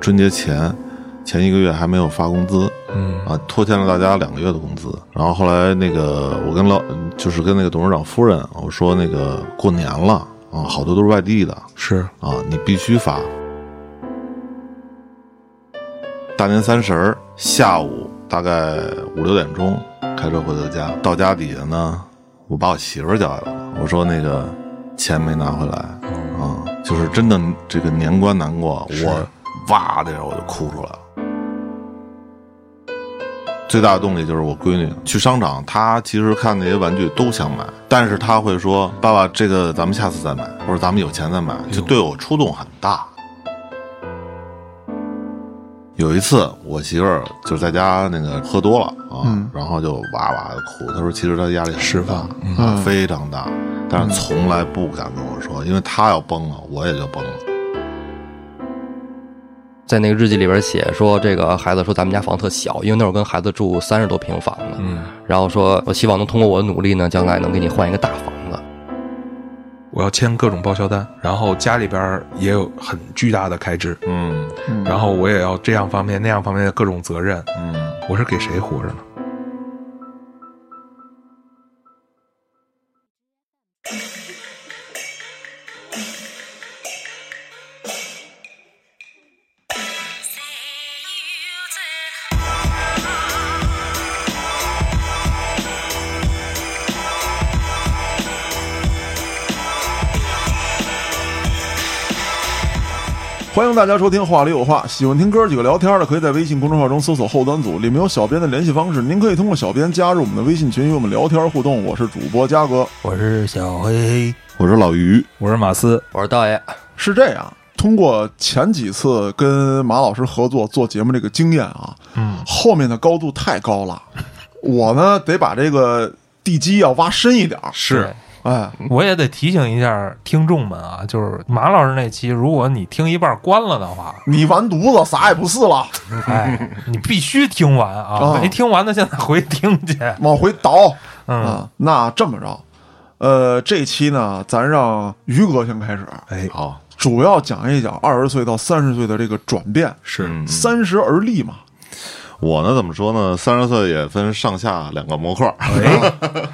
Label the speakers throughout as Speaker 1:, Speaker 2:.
Speaker 1: 春节前前一个月还没有发工资，
Speaker 2: 嗯
Speaker 1: 啊，拖欠了大家两个月的工资。然后后来那个我跟老就是跟那个董事长夫人，我说那个过年了啊，好多都是外地的
Speaker 2: 是
Speaker 1: 啊，你必须发。大年三十儿下午大概五六点钟开车回到家，到家底下呢，我把我媳妇儿叫来了，我说那个钱没拿回来啊，就是真的这个年关难过，我哇的一下我就哭出来了。最大的动力就是我闺女去商场，她其实看那些玩具都想买，但是她会说：“爸爸，这个咱们下次再买，或者咱们有钱再买。”
Speaker 2: 哎
Speaker 1: 就对我触动很大。有一次，我媳妇儿就是在家那个喝多了啊，然后就哇哇的哭。她说：“其实她压力很
Speaker 2: 嗯释
Speaker 1: 大
Speaker 2: 放嗯
Speaker 1: 啊，非常大，但是从来不敢跟我说，因为她要崩了，我也就崩了。
Speaker 3: 在那个日记里边写说，这个孩子说咱们家房特小，因为那会儿跟孩子住三十多平房呢。
Speaker 2: 嗯，
Speaker 3: 然后说，我希望能通过我的努力呢，将来能给你换一个大房子。
Speaker 2: 我要签各种报销单，然后家里边儿也有很巨大的开支，
Speaker 1: 嗯
Speaker 2: 然后我也要这样方面那样方面的各种责任，
Speaker 1: 嗯
Speaker 2: 我是给谁活着呢？
Speaker 4: 欢迎大家收听《话里有话》，喜欢听哥几个聊天的，可以在微信公众号中搜索“后端组”，里面有小编的联系方式，您可以通过小编加入我们的微信群，与我们聊天互动。我是主播嘉哥，
Speaker 5: 我是小黑，
Speaker 1: 我说老于，
Speaker 2: 我是马斯，
Speaker 3: 我说道爷，
Speaker 4: 是这样。通过前几次跟马老师合作做节目这个经验啊，嗯，后面的高度太高了，我呢得把这个地基要挖深一点儿，
Speaker 2: 是
Speaker 4: 哎，
Speaker 5: 我也得提醒一下听众们啊，就是马老师那期，如果你听一半关了的话，
Speaker 4: 你完犊子，啥也不是了，
Speaker 5: 哎，你必须听完啊，
Speaker 4: 啊
Speaker 5: 没听完的现在回听去。
Speaker 4: 往回倒，
Speaker 5: 嗯，
Speaker 4: 啊，那这么着，呃，这期呢，咱让于哥先开始，
Speaker 2: 哎，
Speaker 1: 好，
Speaker 4: 主要讲一讲二十岁到三十岁的这个转变，
Speaker 2: 是
Speaker 1: 嗯
Speaker 4: 三十而立嘛，
Speaker 1: 我呢怎么说呢？三十岁也分上下两个模块儿。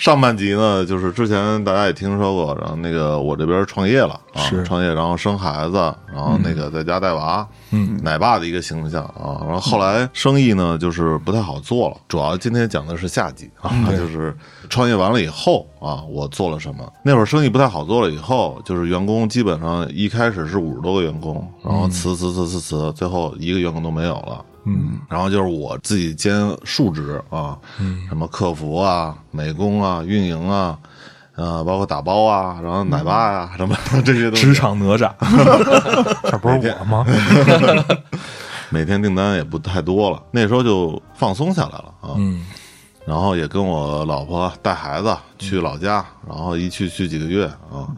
Speaker 1: 上半集呢，就是之前大家也听说过，然后那个我这边创业了啊
Speaker 2: 是，
Speaker 1: 创业，然后生孩子，然后那个在家带娃，嗯，奶爸的一个形象啊。然后后来生意呢，就是不太好做了，主要今天讲的是下集啊， 就是创业完了以后啊，我做了什么？那会儿生意不太好做了以后，就是员工基本上一开始是五十多个员工，然后辞辞辞辞辞，最后一个员工都没有了。
Speaker 2: 嗯，
Speaker 1: 然后就是我自己兼数职啊，什么客服啊、美工啊、运营啊，呃，包括打包啊，然后奶爸呀、什么 这些东西，
Speaker 2: 职场哪吒，
Speaker 5: 这不是我吗？
Speaker 1: 每天订单也不太多了，那时候就放松下来了啊。
Speaker 2: 嗯，
Speaker 1: 然后也跟我老婆带孩子去老家，然后一去去几个月啊，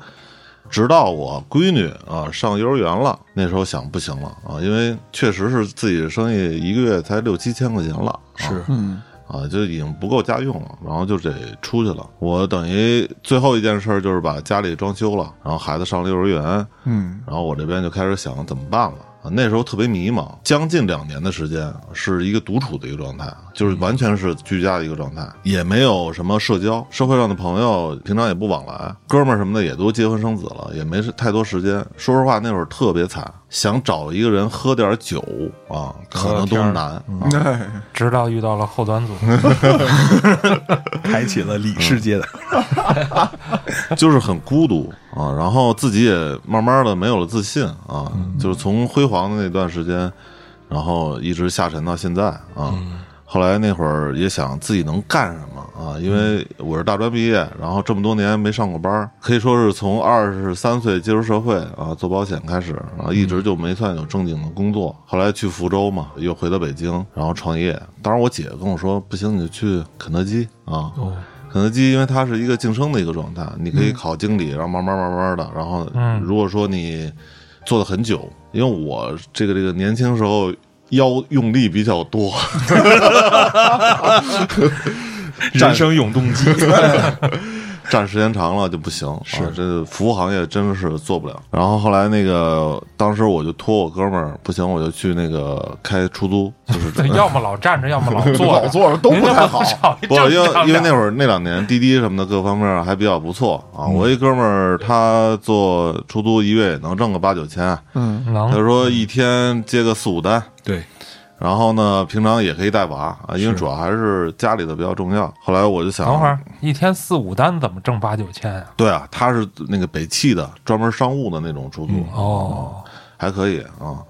Speaker 1: 直到我闺女啊上幼儿园了，那时候想不行了啊，因为确实是自己生意一个月才六七千块钱了，啊、
Speaker 2: 是
Speaker 4: 嗯，
Speaker 1: 啊，就已经不够家用了，然后就得出去了。我等于最后一件事儿就是把家里装修了，然后孩子上了幼儿园，
Speaker 4: 嗯，
Speaker 1: 然后我这边就开始想怎么办了。啊那时候特别迷茫，将近两年的时间是一个独处的一个状态，就是完全是居家的一个状态，也没有什么社交，社会上的朋友平常也不往来，哥们儿什么的也都结婚生子了，也没太多时间。说实话，那会儿特别惨，想找一个人喝点酒啊，可能都
Speaker 5: 聊聊天儿嗯
Speaker 1: 难。啊
Speaker 4: 哎，
Speaker 5: 直到遇到了后端组，
Speaker 2: 开启了李世界的，
Speaker 1: 就是很孤独啊，然后自己也慢慢的没有了自信啊，就是从辉煌的那段时间，然后一直下沉到现在啊。后来那会儿也想自己能干什么啊，因为我是大专毕业，然后这么多年没上过班儿，可以说是从二十三岁接触社会啊，做保险开始，然后一直就没算有正经的工作。后来去福州嘛，又回到北京，然后创业。当时我姐跟我说，不行你就去肯德基啊，肯德基因为它是一个晋升的一个状态，你可以考经理，然后慢慢慢慢的，然后
Speaker 5: 嗯
Speaker 1: 如果说你做的很久，因为我这个这个年轻时候腰用力比较多，
Speaker 2: 人生永动机，
Speaker 1: 站时间长了就不行。是、这服务行业真是做不了。然后后来那个，当时我就托我哥们儿，不行我就去那个开出租，就是
Speaker 5: 对，要么老站着，要么老坐着，
Speaker 4: 老坐着都不太好
Speaker 5: 您。能
Speaker 1: 不，
Speaker 5: 少一
Speaker 1: 因
Speaker 5: 正
Speaker 1: 为
Speaker 5: 常
Speaker 1: 因为那
Speaker 5: 点
Speaker 1: 会儿那两年滴滴什么的各方面还比较不错啊。我一哥们儿他做出租一月也能挣个八九千，
Speaker 4: 嗯，
Speaker 1: 他
Speaker 5: 能
Speaker 1: 说一天接个四五单，
Speaker 2: 对，
Speaker 1: 然后呢平常也可以带娃啊，因为主要还是家里的比较重要。后来我就想，
Speaker 5: 等会儿一天四五单怎么挣八九千啊？
Speaker 1: 对啊，他是那个北汽的专门商务的那种出租，
Speaker 5: 哦，
Speaker 1: 还可以啊。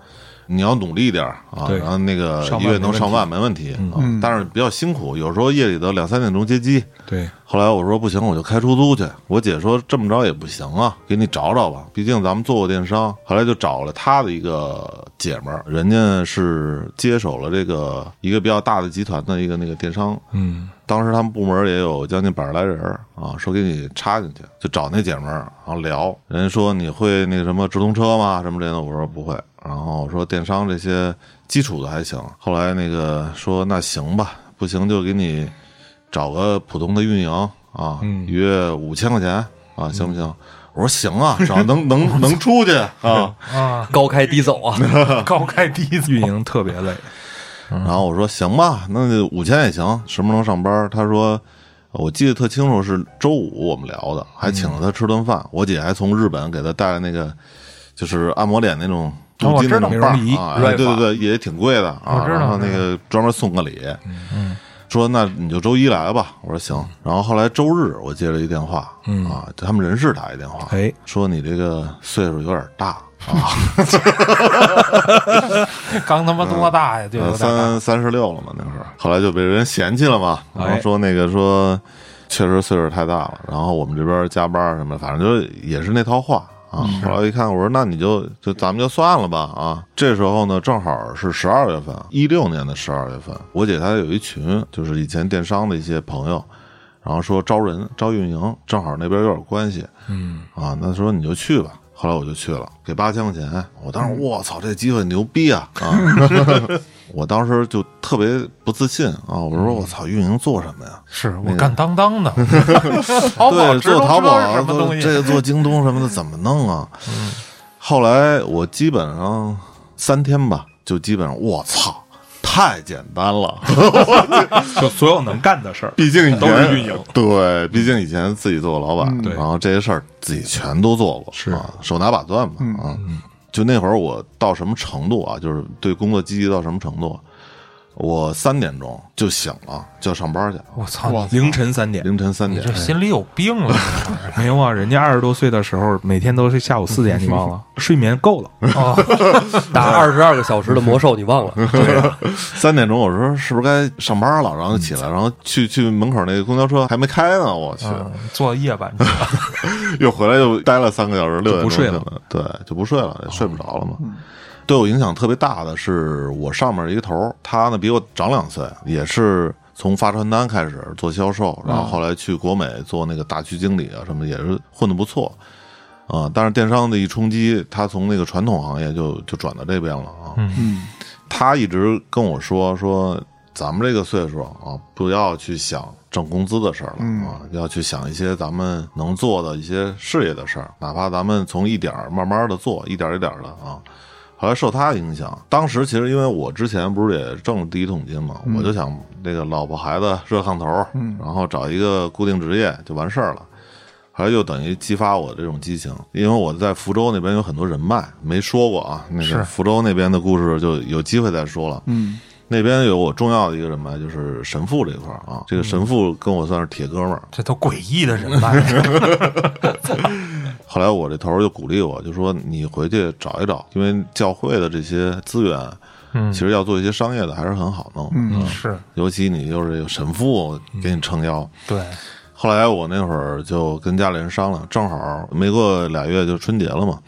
Speaker 1: 你要努力一点啊，
Speaker 2: 对
Speaker 1: 然后那个
Speaker 2: 上
Speaker 1: 一月
Speaker 2: 万
Speaker 1: 能
Speaker 2: 没问
Speaker 1: 上
Speaker 2: 题
Speaker 1: 万没问题啊
Speaker 4: 嗯，
Speaker 1: 但是比较辛苦，有时候夜里头两三点钟接机，
Speaker 2: 对，
Speaker 1: 后来我说不行，我就开出租去。我姐说这么着也不行啊，给你找找吧，毕竟咱们做过电商。后来就找了她的一个姐们儿，人家是接手了这个一个比较大的集团的一个那个电商。
Speaker 2: 嗯，
Speaker 1: 当时他们部门也有将近百十来人儿啊，说给你插进去，就找那姐们儿，然后聊。人家说你会那个什么直通车吗？什么之类的，我说不会。然后我说电商这些基础的还行。后来那个说那行吧，不行就给你找个普通的运营啊，一月五千块钱啊，行不行？我说行啊，只要能能能出去啊。
Speaker 5: 啊，
Speaker 3: 高开低走啊，
Speaker 5: 高开低走，
Speaker 2: 运营特别累，
Speaker 5: 嗯
Speaker 1: 然后我说行吧，那就五千也行，什么时候能上班？他说，我记得特清楚，是周五我们聊的，还请了他吃顿饭。我姐还从日本给他带了那个，就是按摩脸那种
Speaker 5: 哦
Speaker 1: 镀
Speaker 5: 我
Speaker 1: 金
Speaker 5: 知
Speaker 1: 那
Speaker 5: 道
Speaker 1: 种棒、
Speaker 2: 美容仪
Speaker 1: 啊，
Speaker 3: 软
Speaker 1: 哎对
Speaker 3: 发
Speaker 1: 对对，也挺贵的啊。
Speaker 5: 我哦知道
Speaker 1: 然后那
Speaker 5: 知道嗯
Speaker 1: 个专门送个礼，说那你就周一来吧。我说行。然后后来周日我接了一电话，
Speaker 5: 嗯
Speaker 1: 啊，就他们人事打一电话，
Speaker 2: 哎，
Speaker 1: 说你这个岁数有点大啊，
Speaker 5: 刚他妈多大呀？就有点大
Speaker 1: 呃三三十六了嘛，那会儿，后来就被人嫌弃了嘛，然后
Speaker 2: 哎
Speaker 1: 说那个说确实岁数太大了，然后我们这边加班什么，反正就也是那套话啊。
Speaker 5: 嗯
Speaker 1: 后来一看，我说那你就就咱们就算了吧啊。这时候呢，正好是十二月份，一六年的十二月份，我姐她有一群就是以前电商的一些朋友，然后说招人招运营，正好那边有点关系，
Speaker 2: 嗯，
Speaker 1: 啊，那说你就去吧。后来我就去了，给八千块钱。我当
Speaker 5: 嗯
Speaker 1: 时我操，这机会牛逼啊！啊，我当时就特别不自信啊，我
Speaker 2: 嗯
Speaker 1: 说我操，运营做什么呀？
Speaker 5: 是我干当当 的，淘宝
Speaker 1: 对，
Speaker 5: 直
Speaker 1: 做
Speaker 5: 通
Speaker 1: 淘
Speaker 5: 车
Speaker 1: 宝
Speaker 5: 是什么
Speaker 1: 做
Speaker 5: 东
Speaker 1: 这
Speaker 5: 西？
Speaker 1: 个做京东什么的怎么弄啊？
Speaker 2: 嗯
Speaker 1: 后来我基本上三天吧，就基本上我操，太简单 了。
Speaker 2: 就所有能干的事儿，
Speaker 1: 毕竟以前
Speaker 2: 都是运营，
Speaker 1: 对，毕竟以前自己做过老板，
Speaker 5: 嗯
Speaker 2: 对
Speaker 1: 然后这些事儿自己全都做过，
Speaker 2: 是嗯
Speaker 1: 啊、手拿把攥嘛、
Speaker 5: 嗯
Speaker 1: 啊。就那会儿我到什么程度啊？就是对工作积极到什么程度？啊我三点钟就醒了，就要上班去，
Speaker 5: 我操！
Speaker 4: 哇
Speaker 2: 凌晨三点。
Speaker 1: 凌晨三
Speaker 5: 你
Speaker 1: 点
Speaker 5: 这。心里有病了，
Speaker 2: 没有啊，人家二十多岁的时候，每天都是下午四点，你忘了？睡眠够了，
Speaker 5: 哦，
Speaker 3: 打二十二个小时的魔兽，你忘了？
Speaker 1: 三点钟，我说是不是该上班了？然后就起来，然后去去门口那个公交车还没开呢，我去，
Speaker 5: 嗯坐夜班车，
Speaker 1: 又回来又待了三个小时，六点钟
Speaker 2: 不睡了
Speaker 1: 醒，对，就不睡了，也睡不着了嘛。对我影响特别大的是我上面一个头儿，他呢比我长两岁，也是从发传单开始做销售，然后后来去国美做那个大区经理啊什么的，也是混得不错。啊、但是电商的一冲击，他从那个传统行业就就转到这边了啊。
Speaker 4: 嗯，
Speaker 1: 他一直跟我说说，咱们这个岁数啊，不要去想挣工资的事儿了、啊，要去想一些咱们能做的一些事业的事儿，哪怕咱们从一点儿慢慢的做，一点儿一点的啊。后来受他影响，当时其实因为我之前不是也挣了第一桶金嘛，我就想那个老婆孩子热炕头儿，然后找一个固定职业就完事儿了。后来又等于激发我这种激情，因为我在福州那边有很多人脉，没说过啊。那个
Speaker 5: 是
Speaker 1: 福州那边的故事就有机会再说了。
Speaker 4: 嗯，
Speaker 1: 那边有我重要的一个人脉，就是神父这块儿啊。这个神父跟我算是铁哥们儿。
Speaker 5: 这都诡异的人 脉，
Speaker 1: 后来我这头儿就鼓励我，就说你回去找一找，因为教会的这些资源，
Speaker 5: 嗯
Speaker 1: 其实要做一些商业的还是很好弄。
Speaker 4: 嗯
Speaker 5: 是
Speaker 1: 尤其你又是有神父给你撑腰，
Speaker 5: 对，
Speaker 1: 后来我那会儿就跟家里人商量，正好没过俩月就春节了嘛。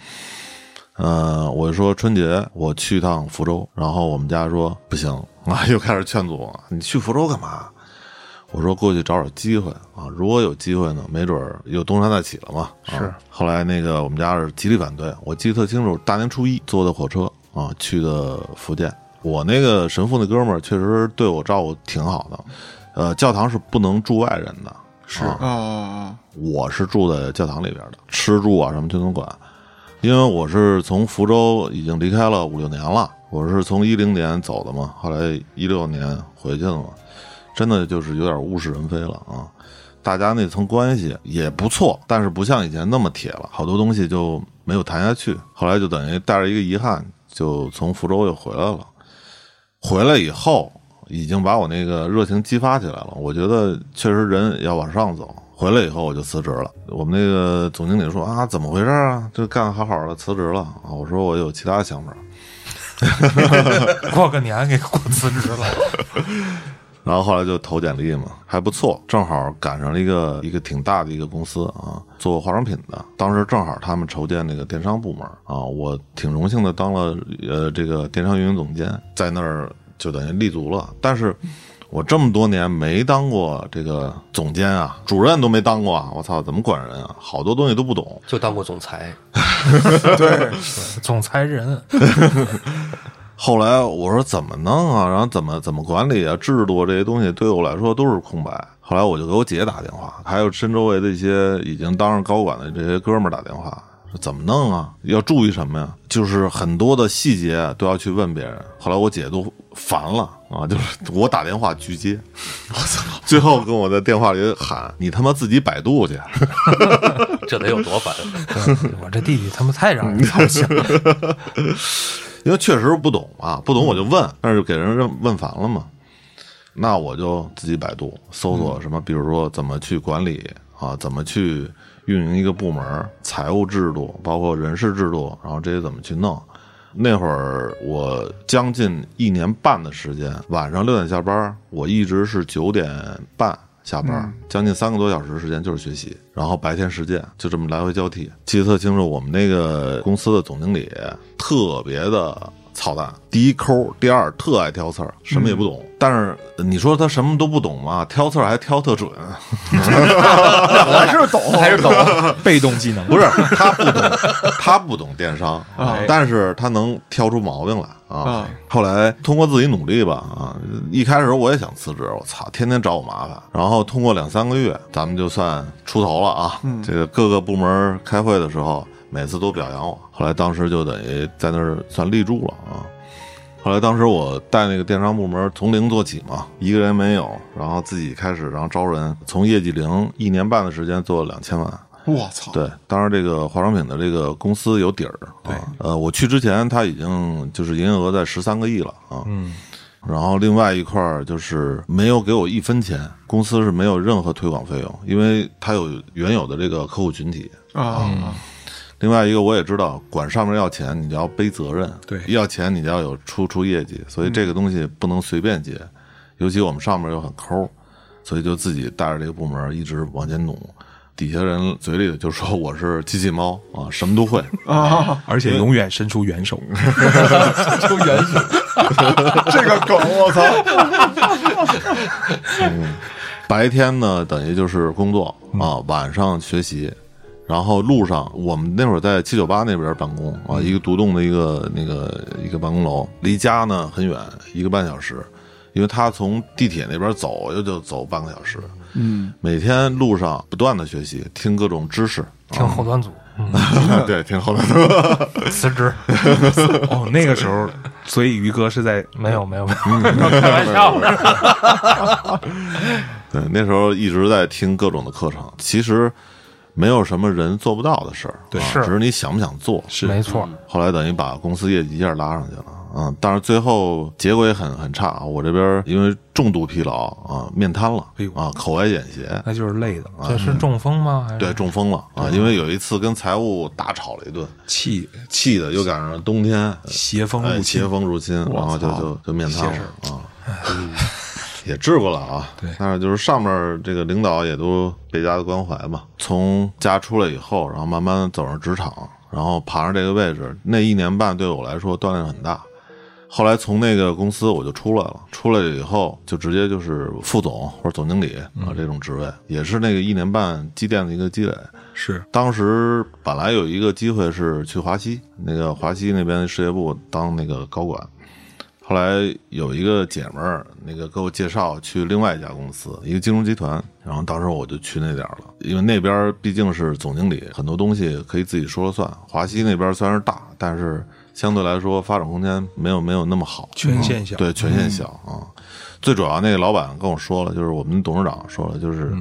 Speaker 1: 呃，我说春节我去趟福州，然后我们家说不行啊， 又开始劝阻我，你去福州干嘛？我说过去找找机会啊，如果有机会呢，没准儿有东山再起了嘛。啊、
Speaker 5: 是。
Speaker 1: 后来那个我们家是极力反对，我记得特清楚，大年初一坐的火车啊，去的福建。我那个神父那哥们儿确实对我照顾挺好的，呃，教堂是不能住外人的是
Speaker 4: 啊，
Speaker 1: 我是住在教堂里边的，吃住啊什么全都管。因为我是从福州已经离开了五六年了，我是从一零年走的嘛，后来一六年回去的嘛，真的就是有点物是人非了啊。大家那层关系也不错，但是不像以前那么铁了，好多东西就没有谈下去。后来就等于带着一个遗憾，就从福州又回来了。回来以后，已经把我那个热情激发起来了。我觉得确实人也要往上走。回来以后我就辞职了。我们那个总经理说啊，怎么回事啊？这干得好好的辞职了啊？我说我有其他想法。
Speaker 5: 过个年给我辞职了，
Speaker 1: 然后后来就投简历嘛，还不错，正好赶上了一个一个挺大的一个公司啊，做化妆品的。当时正好他们筹建那个电商部门啊，我挺荣幸的当了呃这个电商运营总监，在那儿就等于立足了。但是我这么多年没当过这个总监啊，主任都没当过啊，我操，怎么管人啊？好多东西都不懂。
Speaker 3: 就当过总裁，
Speaker 4: 对，
Speaker 5: 总裁人
Speaker 1: 后来我说怎么弄啊，然后怎么怎么管理啊，制度啊这些东西对我来说都是空白。后来我就给我姐打电话，还有身周围的一些已经当上高管的这些哥们儿打电话，说怎么弄啊？要注意什么呀？就是很多的细节都要去问别人。后来我姐都烦了啊，就是我打电话拒接， 我操！最后跟我在电话里喊：“你他妈自己百度去。”
Speaker 3: 这得有多烦？
Speaker 5: 对我这弟弟他妈太让人操心
Speaker 2: 嗯
Speaker 5: 了。
Speaker 1: 因为确实不懂啊，不懂我就问，但是给人问烦了嘛。那我就自己百度搜索什么，比如说怎么去管理啊，怎么去运营一个部门儿，财务制度，包括人事制度，然后这些怎么去弄。那会儿我将近一年半的时间，晚上六点下班儿，我一直是九点半下班儿，将近三个多小时时间就是学习，然后白天实践，就这么来回交替。记得特清楚，我们那个公司的总经理特别的操蛋，第一抠，第二特爱挑刺儿，什么也不懂。但是你说他什么都不懂嘛，挑刺儿还挑特准，
Speaker 4: 还是懂，
Speaker 3: 还是懂？
Speaker 2: 被动技能
Speaker 1: 不是他不懂，他不懂电商，啊但是他能挑出毛病来啊
Speaker 4: 啊。
Speaker 1: 后来通过自己努力吧啊，一开始我也想辞职，我操，天天找我麻烦。然后通过两三个月，咱们就算出头了啊。这个各个部门开会的时候，每次都表扬我。后来当时就等于在那儿算立住了啊。后来当时我带那个电商部门从零做起嘛，一个人没有，然后自己开始，然后招人，从业绩零一年半的时间做了两千万，
Speaker 4: 我操，
Speaker 1: 对，当然这个化妆品的这个公司有底儿。对，呃，我去之前他已经就是营业额在十三个亿了啊。嗯。然后另外一块儿就是没有给我一分钱，公司是没有任何推广费用，因为它有原有的这个客户群体。
Speaker 4: 啊，
Speaker 1: 另外一个我也知道，管上面要钱，你就要背责任；
Speaker 2: 对
Speaker 1: 要钱你就要有出出业绩，所以这个东西不能随便接，尤其我们上面又很抠，所以就自己带着这个部门一直往前努。底下人嘴里就说我是机器猫啊，什么都会，
Speaker 4: 啊
Speaker 2: 而且永远伸出援手。
Speaker 3: 出原始
Speaker 4: 这个梗我操，
Speaker 1: 白天呢，等于就是工作啊，晚上学习，然后路上我们那会儿在七九八那边办公啊，一个独栋的一个那个一个办公楼，离家呢很远，一个半小时，因为他从地铁那边走又就走半个小时，嗯，每天路上不断的学习，听各种知识，
Speaker 5: 听后端组，嗯，
Speaker 1: 对，挺好的。
Speaker 5: 辞职
Speaker 2: 哦，那个时候， 所以于哥是在
Speaker 5: 没有没有没有，
Speaker 2: 嗯
Speaker 5: 开玩笑的。
Speaker 1: 对，那时候一直在听各种的课程，其实没有什么人做不到的事儿，对，
Speaker 5: 是
Speaker 1: 只是你想不想做，
Speaker 2: 是
Speaker 5: 没错，
Speaker 1: 后来等于把公司业绩一下拉上去了，嗯，但是最后结果也很很差啊。我这边因为重度疲劳啊，面瘫了
Speaker 2: 哎呦，
Speaker 1: 啊，口歪眼斜，
Speaker 2: 那就是累的，啊嗯
Speaker 5: 这是中风吗？还是
Speaker 1: 对，中风了
Speaker 2: 哎
Speaker 1: 啊。因为有一次跟财务大吵了一顿，
Speaker 2: 气
Speaker 1: 气的又赶上冬天，
Speaker 2: 邪风
Speaker 1: 哎
Speaker 2: 入侵
Speaker 1: 邪，风入侵，然后就就就面瘫了 啊。也治过了啊，
Speaker 2: 对
Speaker 1: 但是就是上面这个领导也都倍加的关怀嘛。从家出来以后，然后慢慢走上职场，然后爬上这个位置，那一年半对我来说锻炼很大。后来从那个公司我就出来了，出来以后就直接就是副总或者总经理啊
Speaker 2: 嗯
Speaker 1: 这种职位，也是那个一年半积淀的一个积累。
Speaker 2: 是
Speaker 1: 当时本来有一个机会是去华西，那个华西那边事业部当那个高管，后来有一个姐们儿，那个给我介绍去另外一家公司，一个金融集团。然后当时我就去那点儿了，因为那边儿毕竟是总经理，很多东西可以自己说了算。华西那边虽然是大，但是相对来说发展空间没有没有那么好，
Speaker 2: 权限小嗯
Speaker 1: 对，权限小啊、最主要那个老板跟我说了，就是我们董事长说了，就是。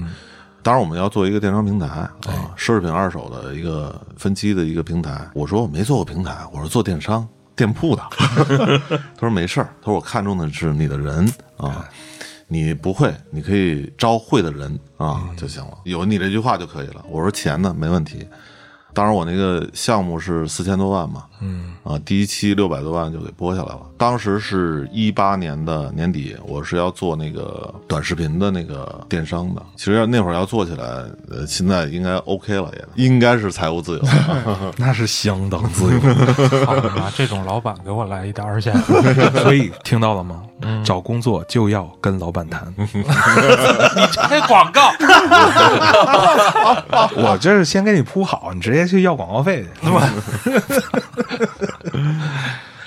Speaker 1: 当然，我们要做一个电商平台啊，奢侈品二手的一个分期的一个平台。我说我没做过平台，我是做电商店铺的。他说没事儿，他说我看中的是你的人啊，你不会，你可以招会的人啊就行了，有你这句话就可以了。我说钱呢没问题，当然我那个项目是四千多万嘛，嗯啊，第一期六百多万就给拨下来了。当时是一八年的年底，我是要做那个短视频的那个电商的。其实要那会儿要做起来，呃，现在应该 OK 了，也应该是财务自由。
Speaker 2: 那是相当自由。
Speaker 5: 好 啊，这种老板给我来一大二线，
Speaker 2: 所以听到了吗？找工作就要跟老板谈。
Speaker 5: 这广告
Speaker 2: 我这是先给你铺好，你直接去要广告费去，对吧？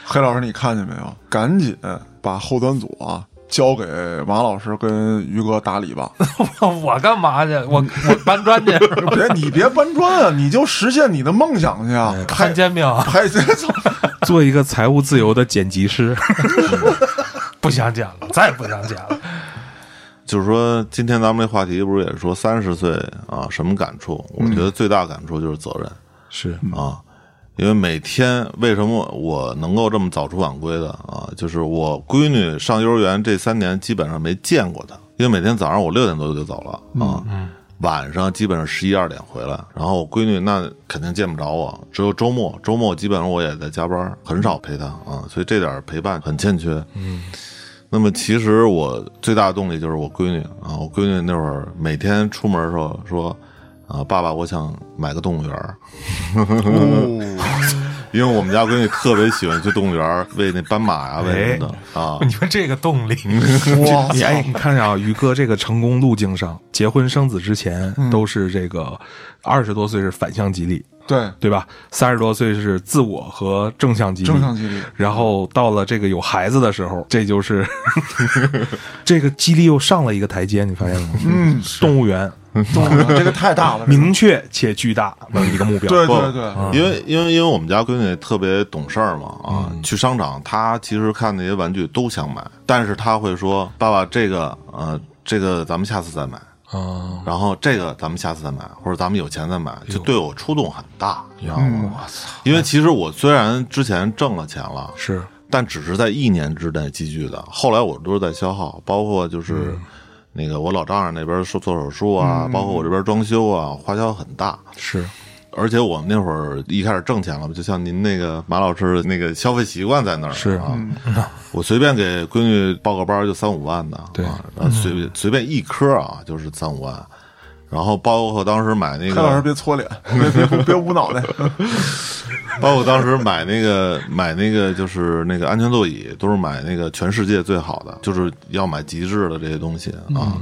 Speaker 4: 黑老师，你看见没有？赶紧把后端组啊交给马老师跟于哥打理吧。
Speaker 5: 我我干嘛去？我我搬砖 去，
Speaker 4: 别哎你别搬砖啊，你就实现你的梦想去啊！
Speaker 5: 看煎饼啊
Speaker 4: 还操
Speaker 2: 做一个财务自由的剪辑师，
Speaker 5: 不想剪了，再也不想剪了。
Speaker 1: 就是说，今天咱们这话题不是也是说三十岁啊，什么感触？我觉得最大感触就是责任、
Speaker 2: 是
Speaker 1: 啊，因为每天为什么我能够这么早出晚归的啊？就是我闺女上幼儿园这三年基本上没见过她，因为每天早上我六点多就走了啊。晚上基本上十一二点回来，然后我闺女那肯定见不着我，只有周末，周末基本上我也在加班，很少陪她啊，所以这点陪伴很欠缺。那么其实我最大的动力就是我闺女啊，我闺女那会儿每天出门的时候说，啊，爸爸，我想买个动物园儿， 因为我们家闺女特别喜欢去动物园儿喂那斑马呀、喂什么的啊。
Speaker 5: 你说这个动力，
Speaker 4: 哇
Speaker 2: 你 哎，你看着啊，于哥这个成功路径上，结婚生子之前都是这个二十多岁是反向激励，
Speaker 4: 对，
Speaker 2: 对吧？三十多岁是自我和正向激励，
Speaker 4: 正向激励
Speaker 2: 然后到了这个有孩子的时候，这就是 这个激励又上了一个台阶，你发现了吗？嗯，动物园
Speaker 4: 这个太大了， 这个
Speaker 2: 明确且巨大的一个目标，
Speaker 4: 对
Speaker 1: 不
Speaker 4: 对对，
Speaker 1: 因为因为因为我们家闺女特别懂事儿嘛啊，去商场她其实看那些玩具都想买，但是她会说：“爸爸，这个呃，这个咱们下次再买。”
Speaker 2: 啊，
Speaker 1: 然后这个咱们下次再买，或者咱们有钱再买，就对我触动很大，你知道吗？我操！因为其实我虽然之前挣了钱了，
Speaker 2: 是
Speaker 1: 但只是在一年之内积聚的，后来我都是在消耗，包括就是那个我老丈人那边说做手术啊，包括我这边装修啊，花销很大。
Speaker 2: 是，
Speaker 1: 而且我们那会儿一开始挣钱了嘛，就像您那个马老师那个消费习惯在那儿
Speaker 2: 是
Speaker 1: 啊，我随便给闺女报个班儿就三五万的，
Speaker 2: 对
Speaker 1: 啊，然后随便随便一科啊就是三五万，然后包括当时买那
Speaker 4: 黑老师
Speaker 1: 个，
Speaker 4: 别搓脸，别别别捂脑袋，
Speaker 1: 包括当时买那个买那个就是那个安全座椅，都是买那个全世界最好的，就是要买极致的这些东西啊，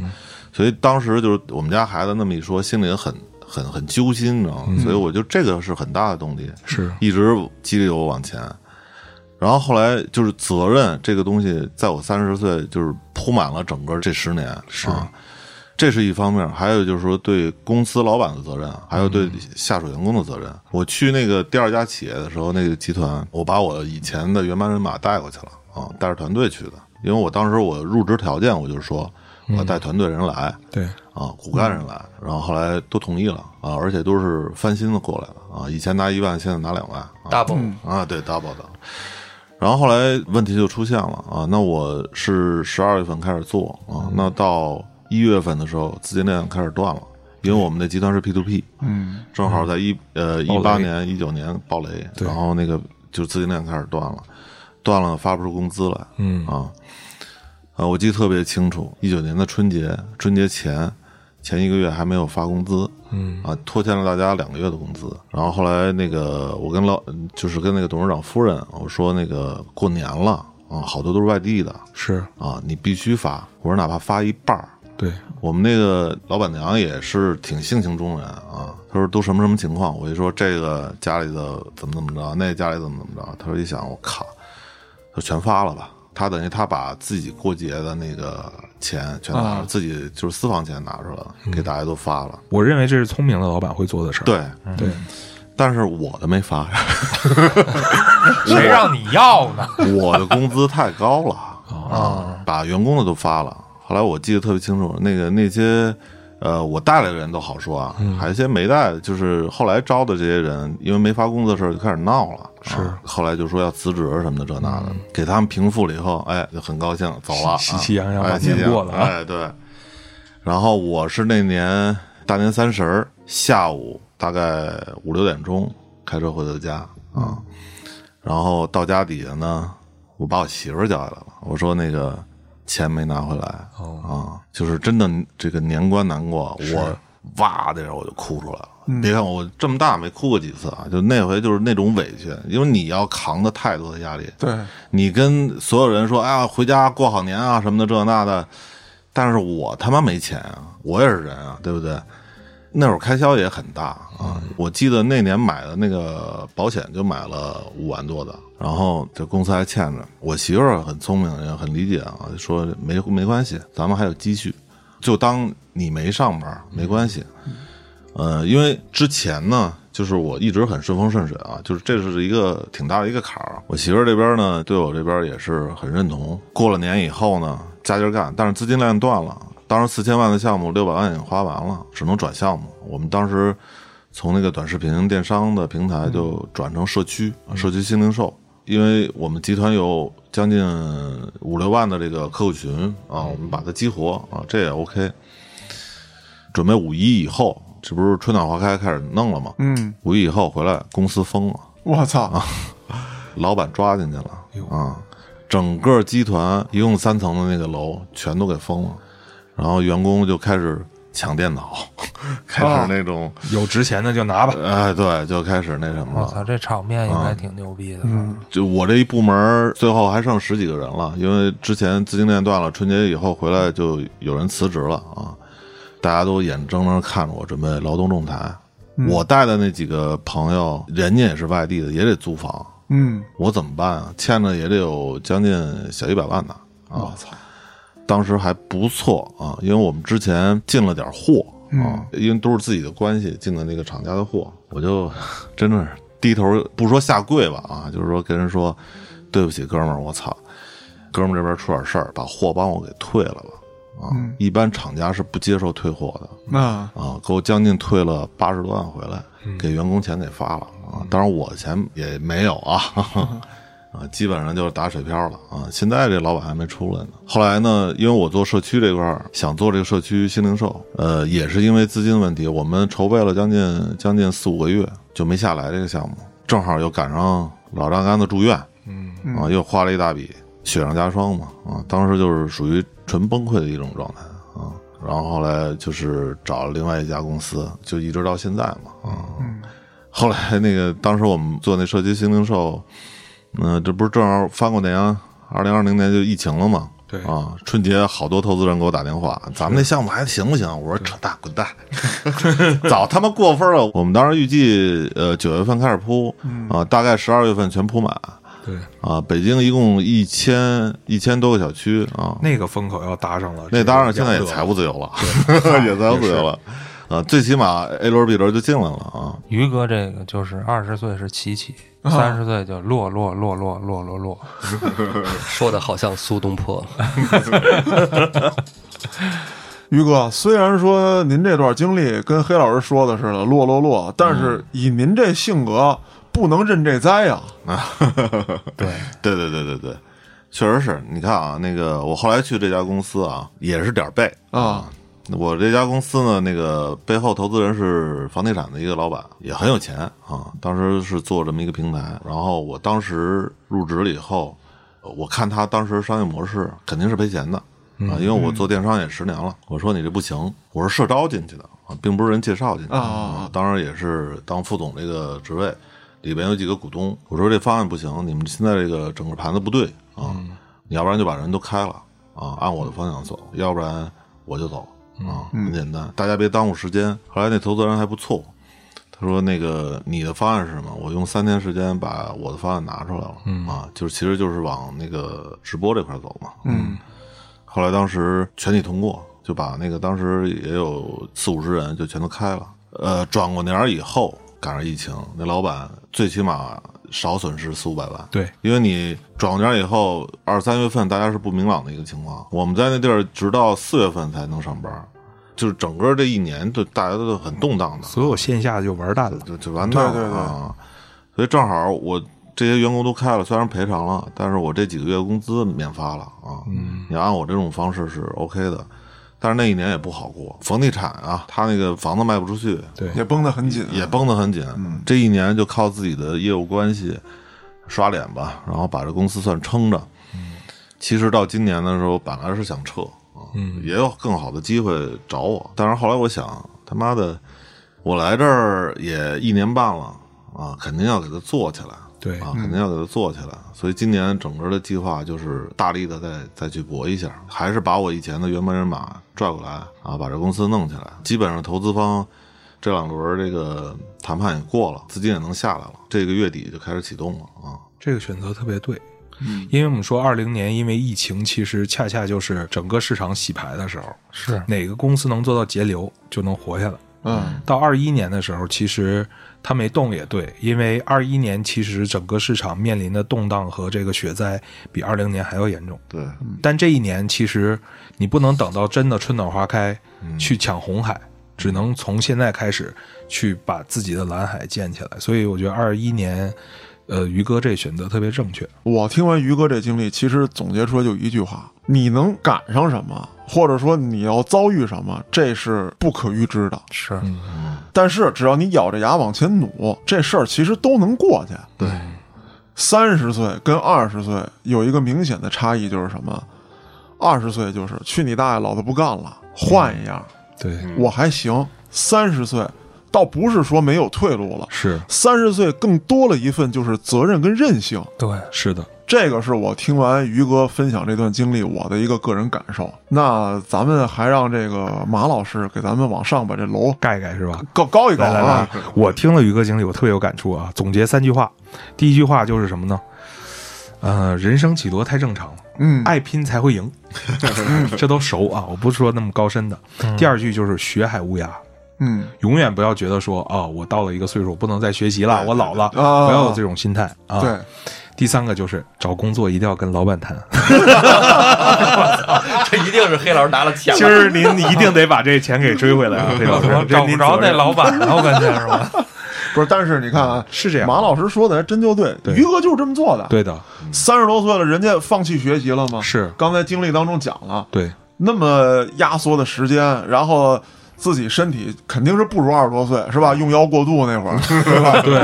Speaker 1: 所以当时就是我们家孩子那么一说，心里很。很很揪心，你知道吗？所以我就这个是很大的动力，
Speaker 2: 是
Speaker 1: 一直激励我往前。然后后来就是责任这个东西，在我三十岁就是铺满了整个这十年，是、啊，这是一方面。还有就是说对公司老板的责任，啊还有对下属员工的责任。我去那个第二家企业的时候，那个集团，我把我以前的原班人马带过去了啊，带着团队去的，因为我当时我入职条件我就说我要带团队人来，
Speaker 2: 对，
Speaker 1: 啊，骨干人来，然后后来都同意了啊，而且都是翻新的过来了啊，以前拿一万，现在拿两万啊
Speaker 3: ，double
Speaker 2: 嗯
Speaker 1: 啊，对 double 的。然后后来问题就出现了啊，那我是十二月份开始做啊，那到一月份的时候资金链开始断了，因为我们的集团是 P to P，
Speaker 4: 嗯，
Speaker 1: 正好在一呃
Speaker 2: 嗯暴
Speaker 1: 一
Speaker 2: 雷
Speaker 1: 八年一九年暴雷，
Speaker 2: 对
Speaker 1: 然后那个就资金链开始断了，断了发不出工资来，
Speaker 2: 嗯
Speaker 1: 啊，呃，我记得特别清楚，一九年的春节，春节前前一个月还没有发工资，
Speaker 2: 嗯
Speaker 1: 啊，拖欠了大家两个月的工资。然后后来那个我跟老就是跟那个董事长夫人我说那个过年了啊，好多都是外地的
Speaker 2: 是，
Speaker 1: 啊，你必须发，我说哪怕发一半儿。
Speaker 2: 对，
Speaker 1: 我们那个老板娘也是挺性情中人啊，她说都什么什么情况，我一说这个家里的怎么怎么着，那家里怎么怎么着，她说一想我靠，就全发了吧他等于他把自己过节的那个钱全拿
Speaker 4: 啊
Speaker 1: 出，自己就是私房钱拿出来了，给大家都发了。
Speaker 2: 我认为这是聪明的老板会做的事儿。
Speaker 1: 对，
Speaker 2: 嗯对，
Speaker 1: 但是我的没发，
Speaker 5: 谁让你要呢？
Speaker 1: 我的工资太高了
Speaker 2: 哦
Speaker 1: 啊，把员工的都发了。后来我记得特别清楚，那个那些呃我带来的人都好说啊，
Speaker 2: 嗯
Speaker 1: 还有一些没带的，就是后来招的这些人，因为没发工资的事儿就开始闹了，是、后来就说要辞职什么的这那的，给他们平复了以后，哎，就很高兴走了啊，
Speaker 2: 嗯喜气洋洋
Speaker 1: 哎
Speaker 2: 把年
Speaker 1: 喜气洋
Speaker 2: 过了啊
Speaker 1: 哎对。然后我是那年大年三十儿下午大概五六点钟开车回的家啊。然后到家底下呢，我把我媳妇儿叫来了，我说那个钱没拿回来、啊，就是真的这个年关难过，我哇的一下我就哭出来了。别看我这么大没哭过几次啊，就那回就是那种委屈，因为你要扛的太多的压力，
Speaker 4: 对，
Speaker 1: 你跟所有人说哎呀回家过好年啊什么的这那的，但是我他妈没钱啊，我也是人啊，对不对？那会儿开销也很大啊，我记得那年买的那个保险就买了五万多的，然后这公司还欠着。我媳妇儿很聪明，也很理解啊，说没没关系，咱们还有积蓄，就当你没上班没关系。呃，因为之前呢，就是我一直很顺风顺水啊，就是这是一个挺大的一个坎儿。啊我媳妇儿这边呢，对我这边也是很认同。过了年以后呢，加劲儿干，但是资金链断了。当时四千万的项目，六百万已经花完了，只能转项目。我们当时从那个短视频电商的平台就转成社区，社区新零售。因为我们集团有将近五六万的这个客户群啊，我们把它激活啊，这也 OK。准备五一以后，这不是春暖花开开始弄了吗？
Speaker 4: 嗯，
Speaker 1: 五一以后回来，公司疯了，
Speaker 4: 我操，
Speaker 1: 老板抓进去了啊！整个集团一共三层的那个楼全都给封了，然后员工就开始抢电脑， 开始那种
Speaker 2: 有值钱的就拿吧。
Speaker 1: 哎，对，就开始那什么
Speaker 2: 啊
Speaker 5: 我
Speaker 1: 了。
Speaker 5: 操，这场面应该挺牛逼的。
Speaker 2: 嗯
Speaker 1: 就我这一部门儿最后还剩十几个人了，因为之前资金链断了，春节以后回来就有人辞职了啊，大家都眼睁睁看着我准备劳动仲裁。我带的那几个朋友，人家也是外地的，也得租房，
Speaker 4: 嗯，
Speaker 1: 我怎么办啊？欠着也得有将近小一百万呢啊！
Speaker 4: 操，
Speaker 1: 当时还不错啊，因为我们之前进了点货啊，因为都是自己的关系进的那个厂家的货，我就真的是低头不说下跪吧啊，就是说跟人说对不起，哥们儿，我操，哥们儿这边出点事儿，把货帮我给退了吧啊！一般厂家是不接受退货的，
Speaker 4: 那
Speaker 1: 啊，给我将近退了八十多万回来，给员工钱给发了啊。当然我的钱也没有啊，啊，基本上就是打水漂了啊。现在这老板还没出来呢。后来呢，因为我做社区这块儿，想做这个社区新零售，呃，也是因为资金问题，我们筹备了将近将近四五个月就没下来这个项目，正好又赶上老丈杆子住院，嗯啊，又花了一大笔，雪上加霜嘛啊，当时就是属于纯崩溃的一种状态啊。然后后来就是找了另外一家公司，就一直到现在嘛啊。 后来那个当时我们做那社区新零售，嗯、这不是正好翻过年，二零二零年就疫情了嘛。
Speaker 2: 对
Speaker 1: 啊，春节好多投资人给我打电话，咱们那项目还行不行？我说扯淡，滚蛋， 早他妈过分了。我们当时预计呃九月份开始铺，啊、大概十二月份全铺满。
Speaker 2: 对，
Speaker 1: 啊，北京一共一千一千多个小区啊，
Speaker 2: 那个风口要搭上了，
Speaker 1: 那当然现
Speaker 2: 这个
Speaker 1: 在
Speaker 2: 养
Speaker 1: 也
Speaker 2: 乐
Speaker 1: 财务自由了， 也财务自由了，啊，最起码 A 轮 B 轮就进来了啊，
Speaker 5: 于哥这个就是二十岁是起起，
Speaker 2: 啊
Speaker 5: 三十岁就落落落落落落落。
Speaker 3: 说的好像苏东坡，
Speaker 4: 于哥，虽然说您这段经历跟黑老师说的似的落落落，但是以您这性格，不能认这灾呀。
Speaker 1: 啊 对对对对对，确实是你看啊，那个我后来去这家公司啊，也是点儿背
Speaker 4: 啊，
Speaker 1: 我这家公司呢，那个背后投资人是房地产的一个老板，也很有钱啊。当时是做这么一个平台，然后我当时入职了以后，呃我看他当时商业模式肯定是赔钱的
Speaker 4: 嗯
Speaker 1: 啊，因为我做电商也十年了。我说你这不行，我是社招进去的啊，并不是人介绍进去的
Speaker 4: 啊啊啊
Speaker 1: 当然也是当副总这个职位，里边有几个股东。我说这方案不行，你们现在这个整个盘子不对啊，
Speaker 4: 嗯
Speaker 1: 你要不然就把人都开了啊，按我的方向走，要不然我就走啊，很简单，大家别耽误时间。后来那投资人还不错，他说那个你的方案是什么？我用三天时间把我的方案拿出来了，啊，就是其实就是往那个直播这块走嘛，嗯。后来当时全体通过，就把那个当时也有四五十人就全都开了。呃，转过年儿以后赶上疫情，那老板最起码少损失四五百万，
Speaker 2: 对，
Speaker 1: 因为你转过年儿以后，二三月份大家是不明朗的一个情况，我们在那地儿直到四月份才能上班儿，就是整个这一年都大家都很动荡的，
Speaker 2: 所有线下就玩蛋了。
Speaker 1: 就就完蛋了
Speaker 4: 对对对
Speaker 1: 啊！所以正好我这些员工都开了，虽然赔偿了，但是我这几个月工资免发了啊。嗯，你按我这种方式是 OK 的，但是那一年也不好过，房地产啊，他那个房子卖不出去，
Speaker 2: 对，
Speaker 4: 也绷得很紧，
Speaker 1: 也绷得很紧。这一年就靠自己的业务关系刷脸吧，然后把这公司算撑着。其实到今年的时候，本来是想撤啊，也有更好的机会找我，但是后来我想，他妈的，我来这儿也一年半了啊，肯定要给它做起来。
Speaker 4: 嗯
Speaker 2: 对
Speaker 1: 啊，肯定要给它做起来。所以今年整个的计划就是大力的再再去搏一下，还是把我以前的原班人马拽过来啊，把这公司弄起来。基本上投资方这两轮这个谈判也过了，资金也能下来了，这个月底就开始启动了啊。
Speaker 2: 这个选择特别对，因为我们说二零年因为疫情，其实恰恰就是整个市场洗牌的时候，
Speaker 5: 是
Speaker 2: 哪个公司能做到节流就能活下来。
Speaker 4: 嗯，
Speaker 2: 到二一年的时候，其实它没动也对，因为二一年其实整个市场面临的动荡和这个雪灾比二零年还要严重。
Speaker 1: 对，
Speaker 4: 嗯
Speaker 2: 但这一年其实你不能等到真的春暖花开去抢红海，只能从现在开始去把自己的蓝海建起来。所以我觉得二一年，呃，于哥这选择特别正确。
Speaker 4: 我听完于哥这经历，其实总结出来就一句话：你能赶上什么，或者说你要遭遇什么，这是不可预知的。
Speaker 5: 是，
Speaker 4: 但是只要你咬着牙往前努，这事儿其实都能过去。对，三十岁跟二十岁有一个明显的差异就是什么？二十岁就是去你大爷，老子不干了，换一样，
Speaker 2: 对，
Speaker 4: 我还行。三十岁倒不是说没有退路了，
Speaker 2: 是
Speaker 4: 三十岁更多了一份就是责任跟韧性。
Speaker 5: 对，
Speaker 2: 是的，
Speaker 4: 这个是我听完于哥分享这段经历我的一个个人感受。那咱们还让这个马老师给咱们往上把这楼
Speaker 2: 盖盖是吧？
Speaker 4: 高高一高
Speaker 2: 来来
Speaker 4: 啊
Speaker 2: 来！，我听了宇哥经历，我特别有感触啊。总结三句话，第一句话就是什么呢？呃，人生起落太正常了，
Speaker 4: 嗯，
Speaker 2: 爱拼才会 赢，这都熟啊。我不是说那么高深的。第二句就是学海无涯，
Speaker 4: 嗯，
Speaker 2: 永远不要觉得说哦，我到了一个岁数，我不能再学习了，我老了，不
Speaker 4: 啊
Speaker 2: 要有这种心态啊。
Speaker 4: 对，
Speaker 2: 第三个就是找工作一定要跟老板 谈，
Speaker 3: 这一定是黑老师拿了钱
Speaker 2: 今 儿您一定得把这钱给追回来啊， 黑老师
Speaker 5: 我，找不着那
Speaker 2: 那
Speaker 5: 老板了，我感觉是吧？
Speaker 4: 不是，但是你看啊，
Speaker 2: 是这样
Speaker 4: 马老师说的还真就对，
Speaker 2: 对
Speaker 4: 于哥就是这么做的。，
Speaker 2: 对的，
Speaker 4: 三十多岁了，人家放弃学习了吗？
Speaker 2: 是
Speaker 4: 刚才经历当中讲了，
Speaker 2: 对
Speaker 4: 那么压缩的时间，然后自己身体肯定是不如二十多岁，是
Speaker 2: 啊
Speaker 4: 吧？用药过度那会儿，对吧？
Speaker 2: 对。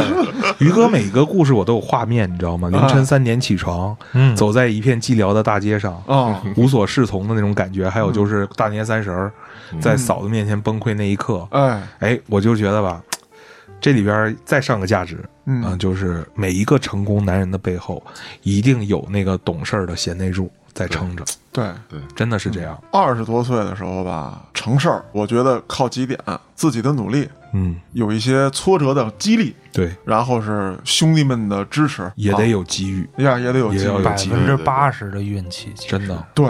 Speaker 2: 于哥每个故事我都有画面，你知道吗？凌晨三点起床，
Speaker 5: 嗯
Speaker 2: 走在一片寂寥的大街上，
Speaker 4: 啊，
Speaker 2: 无所适从的那种感觉，还有就是大年三十儿在嫂子面前崩溃那一刻，
Speaker 4: 哎，
Speaker 2: 哎，我就觉得吧，这里边儿再上个价值，
Speaker 4: 嗯
Speaker 2: 啊就是每一个成功男人的背后，一定有那个懂事儿的贤内助在撑着，
Speaker 4: 对，
Speaker 2: 真的是这样。
Speaker 4: 二十多岁的时候吧，成事儿，我觉得靠几点，自己的努力，
Speaker 2: 嗯，
Speaker 4: 有一些挫折的激励，
Speaker 2: 对，
Speaker 4: 然后是兄弟们的支持，
Speaker 2: 也得
Speaker 4: 有，
Speaker 2: 有机遇，
Speaker 4: 呀、也得有激
Speaker 2: 也要
Speaker 4: 励
Speaker 2: 有。
Speaker 5: 百
Speaker 2: 机
Speaker 5: 分
Speaker 2: 遇，
Speaker 5: 之八十的运气，其实
Speaker 2: 真的，
Speaker 4: 对，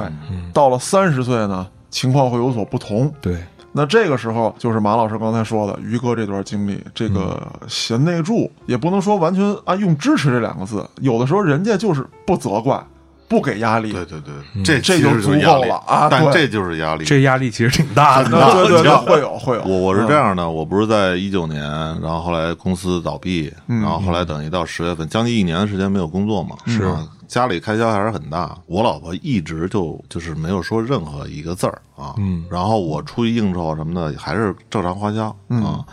Speaker 4: 到了三十岁呢，情况会有所不同。
Speaker 2: 对，
Speaker 4: 那这个时候，就是马老师刚才说的于哥这段经历，这个贤内助也不能说完全按用支持这两个字，有的时候人家就是不责怪，不给压力。
Speaker 1: 对对对，这
Speaker 4: 这
Speaker 1: 其
Speaker 4: 就
Speaker 1: 实是
Speaker 4: 足
Speaker 1: 压
Speaker 4: 够
Speaker 1: 力
Speaker 4: 了啊
Speaker 1: 但
Speaker 4: 对
Speaker 1: 这就是压力。
Speaker 2: 这压力其实挺大的。
Speaker 4: 那对对对，会有会有。
Speaker 1: 我我是
Speaker 4: 嗯
Speaker 1: 这样的，我不是在一九年，然后后来公司倒闭，然后后来等一到十月份，将近一年的时间没有工作嘛，是啊，家里开销还是很大。我老婆一直就就是没有说任何一个字儿啊，嗯，然后我出去应酬什么的还是正常花销啊。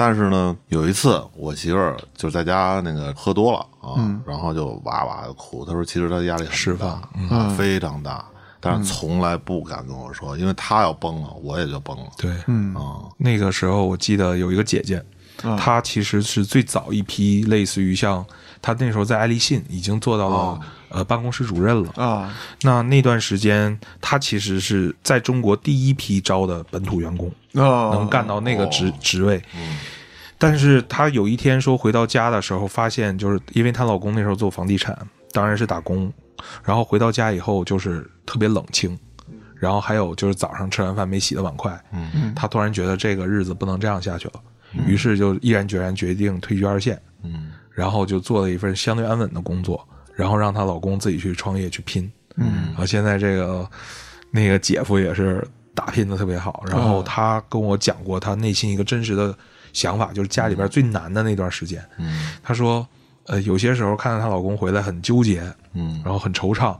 Speaker 1: 但是呢，有一次我媳妇儿就在家那个喝多了啊，然后就哇哇地哭。她说其实她压力很
Speaker 2: 释放
Speaker 1: 大，啊非常大，但是从来不敢跟我说，因为她要崩了，我也就崩了。
Speaker 2: 对，
Speaker 4: 嗯
Speaker 1: 啊，
Speaker 2: 那个时候我记得有一个姐姐，她其实是最早一批类似于像她那时候在爱立信已经做到了、呃办公室主任了。
Speaker 4: 啊，
Speaker 2: 那那段时间，她其实是在中国第一批招的本土员工，
Speaker 4: 那
Speaker 2: 能干到那个职、职位。但是她有一天说回到家的时候，发现就是因为她老公那时候做房地产，当然是打工，然后回到家以后就是特别冷清，然后还有就是早上吃完饭没洗的碗筷，
Speaker 1: 嗯
Speaker 2: 她突然觉得这个日子不能这样下去了，于是就毅然决然决定退居二线，
Speaker 1: 嗯
Speaker 2: 然后就做了一份相对安稳的工作，然后让她老公自己去创业去拼，
Speaker 4: 嗯，
Speaker 2: 然后现在这个那个姐夫也是打拼的特别好，然
Speaker 1: 嗯
Speaker 2: 后他跟我讲过他内心一个真实的想法，就是家里边最难的那段时间，
Speaker 1: 嗯
Speaker 2: 她说，呃，有些时候看到她老公回来很纠结，
Speaker 1: 嗯
Speaker 2: 然后很惆怅，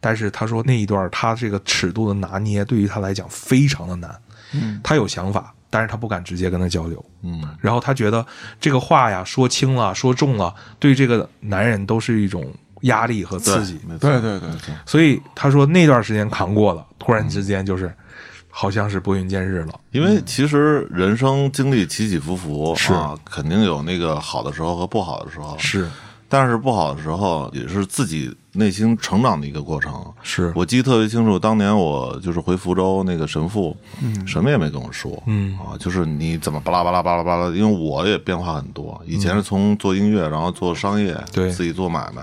Speaker 2: 但是她说那一段她这个尺度的拿捏对于她来讲非常的难，
Speaker 4: 嗯，
Speaker 2: 她有想法，但是她不敢直接跟他交流，
Speaker 1: 嗯
Speaker 2: 然后她觉得这个话呀说轻了说重了，对这个男人都是一种压力和刺激，
Speaker 1: 没错
Speaker 4: 对对对，
Speaker 2: 所以她说那段时间扛过了，突然之间就是。好像是拨云见日了，
Speaker 1: 因为其实人生经历起起伏伏，
Speaker 2: 是
Speaker 1: 啊，肯定有那个好的时候和不好的时候，
Speaker 2: 是
Speaker 1: 但是不好的时候也是自己内心成长的一个过程。
Speaker 2: 是，
Speaker 1: 我记得特别清楚，当年我就是回福州那个神父，什么也没跟我说，
Speaker 2: 嗯
Speaker 1: 啊，就是你怎么巴拉巴拉巴拉巴拉，因为我也变化很多，以前是从做音乐，然后做商业，
Speaker 2: 嗯对
Speaker 1: 自己做买卖，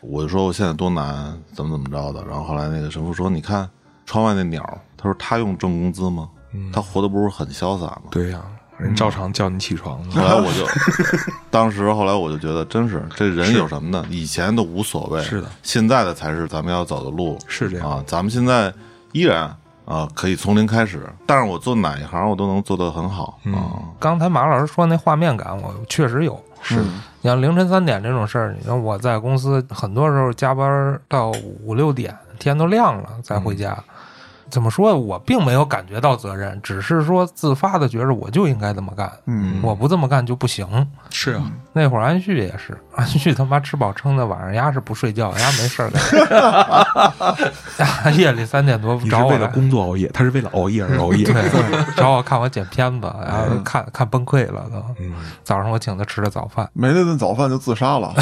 Speaker 1: 我就说我现在多难，怎么怎么着的，然后后来那个神父说，你看窗外那鸟，他说他用挣工资吗？他活得不是很潇洒吗？
Speaker 2: 嗯对呀、人照常叫你起床
Speaker 1: 后
Speaker 2: 呢，
Speaker 1: 来 我就，当时后来我就觉得，真是这人有什么呢？以前都无所谓，
Speaker 2: 是的，
Speaker 1: 现在的才是咱们要走的路，
Speaker 2: 是这样
Speaker 1: 啊。咱们现在依然啊可以从零开始，但是我做哪一行我都能做得很好
Speaker 2: 哦
Speaker 1: 啊。
Speaker 5: 刚才马老师说那画面感，我确实有。
Speaker 4: 是
Speaker 5: 你像凌晨三点这种事儿，你说我在公司很多时候加班到五六点，天都亮了才回家。
Speaker 2: 嗯
Speaker 5: 怎么说？我并没有感觉到责任，只是说自发的觉着我就应该这么干，
Speaker 4: 嗯
Speaker 5: 我不这么干就不行。
Speaker 2: 是啊，
Speaker 5: 那会儿安旭也是， 安旭他妈吃饱撑的，晚上丫是不睡觉，丫没事儿 干， 夜里三点多
Speaker 2: 你是
Speaker 5: 找我
Speaker 2: 为了
Speaker 5: 来。
Speaker 2: 工作熬夜，他是为了熬夜而熬夜。
Speaker 5: 对，找我看我剪片子，然后看看崩溃了都。
Speaker 2: 嗯，
Speaker 5: 早上我请他吃的早饭，
Speaker 4: 没那顿早饭就自杀了，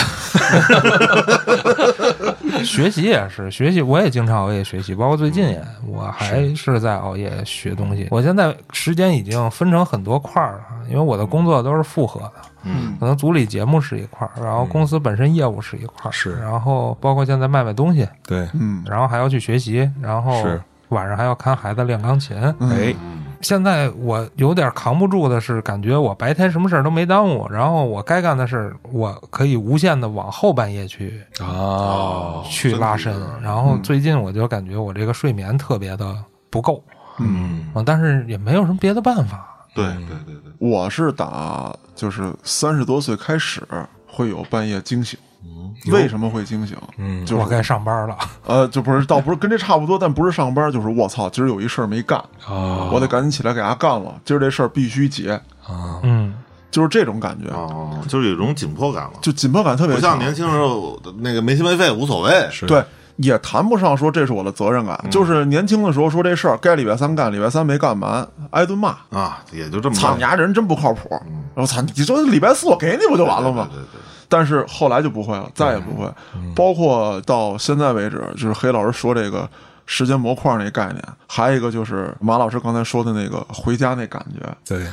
Speaker 5: 学习也是学习，我也经常熬夜学习，包括最近也，
Speaker 2: 嗯
Speaker 5: 我还是在熬夜学东西。我现在时间已经分成很多块儿了，因为我的工作都是复合的，
Speaker 1: 嗯
Speaker 5: 可能组里节目是一块儿，然后公司本身业务是一块儿，
Speaker 2: 是
Speaker 5: 然后包括现在卖卖东西，
Speaker 2: 对，
Speaker 4: 嗯，
Speaker 5: 然后还要去学习，然后
Speaker 2: 是
Speaker 5: 晚上还要看孩子练钢琴。
Speaker 4: 嗯
Speaker 2: 哎，
Speaker 5: 现在我有点扛不住的是，感觉我白天什么事儿都没耽误，然后我该干的事儿，我可以无限的往后半夜去
Speaker 2: 哦，
Speaker 5: 去拉伸。然后最近我就感觉我这个睡眠特别的不够，
Speaker 2: 嗯，
Speaker 5: 啊，但是也没有什么别的办法。
Speaker 1: 对对对对，
Speaker 4: 我是打就是三十多岁开始会有半夜惊醒，
Speaker 1: 嗯
Speaker 4: 为什么会惊醒？
Speaker 2: 嗯
Speaker 4: 就
Speaker 5: 我
Speaker 4: 是
Speaker 5: 该上班了，
Speaker 4: 呃，就不是倒不是跟这差不多，但不是上班，就是我操，今儿有一事儿没干，
Speaker 1: 啊
Speaker 2: 哦，
Speaker 4: 我得赶紧起来给他干了，今儿这事儿必须结，
Speaker 2: 啊，
Speaker 5: 嗯，
Speaker 4: 就是这种感觉，
Speaker 1: 哦，就是有一种紧迫感了，
Speaker 4: 就紧迫感特别
Speaker 1: 不像
Speaker 4: 强。
Speaker 1: 年轻时候那个没心没肺无所谓，
Speaker 2: 是，
Speaker 4: 对，也谈不上说这是我的责任感，
Speaker 1: 嗯
Speaker 4: 就是年轻的时候说这事儿该礼拜三干，礼拜三没干完挨顿骂，
Speaker 1: 啊，也就这么
Speaker 4: 操你
Speaker 1: 着
Speaker 4: 丫人真不靠谱，我操你说礼拜四我给你不就完了吗？
Speaker 1: 嗯对对对，
Speaker 4: 但是后来就不会了，再也不会。包括到现在为止，就是黑老师说这个时间模块那概念，还有一个就是马老师刚才说的那个回家那感觉。
Speaker 2: 对，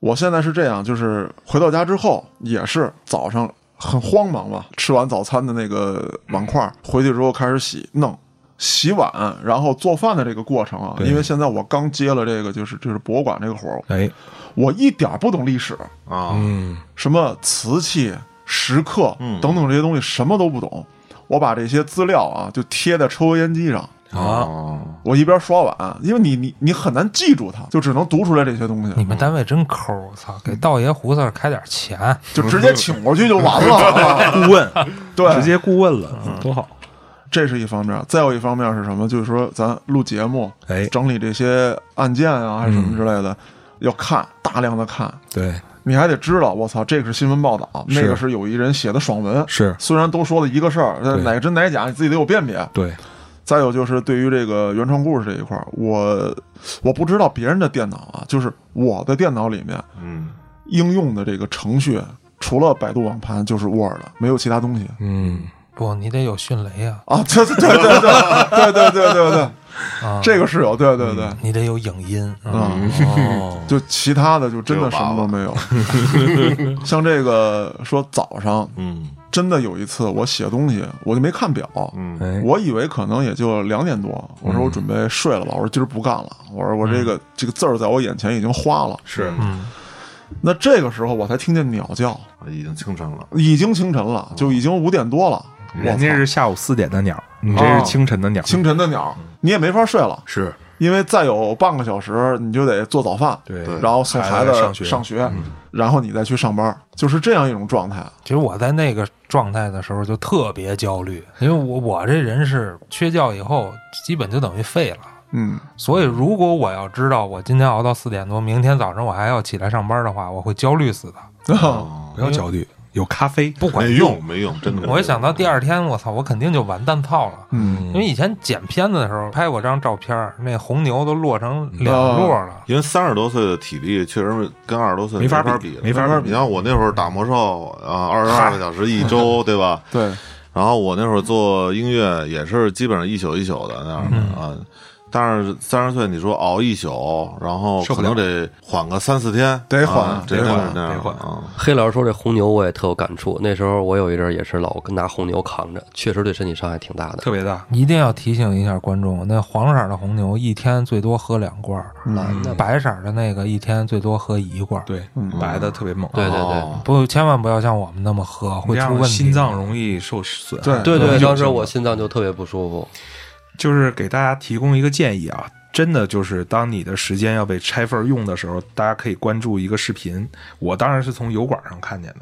Speaker 4: 我现在是这样，就是回到家之后也是早上很慌忙嘛，吃完早餐的那个碗筷回去之后开始洗弄。洗碗，然后做饭的这个过程啊，
Speaker 2: 对
Speaker 4: 因为现在我刚接了这个，就是就是博物馆这个活儿，
Speaker 2: 哎，
Speaker 4: 我一点儿不懂历史，
Speaker 1: 啊，
Speaker 2: 嗯，
Speaker 4: 什么瓷器、石刻
Speaker 1: 嗯
Speaker 4: 等等这些东西什么都不懂。我把这些资料啊，就贴在抽油烟机上。
Speaker 2: 啊，
Speaker 1: 哦
Speaker 4: 我一边刷碗，因为你你你很难记住它，就只能读出来这些东
Speaker 5: 你
Speaker 4: 西，
Speaker 5: 们单位真抠，我操，给道爷胡子开点钱，
Speaker 4: 就直接请过去就完了 啊。
Speaker 2: 顾问，嗯
Speaker 4: 对，
Speaker 2: 直接顾问了，多好，
Speaker 4: 这是一方面。再有一方面是什么？就是说咱录节目，
Speaker 2: 哎，嗯
Speaker 4: 整理这些案件啊，还是什么之类的，要看大量的看，
Speaker 2: 对，
Speaker 4: 你还得知道，我操，这个是新闻报道，
Speaker 2: 是
Speaker 4: 那个是有一人写的爽文，
Speaker 2: 是，
Speaker 4: 虽然都说了一个事儿，但
Speaker 2: 对
Speaker 4: 哪个真哪假，你自己得有辨别。
Speaker 2: 对，
Speaker 4: 再有就是对于这个原创故事这一块儿，我我不知道别人的电脑啊，就是我的电脑里面
Speaker 1: 嗯
Speaker 4: 应用的这个程序，除了百度网盘就是 Word，没有其他东西
Speaker 2: 嗯，
Speaker 5: 不，你得有迅雷啊，
Speaker 4: 啊。对对对对对对对对对对，
Speaker 5: 啊，嗯
Speaker 4: 这个是有，对对对，
Speaker 5: 你得有影音啊，
Speaker 4: 嗯，
Speaker 2: 哦，
Speaker 4: 就其他的就真的什么都没有。像这个说早上，
Speaker 1: 嗯
Speaker 4: 真的有一次我写东西，我就没看表，
Speaker 1: 嗯
Speaker 2: 哎，
Speaker 4: 我以为可能也就两点多，我说我准备睡了吧，我说今儿不干了，我说我这个这个字儿在我眼前已经花了。
Speaker 2: 是
Speaker 5: 嗯
Speaker 4: 那这个时候我才听见鸟叫，
Speaker 1: 啊已经清晨了，
Speaker 4: 已经清晨了，就已经五点多了。
Speaker 2: 人家是下午四点的鸟，你这
Speaker 4: 哦
Speaker 2: 是嗯清晨的鸟，
Speaker 4: 清晨的鸟，你也没法睡了，
Speaker 2: 是
Speaker 4: 因为再有半个小时你就得做早饭，
Speaker 2: 对
Speaker 4: 然后送孩
Speaker 2: 孩子
Speaker 4: 子
Speaker 2: 上学嗯
Speaker 4: 然后你再去上班，就是这样一种状态。
Speaker 5: 其实我在那个状态的时候就特别焦虑，因为我我这人是缺觉以后基本就等于废了。
Speaker 4: 嗯，
Speaker 5: 所以，如果我要知道我今天熬到四点多，明天早上我还要起来上班的话，我会焦虑死的。
Speaker 2: 不要焦虑，有咖啡，不
Speaker 1: 没用没用，真的没用。
Speaker 5: 我一想到第二天，我操，我肯定就完蛋套了。
Speaker 4: 嗯，
Speaker 5: 因为以前剪片子的时候拍过张照片儿，那红牛都落成两
Speaker 1: 哦
Speaker 5: 摞了。
Speaker 1: 因为三十多岁的体力确实跟二十多岁
Speaker 2: 没
Speaker 1: 法
Speaker 2: 法
Speaker 1: 比
Speaker 2: 比
Speaker 1: 了，
Speaker 2: 没法比
Speaker 1: 你像我那会儿打魔兽啊，二十二个小时一周，对吧？
Speaker 4: 对，
Speaker 1: 然后我那会儿做音乐也是基本上一宿一宿的那样的
Speaker 2: 嗯
Speaker 1: 啊。但是三十岁，你说熬一宿，然后
Speaker 2: 受
Speaker 1: 可
Speaker 2: 不了
Speaker 1: 能得缓个三四天，
Speaker 4: 得缓
Speaker 1: 啊
Speaker 4: 得
Speaker 1: 真
Speaker 4: 缓
Speaker 1: 是那样
Speaker 2: 得
Speaker 1: 的
Speaker 2: 缓
Speaker 1: 啊。
Speaker 3: 黑老师说这红牛我也特有感触，那时候我有一阵儿也是老拿红牛扛着，确实对身体伤害挺大的。
Speaker 2: 特别大，
Speaker 5: 一定要提醒一下观众，那黄色的红牛一天最多喝两罐儿，
Speaker 3: 男的
Speaker 5: 白色的那个一天最多喝一罐儿。
Speaker 2: 对，白的特别猛，
Speaker 3: 对对对
Speaker 1: 哦
Speaker 5: 不，千万不要像我们那么喝，会
Speaker 2: 这
Speaker 5: 出
Speaker 2: 样
Speaker 5: 问题。
Speaker 2: 心脏容易受损害。
Speaker 4: 对
Speaker 3: 对对，
Speaker 2: 嗯
Speaker 3: 当时我心脏就特别不舒服。
Speaker 2: 就是给大家提供一个建议啊，真的就是当你的时间要被拆分儿用的时候，大家可以关注一个视频。我当然是从油管上看见的，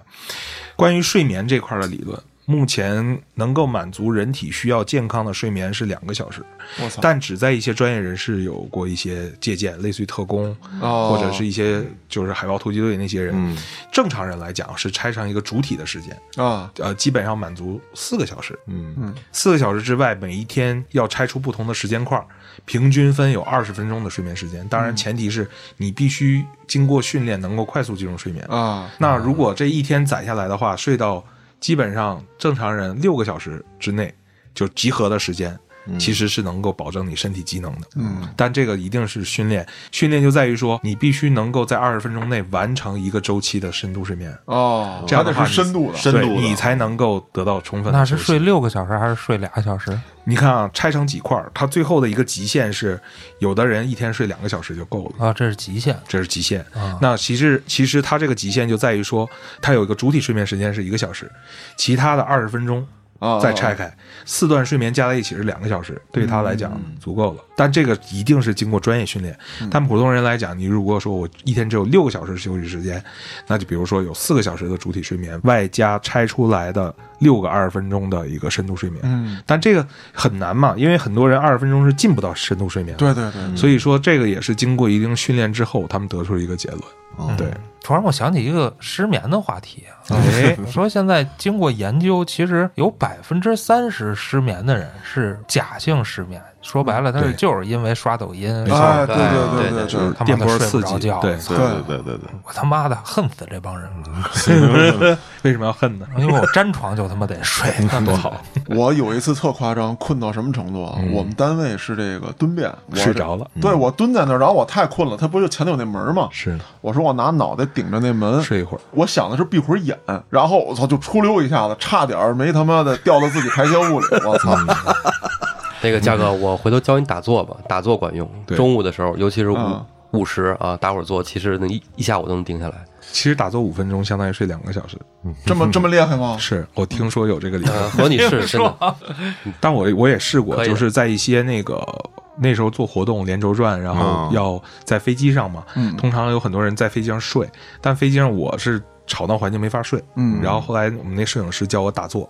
Speaker 2: 关于睡眠这块儿的理论。目前能够满足人体需要健康的睡眠是两个小时，
Speaker 4: 我操，
Speaker 2: 但只在一些专业人士有过一些借鉴，类似于特工，
Speaker 4: 哦
Speaker 2: 或者是一些就是海豹突击队那些人。
Speaker 1: 嗯
Speaker 2: 正常人来讲是拆上一个主体的时间，
Speaker 4: 啊，
Speaker 2: 呃，基本上满足四个小时。
Speaker 1: 嗯
Speaker 2: 四个小时之外，每一天要拆出不同的时间块儿，平均分有二十分钟的睡眠时间。当然，前提是你必须经过训练，能够快速进入睡眠。
Speaker 4: 啊，
Speaker 2: 那如果这一天攒下来的话，睡到基本上正常人六个小时之内就集合的时间，其实是能够保证你身体机能的。
Speaker 4: 嗯，
Speaker 2: 但这个一定是训练，训练就在于说你必须能够在二十分钟内完成一个周期的深度睡眠，
Speaker 4: 哦，
Speaker 2: 这样
Speaker 4: 还
Speaker 2: 的
Speaker 4: 得
Speaker 2: 话
Speaker 4: 是深度的，
Speaker 1: 深度的
Speaker 2: 对你才能够得到充分的
Speaker 5: 那
Speaker 2: 休
Speaker 5: 是
Speaker 2: 息。
Speaker 5: 睡六个小时还是睡俩小时？
Speaker 2: 你看啊，拆成几块儿，它最后的一个极限是，有的人一天睡两个小时就够了。
Speaker 5: 啊，这是极限。
Speaker 2: 这是极限。
Speaker 5: 啊
Speaker 2: 那其实其实它这个极限就在于说，它有一个主体睡眠时间是一个小时，其他的二十分钟
Speaker 4: 啊
Speaker 2: 再拆开，四段睡眠加在一起是两个小时，对于他来讲足够了。但这个一定是经过专业训练。
Speaker 4: 嗯
Speaker 2: 但普通人来讲，你如果说我一天只有六个小时休息时间，那就比如说有四个小时的主体睡眠，外加拆出来的六个二十分钟的一个深度睡眠。
Speaker 4: 嗯，
Speaker 2: 但这个很难嘛，因为很多人二十分钟是进不到深度睡眠的。
Speaker 4: 对对对，
Speaker 2: 所以说这个也是经过一定训练之后，他们得出了一个结论。
Speaker 1: 哦
Speaker 2: 对，
Speaker 5: 突然我想起一个失眠的话题啊，
Speaker 2: 哎，
Speaker 5: 我说现在经过研究，其实有百分之三十失眠的人是假性失眠。说白了，他是
Speaker 2: 对
Speaker 5: 就是因为刷抖音，
Speaker 2: 错
Speaker 4: 哎，对
Speaker 3: 对
Speaker 4: 对
Speaker 3: 对
Speaker 4: 对
Speaker 2: 就是
Speaker 4: 对，
Speaker 5: 他妈
Speaker 2: 电
Speaker 5: 的
Speaker 2: 波
Speaker 5: 睡不
Speaker 2: 刺
Speaker 5: 着
Speaker 2: 激，
Speaker 5: 觉
Speaker 2: 对，
Speaker 1: 对对对对对，
Speaker 5: 我他妈的恨死这帮人了，
Speaker 2: 为什么要 恨呢？
Speaker 5: 因为我粘床就他妈得 睡，那多好。
Speaker 4: 我有一次特夸张，困到什么程度啊？我们单位是这个蹲便，我
Speaker 2: 嗯睡着了。嗯
Speaker 4: 对我蹲在那儿，然后我太困了，他不就前头有那门吗？
Speaker 2: 是
Speaker 4: 我说我拿脑袋顶着那门
Speaker 2: 睡一会儿，
Speaker 4: 我想的是闭会儿眼，然后我操就出溜一下子，差点儿没他妈的掉到自己排泄物里，我操！
Speaker 2: 嗯
Speaker 3: 那个价格，我回头教你打坐吧，打坐管用。
Speaker 2: 对
Speaker 3: 中午的时候，尤其是午
Speaker 4: 嗯
Speaker 3: 午时啊，打会儿坐，其实能一一下午都能定下来。
Speaker 2: 其实打坐五分钟相当于睡两个小时。
Speaker 4: 这么这么厉害吗？
Speaker 2: 是我听说有这个理
Speaker 3: 呃，
Speaker 2: 论，
Speaker 3: 和你是真的，
Speaker 2: 但我我也试过，
Speaker 3: 可以的
Speaker 2: 就是在一些那个。那时候做活动连轴转，然后
Speaker 1: 嗯
Speaker 2: 要在飞机上嘛，
Speaker 4: 嗯
Speaker 2: 通常有很多人在飞机上睡，但飞机上我是吵闹环境没法睡，
Speaker 4: 嗯
Speaker 2: 然后后来我们那摄影师教我打坐，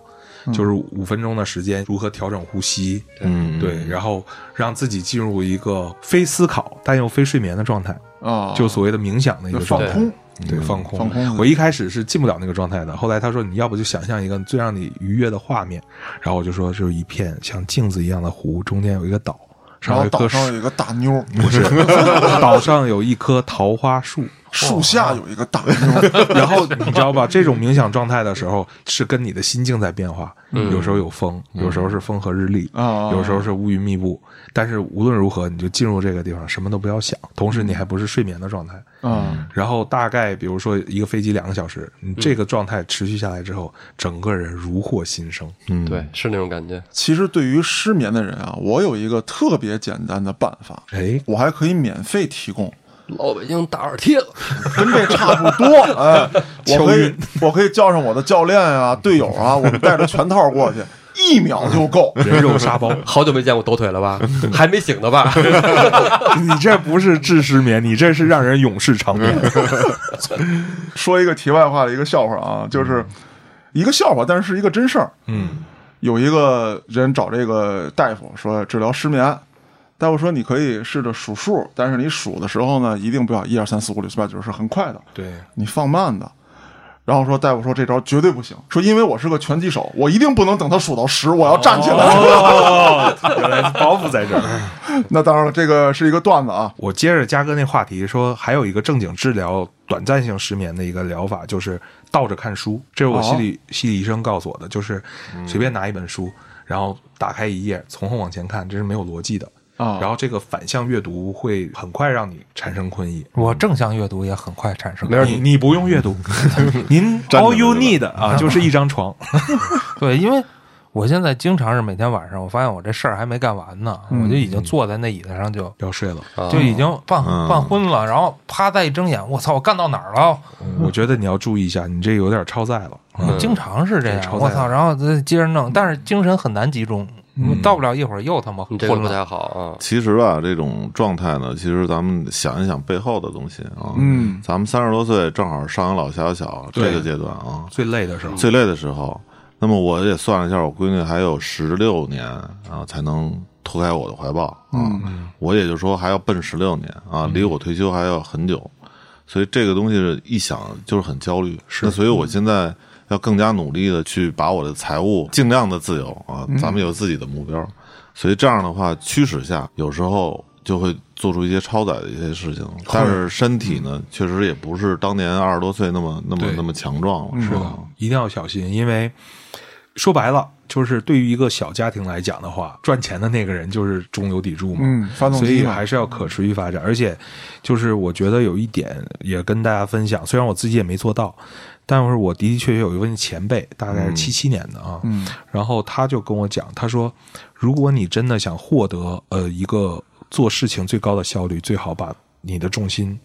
Speaker 2: 就是五分钟的时间如何调整呼吸，
Speaker 1: 嗯
Speaker 2: 对，然后让自己进入一个非思考但又非睡眠的状态，
Speaker 1: 哦
Speaker 4: 啊，
Speaker 2: 就所谓的冥想的一
Speaker 4: 就
Speaker 2: 个
Speaker 4: 放
Speaker 2: 状态。
Speaker 4: 空，
Speaker 1: 嗯
Speaker 2: 对，放空。
Speaker 4: 放空
Speaker 2: 我一开始是进不了那个状态的，后来他说你要不就想象一个最让你愉悦的画面，然后我就说就是一片像镜子一样的湖，中间有一个岛，
Speaker 4: 然
Speaker 2: 上有
Speaker 4: 后
Speaker 2: 一
Speaker 4: 岛
Speaker 2: 棵
Speaker 4: 上
Speaker 2: 树，
Speaker 4: 有一个大妞儿，
Speaker 2: 不是 岛上有一棵桃花树。
Speaker 4: 树下有一个大妞儿，
Speaker 2: 然后你知道吧？这种冥想状态的时候，是跟你的心境在变化。有时候有风，有时候是风和日丽，
Speaker 4: 啊
Speaker 2: 有时候是乌云密布。但是无论如何，你就进入这个地方，什么都不要想。同时，你还不是睡眠的状态。
Speaker 4: 嗯，
Speaker 2: 然后大概比如说一个飞机两个小时，你这个状态持续下来之后，整个人如获新生。
Speaker 1: 嗯，
Speaker 3: 对，是那种感觉。
Speaker 4: 其实对于失眠的人啊，我有一个特别简单的办法，
Speaker 2: 哎，
Speaker 4: 我还可以免费提供，
Speaker 3: 老北京打耳贴了，
Speaker 4: 跟这差不多。哎，我可以，我可以叫上我的教练啊、队友啊，我们带着全套过去，一秒就够。
Speaker 2: 人肉沙包，
Speaker 3: 好久没见过抖腿了吧？还没醒呢吧？
Speaker 2: 你这不是治失眠，你这是让人永世长眠。
Speaker 4: 说一个题外话的一个笑话啊，就是一个笑话，但是是一个真事儿。
Speaker 2: 嗯
Speaker 4: 有一个人找这个大夫说治疗失眠，大夫说你可以试着数数，但是你数的时候呢，一定不要一二三四五六七八九是很快的，
Speaker 2: 对，
Speaker 4: 你放慢的。然后说大夫说这招绝对不行，说因为我是个拳击手，我一定不能等他数到十，我要站起来。
Speaker 2: 哦，原来包袱在这儿。
Speaker 4: 那当然了，这个是一个段子啊，
Speaker 2: 我接着嘉哥那话题说，还有一个正经治疗短暂性失眠的一个疗法，就是倒着看书。这是我心理、心理医生告诉我的，就是随便拿一本书，然后打开一页，从后往前看，这是没有逻辑的。
Speaker 4: 啊
Speaker 2: 然后这个反向阅读会很快让你产生困意。
Speaker 5: 我正向阅读也很快产生。
Speaker 2: 你你不用阅 读，您
Speaker 1: 站着
Speaker 2: all you
Speaker 1: 就
Speaker 2: need 啊，就是一张床。
Speaker 5: 对，因为我现在经常是每天晚上，我发现我这事儿还没干完呢，我就已
Speaker 2: 嗯
Speaker 5: 经坐在那椅子上就。
Speaker 2: 要睡了，
Speaker 3: 哦
Speaker 5: 就已经半
Speaker 1: 嗯
Speaker 5: 半昏了，然后啪再一睁眼，我操，我干到哪儿了？
Speaker 2: 嗯我觉得你要注意一下，你这有点超载了。
Speaker 3: 嗯
Speaker 5: 我经常是这
Speaker 2: 这
Speaker 5: 样，
Speaker 2: 超载
Speaker 5: 我操，然后再接着弄，但是精神很难集中，
Speaker 2: 嗯
Speaker 5: 到不了一会儿又他妈
Speaker 3: 你这个
Speaker 5: 昏
Speaker 3: 不
Speaker 5: 了。
Speaker 3: 太好啊。
Speaker 1: 其实吧，这种状态呢，其实咱们想一想背后的东西啊。
Speaker 4: 嗯，
Speaker 1: 咱们三十多岁，正好上有老下有小这
Speaker 2: 对
Speaker 1: 个阶段啊，
Speaker 2: 最累的时候，
Speaker 1: 最累的时候。那么我也算了一下，我闺女还有十六年啊，才能脱开我的怀抱啊。我也就说还要奔十六年啊，离我退休还要很久，所以这个东西一想就是很焦虑。是，那所以我现在要更加努力的去把我的财务尽量的自由啊，咱们有自己的目标，所以这样的话驱使下，有时候就会做出一些超载的一些事情，但是身体呢，确实也不是当年二十多岁那么那么
Speaker 2: 对
Speaker 1: 那么强壮了，是啊
Speaker 2: 是的，啊一定要小心，因为说白了，就是对于一个小家庭来讲的话，赚钱的那个人就是中流砥柱嘛，
Speaker 4: 嗯发动机
Speaker 2: 所
Speaker 4: 嘛
Speaker 2: 以还是要可持续发展。而且，就是我觉得有一点也跟大家分享，虽然我自己也没做到，但是我的的确确有一位前辈，大概是七七年的啊，
Speaker 4: 嗯
Speaker 2: 然后他就跟我讲，他说，如果你真的想获得呃一个做事情最高的效率，最好把你的重心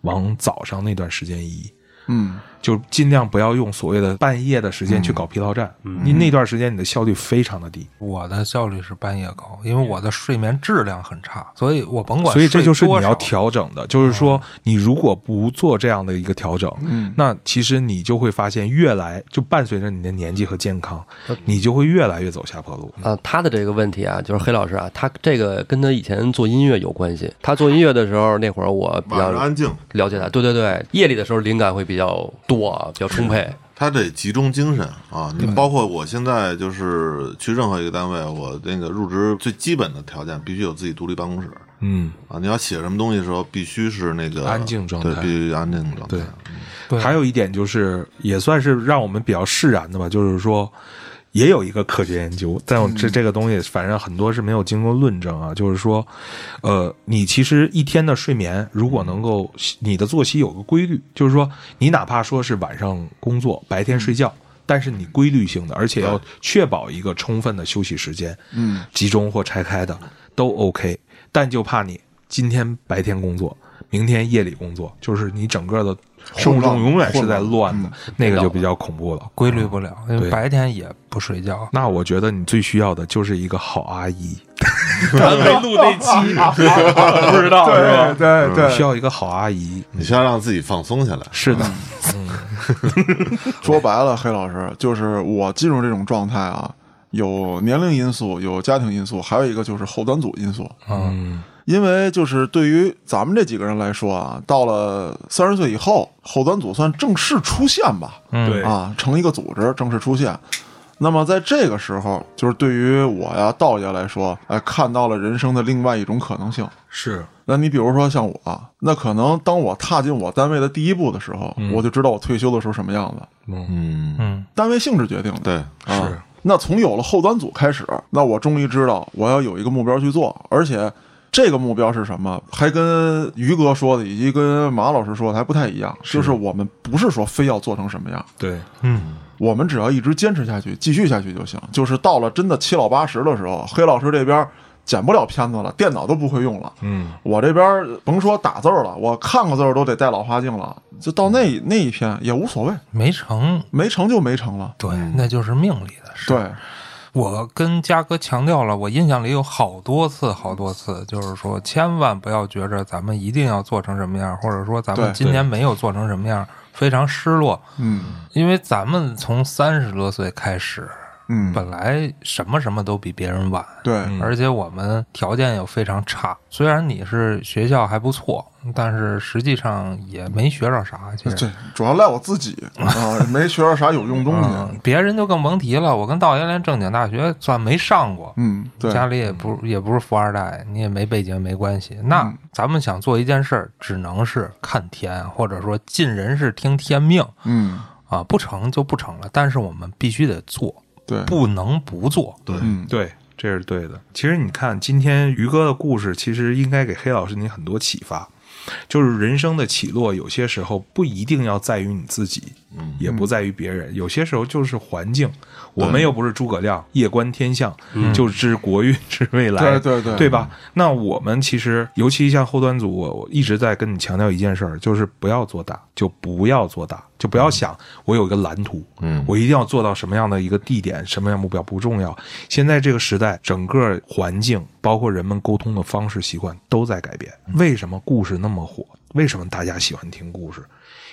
Speaker 2: 往早上那段时间移。
Speaker 4: 嗯，
Speaker 2: 就尽量不要用所谓的半夜的时间去搞疲劳战，你那段时间你的效率非常的低，
Speaker 5: 我的效率是半夜高，因为我的睡眠质量很差，所以我甭管
Speaker 2: 所以这就是你
Speaker 5: 睡多
Speaker 2: 要
Speaker 5: 少嗯
Speaker 2: 调整的。就是说，你如果不做这样的一个调整，那其实你就会发现，越来就伴随着你的年纪和健康，
Speaker 5: 嗯
Speaker 2: 你就会越来越走下坡路。
Speaker 3: 啊，他的这个问题啊，就是黑老师啊，他这个跟他以前做音乐有关系。他做音乐的时候，那会儿我比
Speaker 1: 晚
Speaker 3: 较
Speaker 1: 上安静，
Speaker 3: 了解他，对对对，夜里的时候灵感会比较多，啊，比较充沛。
Speaker 1: 他得集中精神啊！你包括我现在就是去任何一个单位，我那个入职最基本的条件必须有自己独立办公室
Speaker 2: 嗯，
Speaker 1: 啊！你要写什么东西的时候，必须是那个
Speaker 2: 安静状态
Speaker 1: 对，必须安静状态。
Speaker 2: 对
Speaker 5: 对
Speaker 2: 还有一点就是，也算是让我们比较释然的吧，就是说，也有一个科学研究，但我这这个东西反正很多是没有经过论证啊，就是说，呃，你其实一天的睡眠如果能够你的作息有个规律，就是说你哪怕说是晚上工作，白天睡觉。但是你规律性的，而且要确保一个充分的休息时间，嗯，集中或拆开的都 OK，但就怕你今天白天工作，明天夜里工作，就是你整个的受众永远是在乱的，那个就比较恐怖了。
Speaker 5: 规律不了，因
Speaker 2: 嗯对
Speaker 5: 为白天也不睡觉。
Speaker 2: 那我觉得你最需要的就是一个好阿姨。咱没录那期， 不知道是吧？
Speaker 4: 对对对，
Speaker 2: 需要一个好阿姨。
Speaker 1: 你先让自己放松下来。
Speaker 2: 是的，
Speaker 4: 说白了，黑老师就是我进入这种状态啊，有年龄因素，有家庭因素，还有一个就是后端组因素。啊
Speaker 2: 嗯，
Speaker 4: 因为就是对于咱们这几个人来说啊，到了三十岁以后，后端组算正式出现吧，
Speaker 5: 嗯
Speaker 2: 对
Speaker 4: 啊啊，成一个组织正式出现。那么在这个时候，就是对于我呀道家来说，哎，看到了人生的另外一种可能性。
Speaker 2: 是，
Speaker 4: 那你比如说像我，那可能当我踏进我单位的第一步的时候，我就知道我退休的时候什么样子。
Speaker 2: 嗯，
Speaker 1: 嗯，
Speaker 5: 嗯
Speaker 4: 单位性质决定的，
Speaker 1: 对，
Speaker 4: 啊
Speaker 2: 是
Speaker 4: 那从有了后端组开始，那我终于知道我要有一个目标去做，而且这个目标是什么，还跟于哥说的以及跟马老师说的还不太一样，就是我们不是说非要做成什么样，
Speaker 2: 对，
Speaker 5: 嗯，
Speaker 4: 我们只要一直坚持下去，继续下去就行。就是到了真的七老八十的时候，黑老师这边剪不了片子了，电脑都不会用了。
Speaker 2: 嗯，
Speaker 4: 我这边甭说打字了，我看个字儿都得戴老花镜了，就到那那一天也无所谓，
Speaker 5: 没成，
Speaker 4: 没成就没成了。
Speaker 5: 对，那就是命里的事。
Speaker 4: 对，
Speaker 5: 我跟嘉哥强调了，我印象里有好多次、好多次，就是说，千万不要觉着咱们一定要做成什么样，或者说咱们
Speaker 4: 对
Speaker 5: 今年没有做成什么样，非常失落。
Speaker 4: 嗯
Speaker 5: 因为咱们从三十多岁开始，
Speaker 4: 嗯，
Speaker 5: 本来什么什么都比别人晚，
Speaker 4: 对，
Speaker 5: 而且我们条件又非常差。虽然你是学校还不错，但是实际上也没学着啥。其实
Speaker 4: 对，主要赖我自己啊，没学到啥有用东
Speaker 5: 嗯
Speaker 4: 西。，啊
Speaker 5: 别人就更甭提了。我跟道爷连正经大学算没上过，
Speaker 4: 嗯，对，
Speaker 5: 家里也不也不是富二代，你也没背景没关
Speaker 4: 嗯
Speaker 5: 系。那咱们想做一件事儿，只能是看天，或者说尽人事听天命
Speaker 4: 嗯，
Speaker 5: 啊，不成就不成了。但是我们必须得做，
Speaker 4: 对，，
Speaker 5: 不能不做。
Speaker 1: 对
Speaker 4: 嗯，
Speaker 2: 对，这是对的。其实你看，今天于哥的故事，其实应该给黑老师你很多启发。就是人生的起落，有些时候不一定要在于你自己，
Speaker 1: 嗯
Speaker 2: 也不在于别人，有些时候就是环境。我们又不是诸葛亮，夜观天象，
Speaker 1: 嗯
Speaker 2: 就知国运知未来，
Speaker 4: 对啊对对
Speaker 2: 对吧？那我们其实，尤其像后端组，我我一直在跟你强调一件事儿，就是不要做大，就不要做大，就不要想我有一个蓝图，
Speaker 1: 嗯
Speaker 2: 我一定要做到什么样的一个地点，什么样目标不重要。现在这个时代，整个环境，包括人们沟通的方式、习惯都在改变。为什么故事那么火？为什么大家喜欢听故事？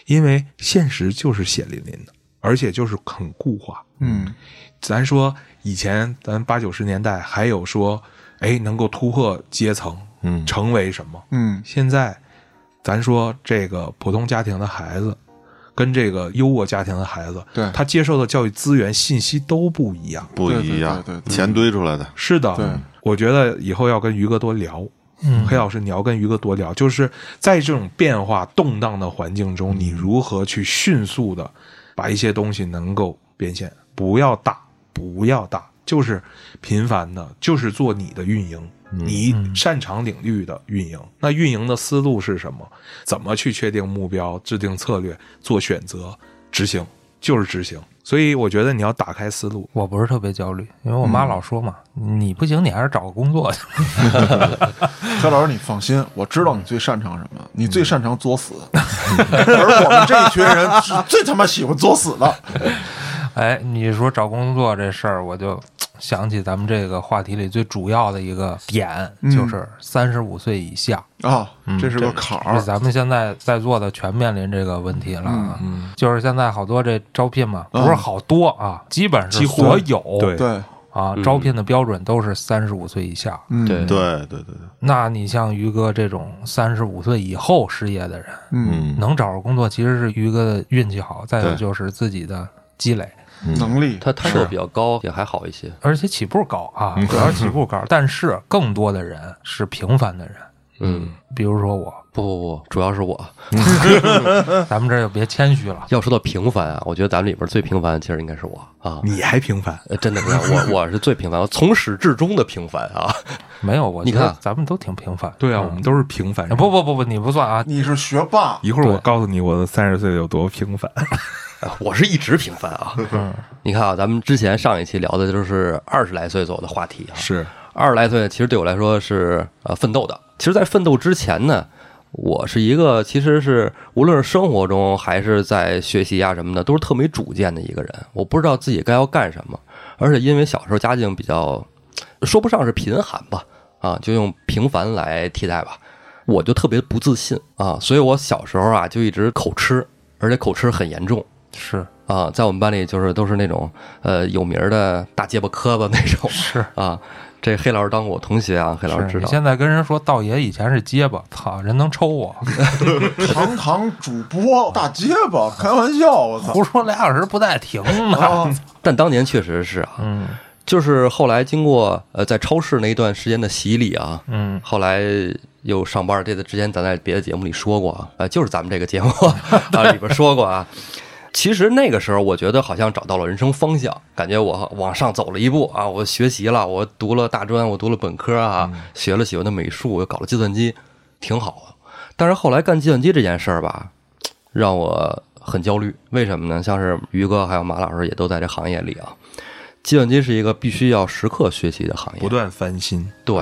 Speaker 2: 因为现实就是血淋淋的，而且就是很固化。
Speaker 4: 嗯，
Speaker 2: 咱说以前咱八九十年代还有说，哎，能够突破阶层，
Speaker 1: 嗯
Speaker 2: 成为什么？
Speaker 4: 嗯，
Speaker 2: 现在咱说这个普通家庭的孩子，跟这个优渥家庭的孩子，
Speaker 4: 对
Speaker 2: 他接受的教育资源、信息都不一样。
Speaker 1: 不
Speaker 4: 对对
Speaker 1: 一样
Speaker 4: 对对，对
Speaker 1: 钱堆出来的，
Speaker 2: 是的，
Speaker 4: 对
Speaker 2: 我觉得以后要跟于哥多聊。
Speaker 5: 嗯
Speaker 2: 黑老师，你要跟于哥多聊，就是在这种变化动荡的环境中，你如何去迅速的把一些东西能够变现，不要大，不要大，就是频繁的，就是做你的运营，你擅长领域的运营。那运营的思路是什么？怎么去确定目标、制定策略、做选择、执行，就是执行。所以我觉得你要打开思路，
Speaker 5: 我不是特别焦虑，因为我妈老说嘛，
Speaker 4: 嗯
Speaker 5: 你不行，你还是找个 工作去。
Speaker 4: 黑老师你放心，我知道你最擅长什么，你最擅长作死， 而我们这一群人是最他妈喜欢作死的。
Speaker 5: 哎，你说找工作这事儿，我就想起咱们这个话题里最主要的一个点，
Speaker 4: 嗯
Speaker 5: 就是三十五岁以下。
Speaker 4: 啊，
Speaker 3: 嗯
Speaker 4: 这是个坎
Speaker 5: 是
Speaker 4: 儿。
Speaker 5: 咱们现在在座的全面临这个问题了啊，就是现在好多这招聘嘛，不
Speaker 4: 嗯
Speaker 5: 是好多啊，基本是
Speaker 2: 几乎
Speaker 5: 所有
Speaker 2: 对
Speaker 4: 对，
Speaker 5: 啊
Speaker 3: 嗯，
Speaker 5: 招聘的标准都是三十五岁以下。
Speaker 4: 嗯，
Speaker 3: 对
Speaker 1: 对对对对，
Speaker 5: 那你像于哥这种三十五岁以后失业的人，
Speaker 4: 嗯，
Speaker 1: 嗯，
Speaker 5: 能找着工作其实是于哥的运气好，再有
Speaker 1: 对
Speaker 5: 就是自己的积累，
Speaker 4: 能力，
Speaker 3: 嗯他探索比较高，也还好一些。
Speaker 5: 而且起步高啊，主要是起步高。但是更多的人是平凡的人，
Speaker 3: 嗯，
Speaker 5: 比如说我，
Speaker 3: 不不不，主要是我
Speaker 5: 咱们这儿就别谦虚了。
Speaker 3: 要说到平凡啊，我觉得咱们里边最平凡，其实应该是我啊。
Speaker 2: 你还平凡。
Speaker 3: 呃真的不是我，我是最平凡，我从始至终的平凡啊。
Speaker 5: 没有，我
Speaker 3: 你
Speaker 5: 觉
Speaker 3: 看
Speaker 5: 得咱们都挺平凡。
Speaker 2: 对啊，我们都是平凡人。
Speaker 5: 不不不不，你不算啊，
Speaker 4: 你是学霸，
Speaker 2: 一会儿我告诉你我的三十岁有多平凡。
Speaker 3: 啊我是一直平凡啊。你看啊，咱们之前上一期聊的就是二十来岁左右的话题啊。
Speaker 2: 是，
Speaker 3: 二十来岁，其实对我来说是呃奋斗的。其实，在奋斗之前呢，我是一个其实是无论是生活中还是在学习啊呀、什么的，都是特没主见的一个人。我不知道自己该要干什么，而且因为小时候家境比较，说不上是贫寒吧，啊，就用平凡来替代吧。我就特别不自信啊，所以我小时候啊就一直口吃，而且口吃很严重。
Speaker 5: 是
Speaker 3: 啊，在我们班里就是都是那种呃有名儿的大结巴磕巴那种，是啊，这黑老师当过我同学啊，黑老师
Speaker 5: 是
Speaker 3: 知
Speaker 5: 你
Speaker 3: 道。
Speaker 5: 现在跟人说道爷以前是结巴，操，人能抽我，
Speaker 4: 堂堂主播大结巴，开玩笑，我操！
Speaker 5: 胡说俩小时不带停的。
Speaker 4: 啊，
Speaker 3: 但当年确实是啊，
Speaker 5: 嗯
Speaker 3: 就是后来经过呃在超市那一段时间的洗礼啊，
Speaker 5: 嗯，
Speaker 3: 后来又上班儿，这个之前咱在别的节目里说过啊，呃，就是咱们这个节目 啊里边说过啊。其实那个时候，我觉得好像找到了人生方向，感觉我往上走了一步啊！我学习了，我读了大专，我读了本科啊，学了喜欢的美术，我又搞了计算机，挺好的。但是后来干计算机这件事儿吧，让我很焦虑。为什么呢？像是于哥还有马老师也都在这行业里啊。计算机是一个必须要时刻学习的行业，
Speaker 2: 不断翻新，
Speaker 3: 对，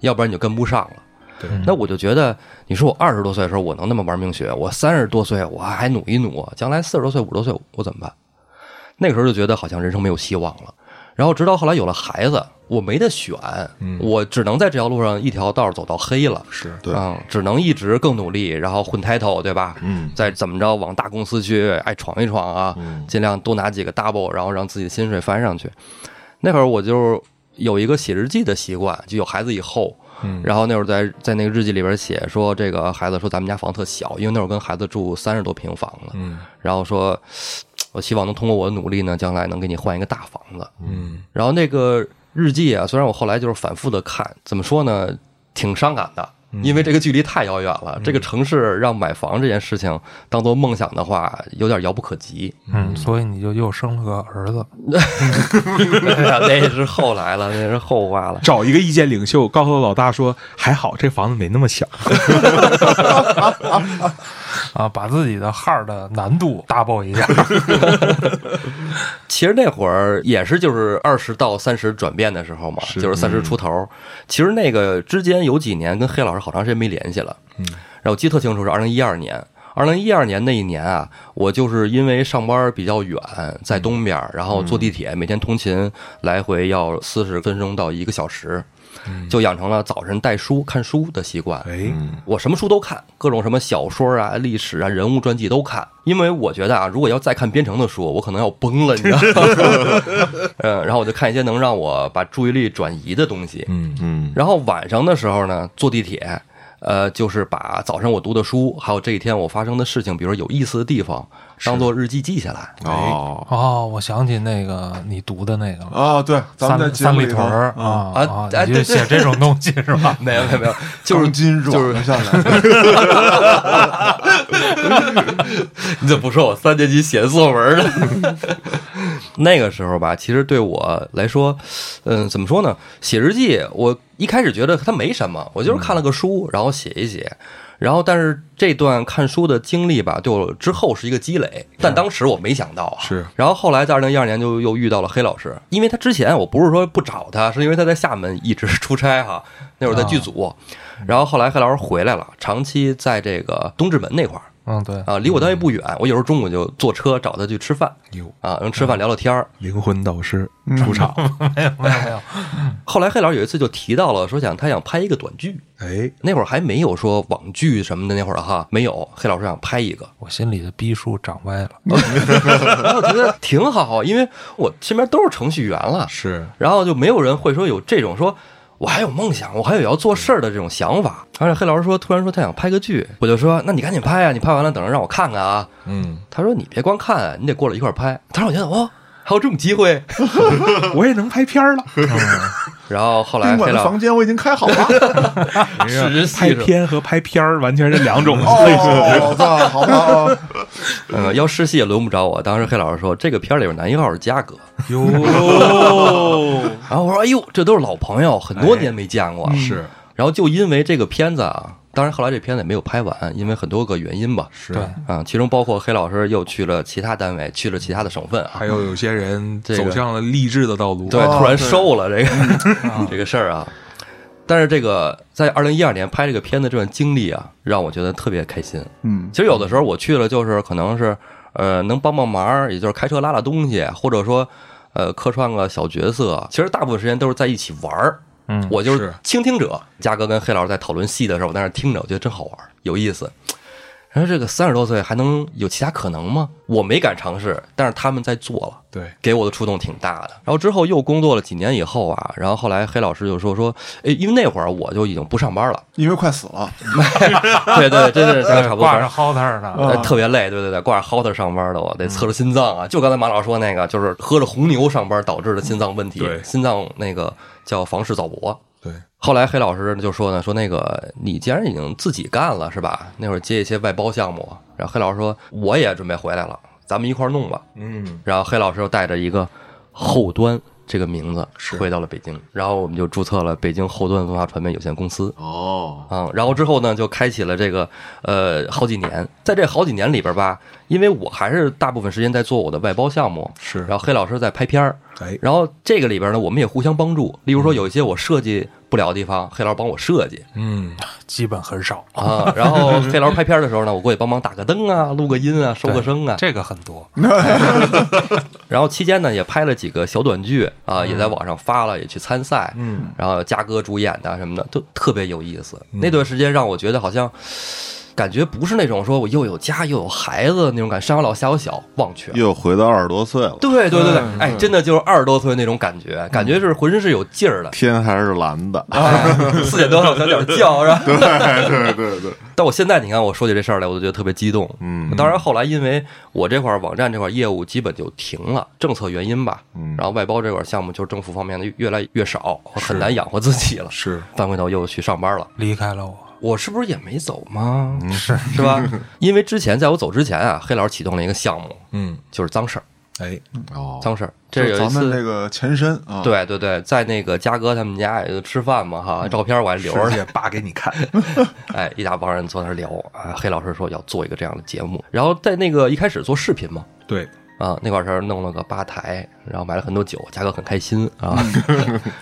Speaker 3: 要不然你就跟不上了。
Speaker 2: 对
Speaker 3: 那我就觉得，你说我二十多岁的时候我能那么玩命学，我三十多岁我还努一努，将来四十多岁、五十多岁我怎么办？那个时候就觉得好像人生没有希望了。然后直到后来有了孩子，我没得选，我只能在这条路上一条道儿走到黑了。
Speaker 2: 是
Speaker 1: 对
Speaker 3: 嗯，只能一直更努力，然后混 title，对吧？
Speaker 1: 嗯，
Speaker 3: 再怎么着往大公司去，爱闯一闯啊，尽量多拿几个 double，然后让自己的薪水翻上去。那会儿我就有一个写日记的习惯，就有孩子以后，
Speaker 2: 嗯
Speaker 3: 然后那会儿在在那个日记里边写说，这个孩子说咱们家房特小，因为那会儿跟孩子住三十多平房了，
Speaker 2: 嗯
Speaker 3: 然后说， 我希望能通过我的努力呢，将来能给你换一个大房子。
Speaker 2: 嗯
Speaker 3: 然后那个日记啊，虽然我后来就是反复的看，怎么说呢，挺伤感的，因为这个距离太遥远了。这个城市让买房这件事情当做梦想的话，有点遥不可及。
Speaker 5: 嗯，所以你就又生了个儿子，
Speaker 3: 那是后来了，那是后话了。
Speaker 2: 找一个意见领袖，告诉老大说，还好这房子没那么小。
Speaker 5: 啊，把自己的 hard 的难度 double 一下。
Speaker 3: 其实那会儿也是就是二十到三十转变的时候嘛，就是嗯三十出头。其实那个之间有几年跟黑老师好长时间没联系了。嗯，然后我记得特清楚是二零一二年。二零一二年那一年啊，我就是因为上班比较远，在东边，然后坐地铁，每天通勤来回要四十分钟到一个小时，就养成了早晨带书看书的习惯。
Speaker 2: 哎，
Speaker 3: 我什么书都看，各种什么小说啊、历史啊、人物传记都看，因为我觉得啊，如果要再看编程的书，我可能要崩了，你知道吗？嗯，然后我就看一些能让我把注意力转移的东西。
Speaker 2: 嗯
Speaker 1: 嗯
Speaker 3: 然后晚上的时候呢，坐地铁，呃，就是把早上我读的书，还有这一天我发生的事情，比如说有意思的地方，当做日记记下来。
Speaker 1: 哦，
Speaker 5: 哦，我想起那个你读的那个了，
Speaker 4: 啊，对，咱们在
Speaker 5: 三
Speaker 4: 节
Speaker 5: 三
Speaker 4: 目
Speaker 5: 里
Speaker 4: 里头
Speaker 5: 屯儿
Speaker 4: 啊，
Speaker 5: 啊
Speaker 3: 啊哎
Speaker 5: 你就
Speaker 3: 对对
Speaker 5: 写这种东西是吧？
Speaker 3: 没有没有没有，就是
Speaker 4: 钢筋
Speaker 3: 就
Speaker 4: 软
Speaker 3: 是
Speaker 4: 了下来，
Speaker 3: 你怎么不说我三年级写作文呢？那个时候吧，其实对我来说，嗯，怎么说呢？写日记，我一开始觉得它没什么，我就是看了个书，然后写一写。然后，但是这段看书的经历吧，对我之后是一个积累，但当时我没想到啊。
Speaker 2: 是
Speaker 3: 然后后来在二零一二年就又遇到了黑老师，因为他之前我不是说不找他，是因为他在厦门一直出差哈，那会儿在剧组。然后后来黑老师回来了，长期在这个东直门那块儿，
Speaker 5: 嗯，对，
Speaker 3: 啊，离我单位不远，我有时候中午就坐车找他去吃饭
Speaker 2: 有
Speaker 3: 啊，能吃饭聊聊天儿。
Speaker 2: 灵魂导师出场，
Speaker 5: 没有没有没有，
Speaker 3: 后来黑老师有一次就提到了，说想他想拍一个短剧，
Speaker 2: 哎，
Speaker 3: 那会儿还没有说网剧什么的，那会儿哈没有。黑老师想拍一个，
Speaker 5: 我心里的逼数长歪了。
Speaker 3: 然后我觉得挺好，因为我身边都是程序员了，
Speaker 2: 是
Speaker 3: 然后就没有人会说有这种说。我还有梦想，我还有要做事儿的这种想法。而且黑老师说，突然说他想拍个剧，我就说，那你赶紧拍啊！你拍完了等着让我看看啊。
Speaker 2: 嗯，
Speaker 3: 他说你别光看啊，你得过来一块儿拍。他说我觉得哦，还有这种机会，
Speaker 2: 我也能拍片儿了，
Speaker 3: 然后后来
Speaker 4: 宾
Speaker 3: 黑
Speaker 4: 馆的
Speaker 3: 老
Speaker 4: 房间我已经开 好了。哦
Speaker 3: 是
Speaker 2: 哎拍片和拍片儿完全是两种。
Speaker 4: 哦，我操，好吧，啊
Speaker 3: 嗯，要试戏也轮不着我。当时黑老师说，这个片儿里边男一号是嘉哥，
Speaker 2: 哟，
Speaker 3: 然后我说，哎呦，这都是老朋友，很多年没见过。
Speaker 2: 是
Speaker 3: 然后就因为这个片子啊，当然后来这片子也没有拍完，因为很多个原因吧。
Speaker 2: 是
Speaker 5: 对，
Speaker 3: 啊、其中包括黑老师又去了其他单位，去了其他的省份啊，
Speaker 2: 还有有些人
Speaker 3: 这个
Speaker 2: 走向了励志的道路，
Speaker 3: 对，
Speaker 4: 哦
Speaker 3: 突然
Speaker 4: 对嗯
Speaker 3: 瘦了这 个这个事儿啊。但是这个在二零一二年拍这个片子这段经历啊，让我觉得特别开心。
Speaker 4: 嗯，
Speaker 3: 其实有的时候我去了，就是可能是呃能帮帮忙，也就是开车拉拉东西，或者说呃客串个小角色。其实大部分时间都是在一起玩儿。
Speaker 5: 嗯
Speaker 3: 我就是
Speaker 2: 是
Speaker 3: 倾听者。嘉哥跟黑老师在讨论戏的时候，我在那儿听着，我觉得真好玩儿，有意思。人说这个三十多岁还能有其他可能吗？我没敢尝试，但是他们在做了。
Speaker 2: 对，
Speaker 3: 给我的触动挺大的。然后之后又工作了几年以后啊，然后后来黑老师就说说，哎，因为那会儿我就已经不上班了，
Speaker 4: 因为快死了，
Speaker 3: 对对，真是咱俩差 不多。
Speaker 5: 挂着 halter 呢，
Speaker 3: 呃，特别累，对对对，挂着 halter 上班的我得测试心脏啊，就刚才马老师说那个，就是喝着红牛上班导致的心脏问题，
Speaker 2: 对
Speaker 3: 心脏那个叫房室早搏。
Speaker 2: 对，
Speaker 3: 后来黑老师就说呢，说那个你既然已经自己干了是吧？那会儿接一些外包项目，然后黑老师说我也准备回来了，咱们一块儿弄吧。
Speaker 2: 嗯，
Speaker 3: 然后黑老师又带着一个后端这个名字
Speaker 2: 是
Speaker 3: 回到了北京，然后我们就注册了北京后端文化传媒有限公司。
Speaker 1: 哦，
Speaker 3: 啊、然后之后呢，就开启了这个呃好几年，在这好几年里边吧，因为我还是大部分时间在做我的外包项目，
Speaker 2: 是
Speaker 3: 然后黑老师在拍片儿，
Speaker 2: 哎，
Speaker 3: 然后这个里边呢，我们也互相帮助，例如说有一些我设计不了的地方，黑老师帮我设计，
Speaker 2: 嗯，
Speaker 5: 基本很少，
Speaker 3: 啊，然后黑老师拍片儿的时候呢，我过去帮忙打个灯啊、录个音啊、收个声啊。
Speaker 5: 这个很多。
Speaker 3: 然后期间呢，也拍了几个小短剧啊，也在网上发了，也去参赛。
Speaker 2: 嗯，
Speaker 3: 然后嘉哥主演的什么的都特别有意思。那段时间让我觉得好像感觉不是那种说我又有家又有孩子那种感觉，上有老下有小，忘却。
Speaker 1: 又回到二十多岁了，
Speaker 3: 对对对对，
Speaker 4: 嗯
Speaker 3: 哎，真的就是二十多岁那种感觉，感觉是浑身是有劲儿的。
Speaker 1: 天还是蓝的。
Speaker 3: 哎 四点多了有点叫 是吧？
Speaker 1: 对对对对，
Speaker 3: 但我现在你看我说起这事儿来，我就觉得特别激动。
Speaker 1: 嗯
Speaker 3: 当然后来因为我这块儿网站这块儿业务基本就停了，政策原因吧。
Speaker 1: 嗯
Speaker 3: 然后外包这块儿项目就是政府方面的越来越少，我很难养活自己了。
Speaker 2: 是
Speaker 3: 翻回头又去上班了，
Speaker 5: 离开了我，
Speaker 3: 我是不是也没走吗？
Speaker 5: 是
Speaker 3: 是吧？因为之前在我走之前啊，黑老师启动了一个项目，
Speaker 2: 嗯，
Speaker 3: 就是脏事儿，
Speaker 2: 哎，
Speaker 1: 哦，
Speaker 3: 脏事儿。
Speaker 4: 就
Speaker 3: 这有一
Speaker 4: 咱
Speaker 3: 次
Speaker 4: 们这个前身啊，，
Speaker 3: 对对对，在那个嘉哥他们家也吃饭嘛哈，照片我还留着
Speaker 2: 而
Speaker 3: 呢。
Speaker 2: 且扒给你看，
Speaker 3: 哎，一大帮人坐那儿聊啊。黑老师说要做一个这样的节目，然后在那个一开始做视频嘛，
Speaker 2: 对，
Speaker 3: 啊，那块儿弄了个吧台，然后买了很多酒，嘉哥很开心啊。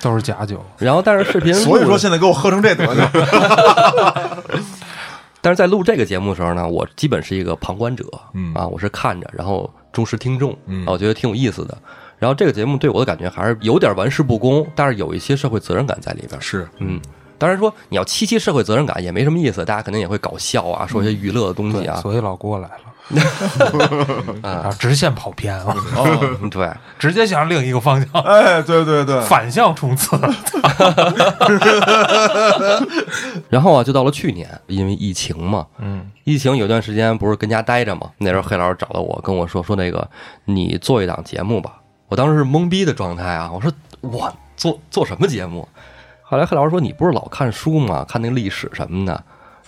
Speaker 5: 都是假酒，
Speaker 3: 然后但是视频录的，
Speaker 4: 所以说现在给我喝成这 德行，
Speaker 3: 但是在录这个节目的时候呢，我基本是一个旁观者，
Speaker 2: 嗯
Speaker 3: 啊，我是看着，然后忠实听众，
Speaker 2: 嗯
Speaker 3: 啊，我觉得挺有意思的。然后这个节目对我的感觉还是有点玩世不恭，但是有一些社会责任感在里边。
Speaker 2: 是，
Speaker 3: 嗯，当然说你要七七社会责任感也没什么意思，大家肯定也会搞笑啊，说一些娱乐的东西啊，
Speaker 5: 所以老郭来了。 啊，直线跑偏啊，
Speaker 3: 嗯 对，
Speaker 5: 直接向另一个方向
Speaker 4: 哎，对对对，
Speaker 5: 反向冲 刺。
Speaker 3: 然后啊，就到了去年，因为疫情嘛，
Speaker 5: 嗯，
Speaker 3: 疫情有段时间不是跟家待着嘛，那时候黑老师找到我，跟我说说那个你做一档节目吧。我当时是懵逼的状态啊，我说我做做什么节目？后来黑老师说你不是老看书吗？看那个历史什么的，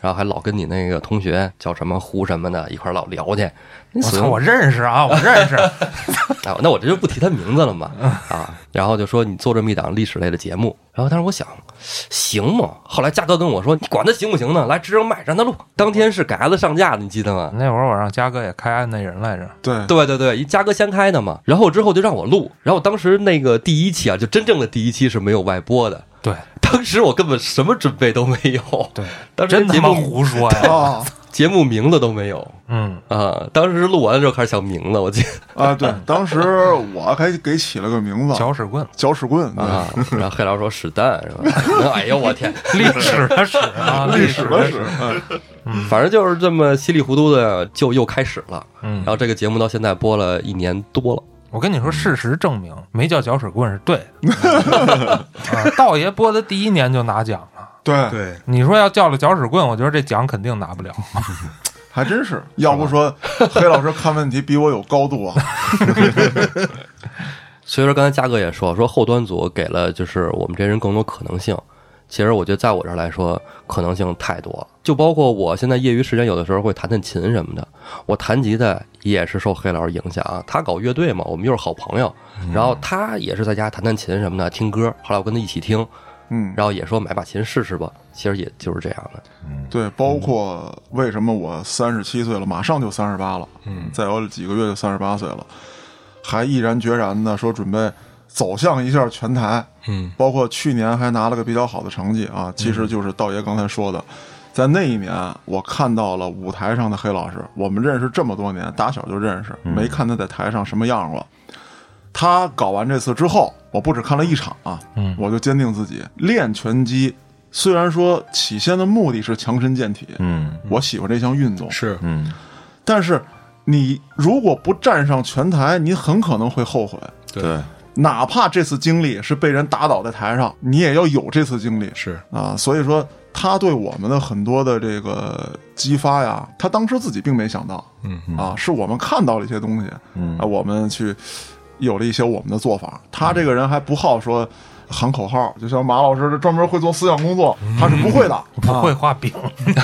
Speaker 3: 然后还老跟你那个同学叫什么胡什么的一块儿老聊去。你
Speaker 5: 我
Speaker 3: 死
Speaker 5: 操，我认识啊，我认识。
Speaker 3: 啊，那我这就不提他名字了嘛，啊，然后就说你做这么一档历史类的节目，然后当时我想，行吗？后来嘉哥跟我说，你管他行不行呢？来直着麦让他录，当天是改子上架的，你记得吗？
Speaker 5: 那会儿我让嘉哥也开案内人来着，
Speaker 4: 对，
Speaker 3: 对对对，一嘉哥先开的嘛，然后之后就让我录，然后当时那个第一期啊，就真正的第一期是没有外播的，
Speaker 5: 对
Speaker 3: 当时我根本什么准备都没有，
Speaker 5: 对，
Speaker 3: 当时
Speaker 5: 真
Speaker 3: 连
Speaker 5: 他
Speaker 3: 节
Speaker 5: 妈
Speaker 3: 目
Speaker 5: 胡说 呀！
Speaker 4: 啊
Speaker 3: 节目名字都没有
Speaker 5: 嗯，
Speaker 3: 啊，当时录完了之后开始想名字，我记得
Speaker 4: 啊，对，当时我还给起了个名字，
Speaker 5: 搅屎棍，
Speaker 4: 搅屎棍，对
Speaker 3: 啊，然后黑老师说屎蛋是吧？ 哎呦我天！
Speaker 5: 历史的史 啊，
Speaker 4: 历
Speaker 5: 史
Speaker 4: 史
Speaker 5: 的
Speaker 4: 的史，嗯
Speaker 3: 反正就是这么稀里糊涂的就又开始了，
Speaker 5: 嗯
Speaker 3: 然后这个节目到现在播了一年多了，
Speaker 5: 我跟你说，事实证明，没叫搅屎棍是 对的。啊，道爷播的第一年就拿奖了。
Speaker 4: 对，
Speaker 2: 对，
Speaker 5: 你说要叫了搅屎棍，我觉得这奖肯定拿 不了。
Speaker 4: 还真是，要不说黑老师看问题比我有高度啊，
Speaker 3: 所以说刚才嘉哥也说，说后端组给了就是我们这些人更多可能性。其实我觉得在我这儿来说，可能性太多了，就包括我现在业余时间有的时候会弹弹琴什么的。我弹吉他也是受黑老师影响啊，他搞乐队嘛，我们又是好朋友，然后他也是在家弹弹琴什么的，听歌。后来我跟他一起听，
Speaker 4: 嗯，
Speaker 3: 然后也说买把琴试试吧。其实也就是这样的，
Speaker 4: 对，包括为什么我三十七岁了，马上就三十八了，嗯，再有几个月就三十八岁了，还毅然决然的说准备走向一下拳台，
Speaker 2: 嗯，
Speaker 4: 包括去年还拿了个比较好的成绩啊，其实就是道爷刚才说的，在那一年我看到了舞台上的黑老师，我们认识这么多年，打小就认识，没看他在台上什么样过。他搞完这次之后，我不止看了一场啊，我就坚定自己练拳击虽然说起先的目的是强身健体，
Speaker 1: 嗯
Speaker 4: 我喜欢这项运动，
Speaker 2: 是
Speaker 1: 嗯，
Speaker 4: 但是你如果不站上拳台，你很可能会后悔。
Speaker 1: 对，
Speaker 4: 哪怕这次经历是被人打倒在台上，你也要有这次经历
Speaker 2: 是，
Speaker 4: 啊。所以说，他对我们的很多的这个激发呀，他当时自己并没想到
Speaker 2: 嗯
Speaker 4: 啊，是我们看到了一些东西
Speaker 1: 嗯
Speaker 4: 啊，我们去有了一些我们的做法。他这个人还不好说喊口号，就像马老师专门会做思想工作，他是不会的。
Speaker 5: 不会画饼，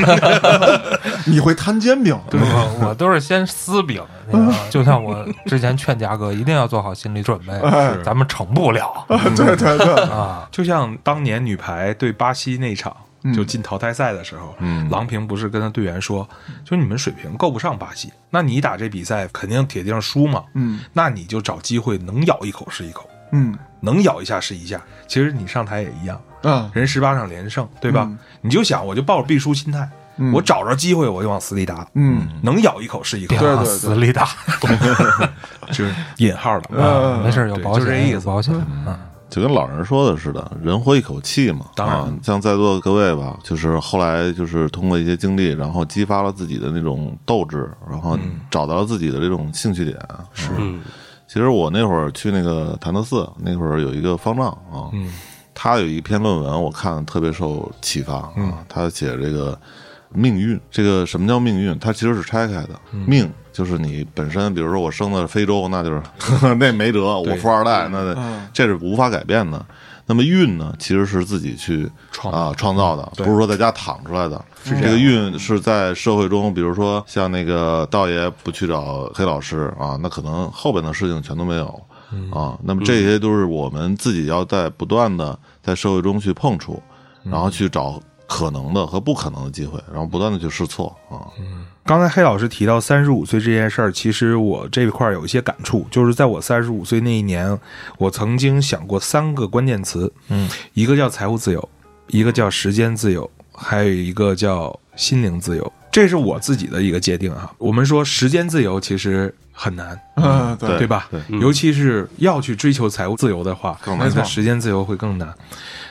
Speaker 4: 你会摊煎饼，
Speaker 5: 对我我都是先撕饼，你知道吗就像我之前劝嘉哥一定要做好心理准 备，咱们成不了
Speaker 4: 对对 对，
Speaker 5: 啊。
Speaker 2: 就像当年女排对巴西那场就进淘汰赛的时候，郎平不是跟他队员说，就你们水平够不上巴西，那你打这比赛肯定铁定输嘛，
Speaker 4: 嗯
Speaker 2: 那你就找机会能咬一口是一口，
Speaker 4: 嗯
Speaker 2: 能咬一下是一下。其实你上台也一样，
Speaker 4: 啊，
Speaker 2: 人十八场连胜，对吧？你就想我就抱着必输心态，我找着机会我就往死里打，
Speaker 4: 嗯，
Speaker 2: 能咬一口是一口，
Speaker 4: 对对
Speaker 5: 死力大，嗯
Speaker 2: 就是引号了。
Speaker 4: 呃
Speaker 5: 啊没事儿有
Speaker 2: 嗯对
Speaker 5: 保
Speaker 2: 就这
Speaker 5: 险，
Speaker 2: 意
Speaker 5: 有
Speaker 2: 思
Speaker 5: 保险。嗯，
Speaker 1: 就跟老人说的似的，人活一口气嘛。
Speaker 2: 当然
Speaker 1: 啊，像在座的各位吧，就是后来就是通过一些经历，然后激发了自己的那种斗志，然后找到了自己的这种兴趣点。是，
Speaker 3: 嗯
Speaker 1: 其实我那会儿去那个潭柘寺，那会儿有一个方丈啊，他有一篇论文，我看特别受启发啊。他写这个命运，这个什么叫命运？它其实是拆开的，命就是你本身，比如说我生在非洲，那就是 那没辙，我富二代，那得这是无法改变的。那么运呢，其实是自己去
Speaker 2: 创
Speaker 1: 啊创造的，不是说在家躺出来的。这个运是在社会中，比如说像那个道爷不去找黑老师啊，那可能后边的事情全都没有啊。那么这些都是我们自己要在不断的在社会中去碰触，然后去找可能的和不可能的机会，然后不断的去试错啊。
Speaker 2: 刚才黑老师提到三十五岁这件事儿，其实我这块儿有一些感触，就是在我三十五岁那一年，我曾经想过三个关键词，嗯，一个叫财务自由，一个叫时间自由，还有一个叫心灵自由。这是我自己的一个界定哈。我们说时间自由其实很难，
Speaker 4: 嗯对
Speaker 2: 对吧？
Speaker 1: 对
Speaker 2: 尤其是要去追求财务自由的话，
Speaker 1: 更
Speaker 2: 那
Speaker 1: 难
Speaker 2: 它时间自由会更难。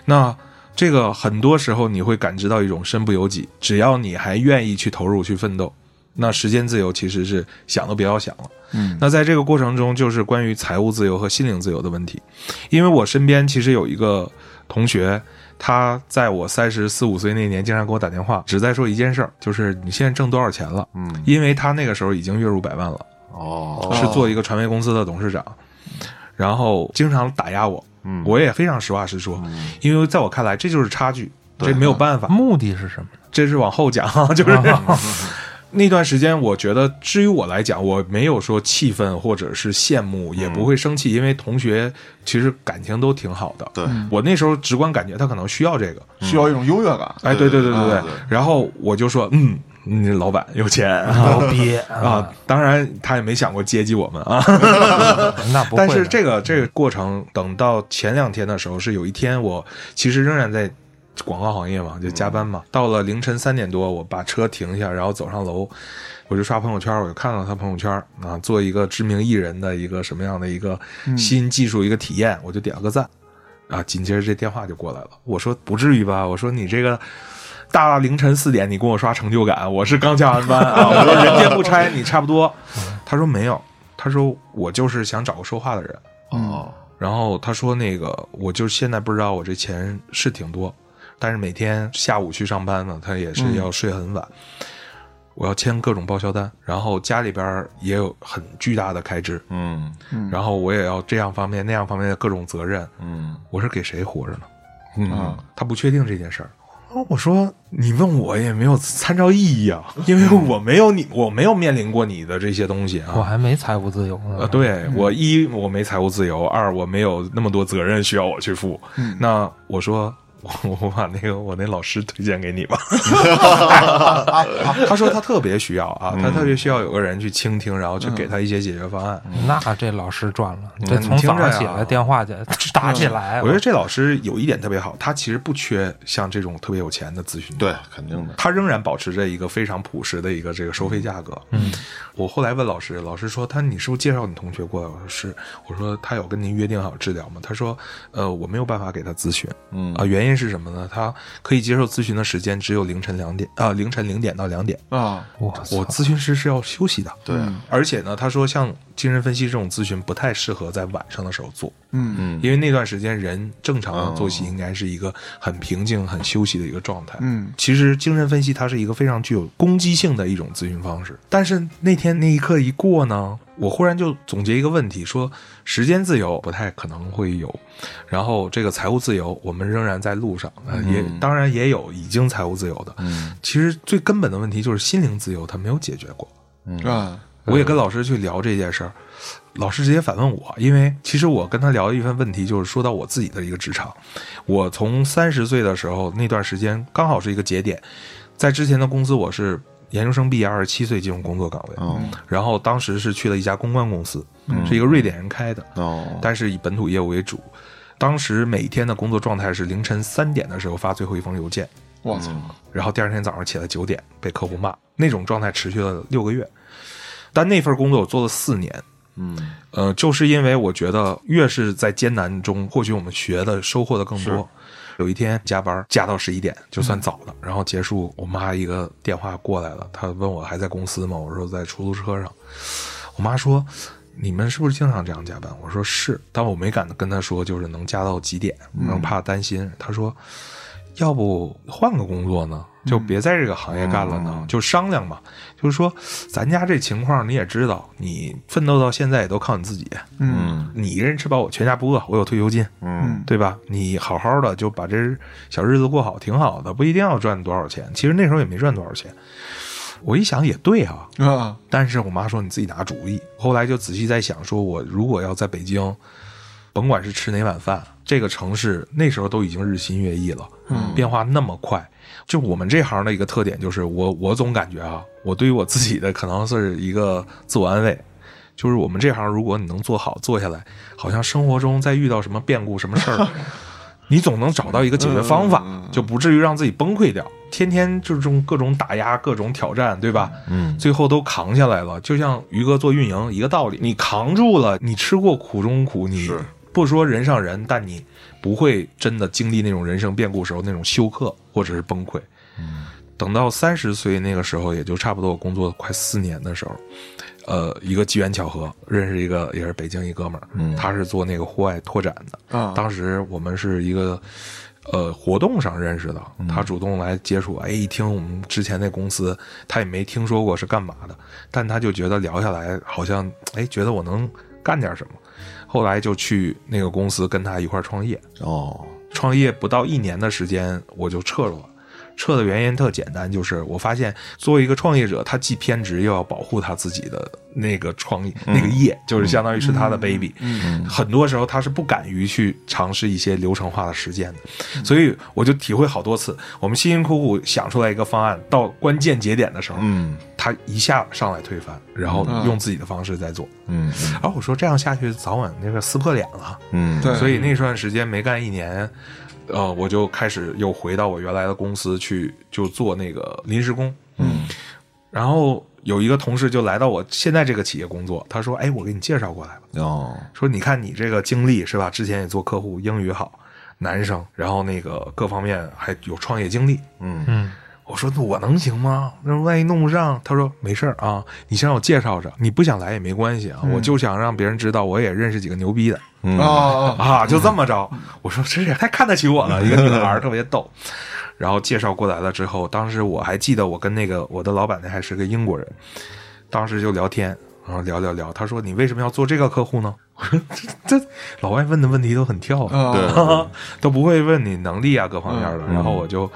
Speaker 2: 那这个很多时候你会感知到一种身不由己，只要你还愿意去投入去奋斗，那时间自由其实是想都不要想了。
Speaker 4: 嗯
Speaker 2: 那在这个过程中，就是关于财务自由和心灵自由的问题。因为我身边其实有一个同学，他在我三十四五岁那年，经常给我打电话，只在说一件事儿，就是你现在挣多少钱了？
Speaker 1: 嗯，
Speaker 2: 因为他那个时候已经月入百万了。
Speaker 1: 哦，
Speaker 2: 是做一个传媒公司的董事长，然后经常打压我，
Speaker 1: 嗯
Speaker 2: 我也非常实话实说，因为在我看来这就是差距，这
Speaker 1: 嗯
Speaker 2: 没有办法，
Speaker 5: 啊目的是什么？
Speaker 2: 这是往后讲，啊就是
Speaker 1: 嗯
Speaker 2: 那段时间，我觉得至于我来讲，我没有说气愤或者是羡慕，也
Speaker 1: 嗯
Speaker 2: 不会生气，因为同学其实感情都挺好的。
Speaker 1: 对，
Speaker 2: 我那时候直观感觉他可能需要这个，
Speaker 4: 需要一种优越感。
Speaker 2: 哎，对
Speaker 1: 对
Speaker 2: 对对
Speaker 1: 对对
Speaker 2: 对
Speaker 1: 对
Speaker 2: 然后我就说，嗯，你这老板 有钱。
Speaker 5: 牛逼啊！
Speaker 2: 啊，当然他也没想过接济我们啊，
Speaker 5: 那不会
Speaker 2: 但
Speaker 5: 的，
Speaker 2: 是这个这个过程，等到前两天的时候，是有一天我其实仍然在广告行业嘛，就加班
Speaker 5: 嗯
Speaker 2: 嘛。到了凌晨三点多，我把车停下，然后走上楼，我就刷朋友圈，我就看到他朋友圈啊，做一个知名艺人的一个什么样的一个新技术一个体验，我就点了个赞。啊，紧接着这电话就过来了，我说不至于吧，我说你这个。大凌晨四点，你跟我刷成就感，我是刚下完班啊！我说人间不拆，你差不多。他说没有，他说我就是想找个说话的人。嗯
Speaker 4: 哦，
Speaker 2: 然后他说那个我就是现在不知道我这钱是挺多，但是每天下午去上班呢，他也是要睡很晚。我要签各种报销单，然后家里边儿也有很巨大的开支，
Speaker 1: 嗯
Speaker 2: 然后我也要这样方面那样方面的各种责任，
Speaker 1: 嗯
Speaker 2: 我是给谁活着呢？啊
Speaker 1: 嗯，
Speaker 2: 他不确定这件事儿。哦我说你问我也没有参照意义啊，因为我没有你，我没有面临过你的这些东西啊。
Speaker 5: 我还没财务自由
Speaker 2: 呃，
Speaker 5: 呢。
Speaker 2: 对我一我没财务自由，二我没有那么多责任需要我去负。那我说。我我把那个我那老师推荐给你吧，他说他特别需要啊，他特别需要有个人去倾听，然后去给他一些解决方案。
Speaker 5: 那这老师赚了，这
Speaker 2: 你
Speaker 5: 从
Speaker 2: 嗯听
Speaker 5: 早
Speaker 2: 着
Speaker 5: 上
Speaker 2: 呀嗯
Speaker 5: 起来电话去 打起来，
Speaker 2: 我觉得这老师有一点特别好，他其实不缺像这种特别有钱的咨询，
Speaker 1: 对，肯定的。
Speaker 2: 他仍然保持着一个非常朴实的一个这个收费价格。嗯，我后来问老师，老师说他你是不是介绍你同学过来？我说是。我说他有跟您约定好治疗吗？他说呃我没有办法给他咨询，
Speaker 1: 嗯
Speaker 2: 啊、原因因是什么呢？他可以接受咨询的时间只有凌晨两点啊、凌晨零点到两点。
Speaker 4: 啊，
Speaker 5: 我
Speaker 2: 我咨询师是要休息的，
Speaker 1: 对，
Speaker 2: 而且呢，他说像精神分析这种咨询不太适合在晚上的时候做，
Speaker 4: 嗯
Speaker 1: 嗯，
Speaker 2: 因为那段时间人正常的作息应该是一个很平静、很休息的一个状态。
Speaker 4: 嗯
Speaker 2: 其实精神分析它是一个非常具有攻击性的一种咨询方式，但是那天那一刻一过呢，我忽然就总结一个问题，说时间自由不太可能会有，然后这个财务自由我们仍然在路上，呃、也当然也有已经财务自由的，
Speaker 1: 嗯
Speaker 2: 其实最根本的问题就是心灵自由，他没有解决过。
Speaker 4: 啊，
Speaker 2: 我也跟老师去聊这件事儿，老师直接反问我，因为其实我跟他聊的一份问题就是说到我自己的一个职场，我从三十岁的时候那段时间刚好是一个节点，在之前的公司我是研究生毕业，二十七岁进入工作岗位，
Speaker 1: 哦嗯
Speaker 2: 然后当时是去了一家公关公司，是一个瑞典人开的，
Speaker 1: 哦，
Speaker 2: 但是以本土业务为主。当时每天的工作状态是凌晨三点的时候发最后一封邮件，
Speaker 4: 我操，
Speaker 2: 然后第二天早上起来九点被客户骂，那种状态持续了六个月。但那份工作我做了四年，
Speaker 1: 嗯
Speaker 2: 呃，就是因为我觉得越是在艰难中，或许我们学的收获的更多。有一天加班加到十一点，就算早了，然后结束，我妈一个电话过来了，她问我还在公司吗？我说在出租车上。我妈说：“你们是不是经常这样加班？”我说：“是。”但我没敢跟她说，就是能加到几点，然后怕担心。她说：“要不换个工作呢？就别在这个行业干了呢？就商量吧。就是说，咱家这情况你也知道，你奋斗到现在也都靠你自己，
Speaker 4: 嗯
Speaker 1: 嗯
Speaker 2: 你一个人吃饱我全家不饿，我有退休金，
Speaker 1: 嗯
Speaker 2: 对吧？你好好的就把这小日子过好，挺好的，不一定要赚多少钱。其实那时候也没赚多少钱。我一想也对啊，
Speaker 4: 啊，
Speaker 2: 但是我妈说你自己拿主意。后来就仔细在想，说我如果要在北京，甭管是吃哪碗饭，这个城市那时候都已经日新月异了，变化那么快。就我们这行的一个特点就是我，我总感觉啊，我对于我自己的可能是一个自我安慰，就是我们这行，如果你能做好做下来，好像生活中再遇到什么变故、什么事儿，你总能找到一个解决方法，就不至于让自己崩溃掉。天天就是这种各种打压、各种挑战，对吧？
Speaker 1: 嗯
Speaker 2: 最后都扛下来了。就像于哥做运营一个道理，你扛住了，你吃过苦中苦，你不说人上人，但你不会真的经历那种人生变故时候那种休克或者是崩溃。等到三十岁那个时候，也就差不多我工作快四年的时候，呃，一个机缘巧合认识一个也是北京一哥们儿，
Speaker 1: 嗯
Speaker 2: 他是做那个户外拓展的，
Speaker 4: 啊
Speaker 2: 当时我们是一个呃活动上认识的，他主动来接触，哎，一听我们之前那公司，他也没听说过是干嘛的，但他就觉得聊下来好像，哎，觉得我能干点什么，后来就去那个公司跟他一块儿创业，
Speaker 1: 哦
Speaker 2: 创业不到一年的时间，我就撤了。撤的原因特简单，就是我发现作为一个创业者，他既偏执又要保护他自己的那个创业、那个业，就是相当于是他的 baby。嗯，很多时候他是不敢于去尝试一些流程化的实践的，所以我就体会好多次，我们辛辛苦苦想出来一个方案，到关键节点的时候，
Speaker 1: 嗯
Speaker 2: 他一下上来推翻，然后
Speaker 4: 嗯
Speaker 2: 用自己的方式在做。
Speaker 1: 嗯
Speaker 2: 然后我说这样下去早晚那个撕破脸了。
Speaker 1: 嗯
Speaker 4: 对
Speaker 2: 所以那段时间没干一年，呃，我就开始又回到我原来的公司去，就做那个临时工。
Speaker 1: 嗯，
Speaker 2: 然后有一个同事就来到我现在这个企业工作，他说：“哎，我给你介绍过来吧。
Speaker 1: 哦
Speaker 2: 说你看你这个经历是吧？之前也做客户，英语好，男生，然后那个各方面还有创业经历。”
Speaker 1: 嗯
Speaker 5: 嗯，
Speaker 2: 我说那我能行吗？那万一弄不上，他说没事儿啊，你先让我介绍着，你不想来也没关系啊，我就想让别人知道我也认识几个牛逼的。
Speaker 1: 嗯
Speaker 4: 啊
Speaker 2: 啊，就这么着。我说这也太看得起我了，一个女孩儿特别逗。然后介绍过来了之后，当时我还记得我跟那个我的老板那还是个英国人，当时就聊天，然后聊聊聊，他说你为什么要做这个客户呢？我说这这老外问的问题都很跳啊，
Speaker 4: 啊，
Speaker 1: 对
Speaker 2: 都不会问你能力啊各方面的。然后我就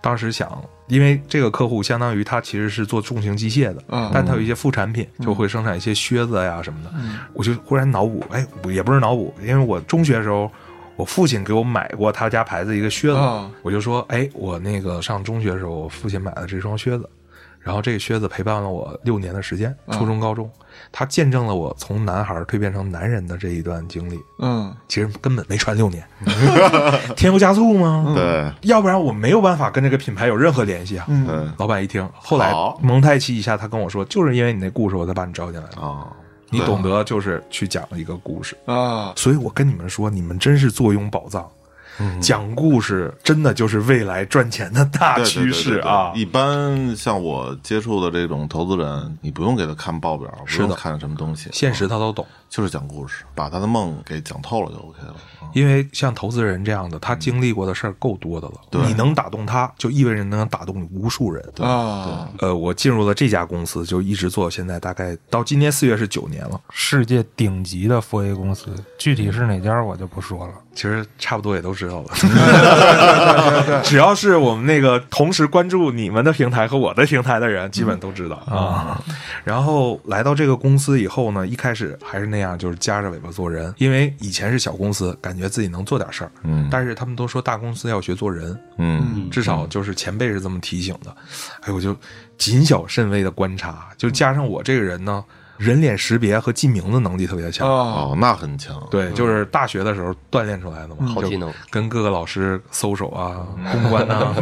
Speaker 2: 当时想，因为这个客户相当于他其实是做重型机械的，
Speaker 4: 嗯
Speaker 2: 但他有一些副产品，就会生产一些靴子呀什么的。我就忽然脑补，哎，我也不是脑补，因为我中学的时候。我父亲给我买过他家牌子一个靴子，
Speaker 4: 啊
Speaker 2: 我就说，哎，我那个上中学的时候，我父亲买的这双靴子，然后这个靴子陪伴了我六年的时间，初中、高中，它见证了我从男孩儿蜕变成男人的这一段经历。
Speaker 4: 嗯
Speaker 2: 其实根本没穿 六年，添油加醋吗？
Speaker 1: 对
Speaker 2: 要不然我没有办法跟这个品牌有任何联系啊。
Speaker 1: 对
Speaker 4: 嗯
Speaker 2: 老板一听，后来
Speaker 1: 好
Speaker 2: 蒙太奇一下，他跟我说，就是因为你那故事，我才把你招进来的。
Speaker 1: 啊
Speaker 2: 你
Speaker 1: 嗯
Speaker 2: 懂得就是去讲一个故事，
Speaker 4: 啊
Speaker 2: 所以我跟你们说，你们真是坐拥宝藏。
Speaker 1: 嗯
Speaker 2: 讲故事真的就是未来赚钱的大
Speaker 1: 对对对
Speaker 2: 趋势
Speaker 1: 对对
Speaker 2: 啊。
Speaker 1: 一般像我接触的这种投资人，你不用给他看报表，不
Speaker 2: 的
Speaker 1: 用看什么东西，
Speaker 2: 现实他都懂，
Speaker 1: 就是讲故事，把他的梦给讲透了就 OK 了。啊
Speaker 2: 因为像投资人这样的，他经历过的事儿够多的了。你能打动他，就意味着能打动无数人。
Speaker 4: 啊，
Speaker 2: 呃，我进入了这家公司，就一直做到现在，大概到今年四月是九年了。
Speaker 5: 世界顶级的 4A 公司，具体是哪家我就不说了。
Speaker 2: 其实差不多也都知道了。 只要是我们那个同时关注你们的平台和我的平台的人，基本都知道啊。然后来到这个公司以后呢，一开始还是那样，就是夹着尾巴做人，因为以前是小公司，感觉自己能做点事儿。
Speaker 1: 嗯
Speaker 2: 但是他们都说大公司要学做人，
Speaker 1: 嗯
Speaker 2: 至少就是前辈是这么提醒的。哎，我就谨小慎微的观察，就加上我这个人呢，人脸识别和记名字能力特别强。
Speaker 4: 啊，
Speaker 1: 哦，那很强。
Speaker 2: 对，就是大学的时候锻炼出来的嘛，
Speaker 3: 好
Speaker 2: 就
Speaker 3: 技能
Speaker 2: 跟各个老师搜手啊、公关啊，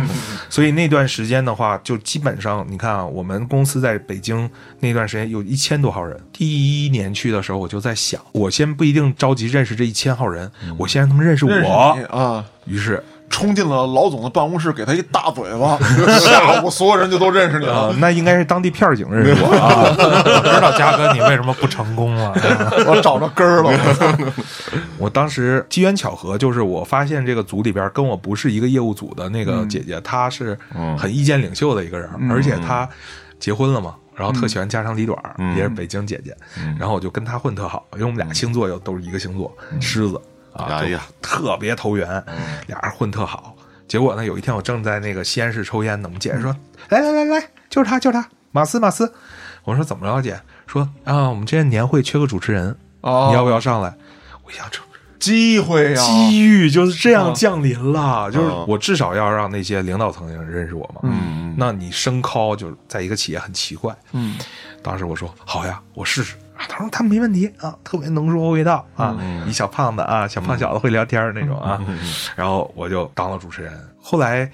Speaker 2: 所以那段时间的话，就基本上你看啊，我们公司在北京那段时间有一千多号人。第一年去的时候，我就在想，我先不一定着急认识这一千号人，我先让他们认识
Speaker 4: 认识
Speaker 2: 我
Speaker 4: 你。啊，
Speaker 2: 于是，
Speaker 4: 冲进了老总的办公室，给他一大嘴巴，下午所有人就都认识你了
Speaker 2: 呃。，那应该是当地片儿警认识我啊。
Speaker 5: 我知道嘉哥你为什么不成功了？
Speaker 4: 我找着根儿了，
Speaker 2: 我当时机缘巧合，就是我发现这个组里边跟我不是一个业务组的那个
Speaker 1: 嗯
Speaker 2: 姐姐，她是很意见领袖的一个人，而且她结婚了嘛，然后特
Speaker 1: 嗯
Speaker 2: 喜欢家长里短儿，也是北京姐姐，然后我就跟她混特好，因为我们俩星座又都是一个星座，狮子啊，
Speaker 1: 嗯哎
Speaker 2: 就
Speaker 1: 呀嗯
Speaker 2: 特别投缘，俩人混特好。结果呢，有一天我正在那个西安市抽烟呢，我们
Speaker 1: 嗯
Speaker 2: 姐姐说：“来来来来，就是他，就是他，马斯马斯。”我说：“怎么着，姐？”说：“啊，我们这年会缺个主持人，
Speaker 4: 哦
Speaker 2: 你要不要上来？”我一想这
Speaker 4: 机会呀，
Speaker 2: 机遇就是这样降临了，就是
Speaker 1: 嗯
Speaker 2: 我至少要让那些领导层的人认识我嘛。嗯，那你升 call 就是在一个企业很奇怪。
Speaker 4: 嗯，
Speaker 2: 当时我说好呀，我试试啊。他说他没问题啊，特别能说会道啊，一小胖子啊，小胖小子会聊天儿那种啊。然后我就当了主持人。后来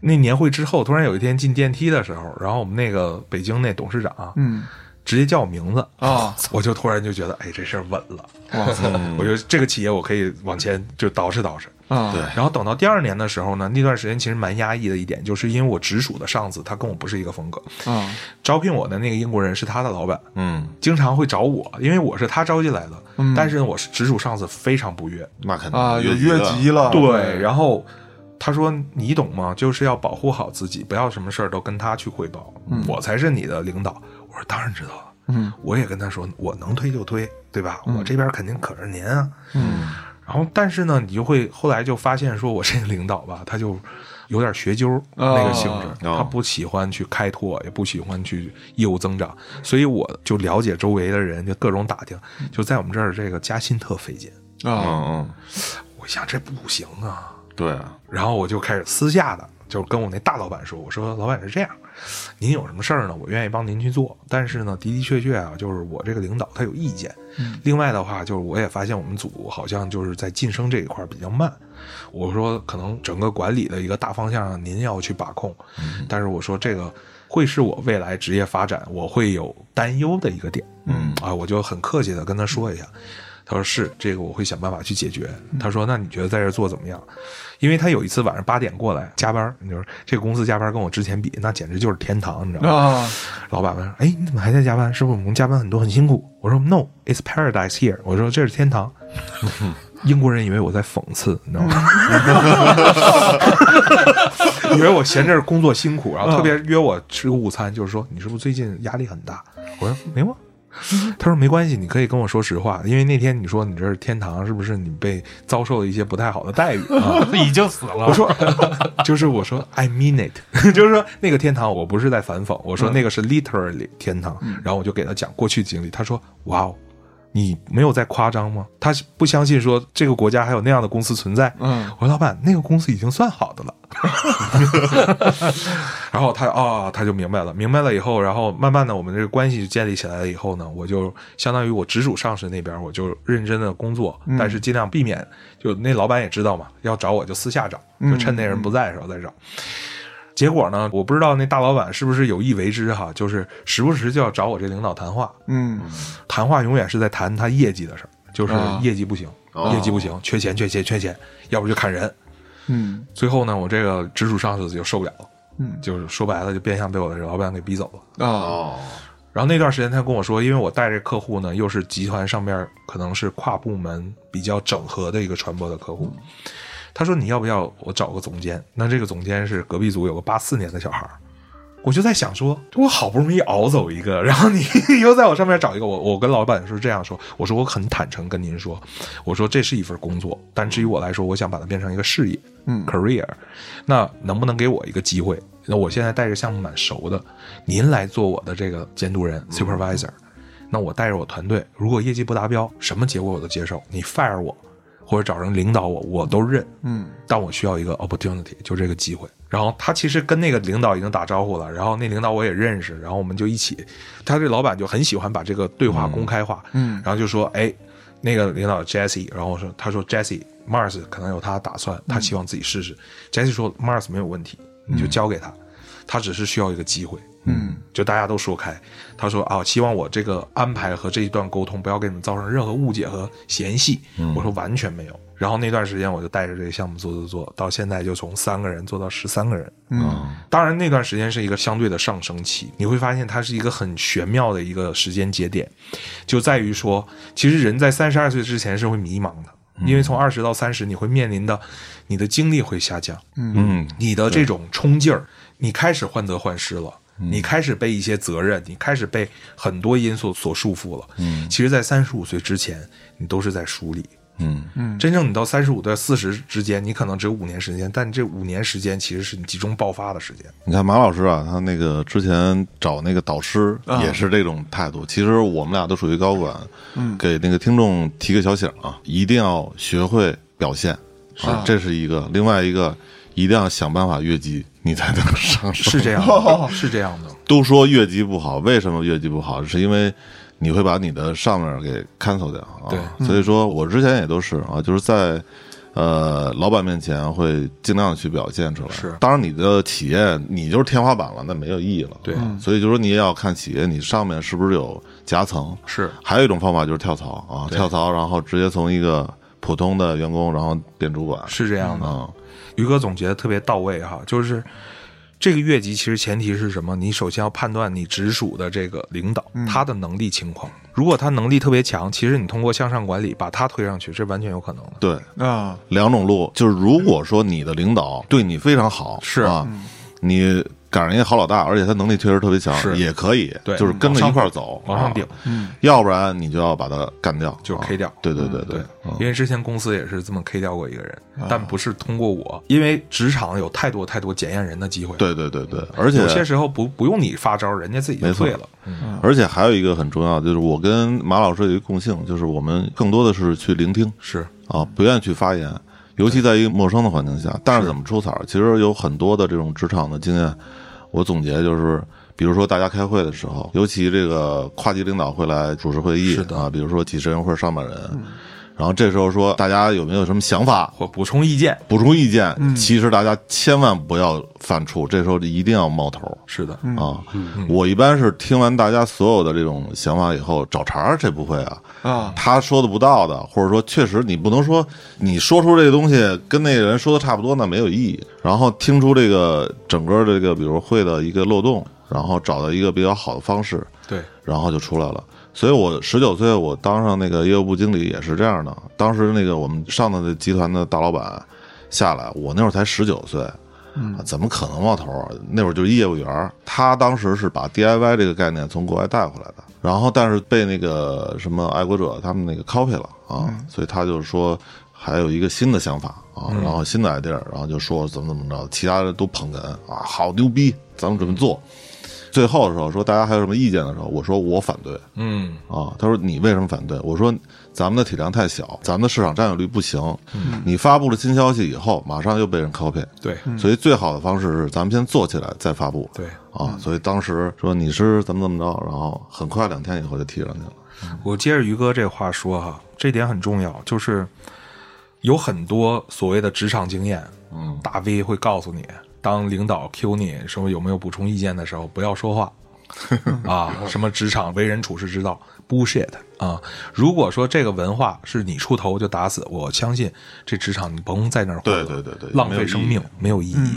Speaker 2: 那年会之后，突然有一天进电梯的时候，然后我们那个北京那董事长啊
Speaker 4: 嗯
Speaker 2: 直接叫我名字
Speaker 4: 啊，
Speaker 2: 我就突然就觉得，哎，这事儿稳了。
Speaker 4: 哇塞
Speaker 2: 我觉得这个企业我可以往前就捯饬捯饬。
Speaker 4: 啊，
Speaker 1: 对
Speaker 2: 然后等到第二年的时候呢，那段时间其实蛮压抑的一点，就是因为我直属的上司他跟我不是一个风格，
Speaker 4: 啊，
Speaker 2: 招聘我的那个英国人是他的老板，
Speaker 1: 嗯，
Speaker 2: 经常会找我，因为我是他招进来的，
Speaker 4: 嗯
Speaker 2: 但是呢，我是直属上司非常不悦，
Speaker 1: 那肯定
Speaker 4: 啊，也
Speaker 1: 嗯越
Speaker 4: 越级了，
Speaker 2: 对，然后他说：“你懂吗？就是要保护好自己，不要什么事儿都跟他去汇报，我才是你的领导。”我说：“当然知道了。”
Speaker 4: 嗯，
Speaker 2: 我也跟他说：“我能推就推，对吧？我这边肯定可是您啊。”
Speaker 4: 嗯，
Speaker 2: 然后但是呢，你就会后来就发现，说我这个领导吧，他就。有点学究那个性质，
Speaker 1: 哦
Speaker 2: 他不喜欢去开拓，也不喜欢去业务增长，所以我就了解周围的人，就各种打听，就在我们这儿这个加薪特费劲。
Speaker 1: 嗯
Speaker 4: 啊，
Speaker 1: 嗯，
Speaker 2: 我一想这不行啊，
Speaker 1: 对啊，
Speaker 2: 然后我就开始私下的，就是跟我那大老板说，我说老板是这样，您有什么事儿呢，我愿意帮您去做，但是呢，的的确确啊，就是我这个领导他有意见。另外的话，就是我也发现我们组好像就是在晋升这一块儿比较慢。我说可能整个管理的一个大方向您要去把控，但是我说这个会是我未来职业发展我会有担忧的一个点。
Speaker 1: 嗯
Speaker 2: 啊，我就很客气的跟他说一下。他说是这个，我会想办法去解决。他说：“那你觉得在这儿做怎么样？”因为他有一次晚上八点过来加班，你就是这个公司加班跟我之前比，那简直就是天堂，你知道吗？
Speaker 4: 啊，
Speaker 2: 老板问：“哎，你怎么还在加班？是不是我们加班很多很辛苦？”我说：“No，it's paradise here。”我说：“这是天堂。”英国人以为我在讽刺，你知道吗？以为我嫌这儿工作辛苦，然后特别约我吃个午餐，就是说你是不是最近压力很大？我说没有啊。他说没关系，你可以跟我说实话，因为那天你说你这是天堂，是不是你被遭受了一些不太好的待遇啊？
Speaker 5: 嗯已经死了
Speaker 2: 我。说， 就是我说 I mean it，就是 说那个天堂我不是在反讽，我说那个是 literally 天堂。然后我就给他讲过去经历，他说哇哦，你没有在夸张吗？他是不相信说这个国家还有那样的公司存在。
Speaker 4: 嗯，
Speaker 2: 我说老板，那个公司已经算好的了。然后他啊、他就明白了，明白了以后，然后慢慢的我们这个关系就建立起来了以后呢，我就相当于我直属上司那边，我就认真的工作，但是尽量避免，就那老板也知道嘛，要找我就私下找，就趁那人不在的时候再找。结果呢，我不知道那大老板是不是有意为之哈，就是时不时就要找我这领导谈话，
Speaker 4: 嗯，
Speaker 2: 谈话永远是在谈他业绩的事儿，就是
Speaker 4: 啊
Speaker 2: 业绩不行，
Speaker 1: 哦
Speaker 2: 业绩不行，缺钱，缺钱，缺钱，要不就砍人，
Speaker 4: 嗯
Speaker 2: 最后呢，我这个直属上司就受不了了，
Speaker 4: 嗯
Speaker 2: 就是说白了，就变相被我的老板给逼走了。
Speaker 4: 啊
Speaker 1: 哦，
Speaker 2: 然后那段时间，他跟我说，因为我带这客户呢，又是集团上面可能是跨部门比较整合的一个传播的客户，他说你要不要我找个总监？那这个总监是隔壁组有个八四年的小孩儿，我就在想说，我好不容易熬走一个，然后你 你又在我上面找一个，我我跟老板是这样说，我说我很坦诚跟您说，我说这是一份工作，但至于我来说，我想把它变成一个事业，
Speaker 4: 嗯
Speaker 2: career，那能不能给我一个机会？那我现在带着项目蛮熟的，您来做我的这个监督人 supervisor，、那我带着我团队，如果业绩不达标，什么结果我都接受，你 fire 我或者找人领导我，我都认。
Speaker 4: 嗯
Speaker 2: 但我需要一个 opportunity，就这个机会。然后他其实跟那个领导已经打招呼了，然后那领导我也认识，然后我们就一起，他这老板就很喜欢把这个对话公开化，
Speaker 4: 嗯
Speaker 2: 然后就说，哎，那个领导 Jesse，然后我说，他说 Jesse Mars 可能有他的打算，他希望自己试试。Jesse 说 Mars 没有问题，你就交给他，他只是需要一个机会。
Speaker 4: 嗯
Speaker 2: 就大家都说开。他说啊，希望我这个安排和这一段沟通不要给你们造成任何误解和嫌隙。我说完全没有。然后那段时间我就带着这个项目做做做，到现在就从三个人做到十三个人。
Speaker 4: 嗯
Speaker 2: 当然那段时间是一个相对的上升期，你会发现它是一个很玄妙的一个时间节点，就在于说，其实人在三十二岁之前是会迷茫的。因为从二十到三十，你会面临的，你的精力会下降，
Speaker 1: 嗯，
Speaker 2: 你的这种冲劲儿，你开始患得患失了，你开始被一些责任，你开始被很多因素所束缚了。嗯，其实，在三十五岁之前，你都是在梳理。
Speaker 1: 嗯
Speaker 4: 嗯
Speaker 2: 真正你到三十五到四十之间，你可能只有五年时间，但这五年时间其实是你集中爆发的时间。
Speaker 1: 你看马老师啊，他那个之前找那个导师
Speaker 4: 啊
Speaker 1: 也是这种态度。其实我们俩都属于高管，
Speaker 4: 嗯
Speaker 1: 给那个听众提个小醒啊，一定要学会表现，
Speaker 4: 啊
Speaker 1: 是这是一个；另外一个，一定要想办法越级，你才能上升。
Speaker 2: 是这 样的，是这样的。
Speaker 1: 都说越级不好，为什么越级不好？是因为你会把你的上面给 cancel 掉啊。
Speaker 2: 对
Speaker 1: 所以说我之前也都是啊，就是在呃老板面前会尽量去表现出来。
Speaker 2: 是
Speaker 1: 当然你的企业你就是天花板了，那没有意义了。嗯
Speaker 2: 对
Speaker 1: 所以就说你也要看企业你上面是不是有夹层。
Speaker 2: 是
Speaker 1: 还有一种方法就是跳槽啊，
Speaker 2: 对
Speaker 1: 跳槽，然后直接从一个普通的员工，然后变主管。
Speaker 2: 是这样的。
Speaker 1: 啊，
Speaker 2: 于哥总结的特别到位哈，就是这个越级其实前提是什么？你首先要判断你直属的这个领导、
Speaker 1: 嗯
Speaker 2: 他的能力情况，如果他能力特别强，其实你通过向上管理把他推上去，这完全有可能的。
Speaker 1: 对，
Speaker 4: 啊
Speaker 1: 两种路，就是如果说你的领导对你非常好，
Speaker 2: 是嗯
Speaker 1: 啊，你赶上一个好老大，而且他能力确实特别强，
Speaker 2: 是
Speaker 1: 也可以，
Speaker 2: 对
Speaker 1: 就是跟着一块儿走，
Speaker 2: 往上顶
Speaker 1: 啊，要不然你就要把他干掉，
Speaker 2: 就是
Speaker 1: 啊
Speaker 2: K 掉
Speaker 1: 对对对对，嗯啊
Speaker 2: 因为之前公司也是这么 K 掉过一个人，但不是通过我，因为职场有太多太多检验人的机会。，
Speaker 1: 对对对对，而
Speaker 2: 有些
Speaker 1: 且
Speaker 2: 时候不不用你发招，人家自己就
Speaker 1: 没错
Speaker 2: 退了。
Speaker 1: 而且还有一个很重要，就是我跟马老师有一个共性，就是我们更多的是去聆听
Speaker 2: 是
Speaker 1: 啊，不愿意去发言。尤其在一个陌生的环境下，但是怎么出彩儿？其实有很多的这种职场的经验，我总结就是，比如说大家开会的时候，尤其这个跨级领导会来主持会议
Speaker 2: 是的嗯
Speaker 1: 啊，比如说几十人或者上百人，然后这时候说大家有没有什么想法？
Speaker 2: 或补充意见。
Speaker 1: 补充意见，
Speaker 2: 嗯
Speaker 1: 其实大家千万不要犯怵，这时候一定要冒头
Speaker 2: 是的，
Speaker 1: 啊！
Speaker 2: 嗯
Speaker 1: 我一般是听完大家所有的这种想法以后找茬儿，这不会啊，
Speaker 4: 啊
Speaker 1: 他说的不到的，或者说确实你不能说你说出这个东西跟那个人说的差不多，那没有意义。然后听出这个整个这个比如会的一个漏洞，然后找到一个比较好的方式，
Speaker 2: 对，
Speaker 1: 然后就出来了。所以我十九岁我当上那个业务部经理也是这样的。当时那个我们上的那集团的大老板下来，我那会儿才十九岁。啊怎么可能冒头啊？那会儿就是业务员儿，他当时是把 DIY 这个概念从国外带回来的，然后但是被那个什么爱国者他们那个 copy 了啊，所以他就说还有一个新的想法啊，然后新的 idea，然后就说怎么怎么着，其他人都捧哏啊，好牛逼，咱们准备做。最后的时候说大家还有什么意见的时候，我说我反对，
Speaker 2: 嗯，
Speaker 1: 啊，他说你为什么反对？我说咱们的体量太小，咱们的市场占有率不行。
Speaker 2: 嗯
Speaker 1: 你发布了新消息以后，马上又被人 copy，
Speaker 2: 对，
Speaker 1: 所以最好的方式是咱们先做起来再发布。
Speaker 2: 嗯对。嗯
Speaker 1: 啊，所以当时说你是怎么怎么着，然后很快两天以后就踢上去了。
Speaker 2: 我接着于哥这话说哈，这点很重要，就是有很多所谓的职场经验，嗯，大 V 会告诉你，当领导 Q 你说有没有补充意见的时候，不要说话，啊，什么职场为人处事之道，bullshit 啊！如果说这个文化是你出头就打死，我相信这职场你甭在那儿混了
Speaker 1: 对对对对
Speaker 2: 浪费生命没有意义。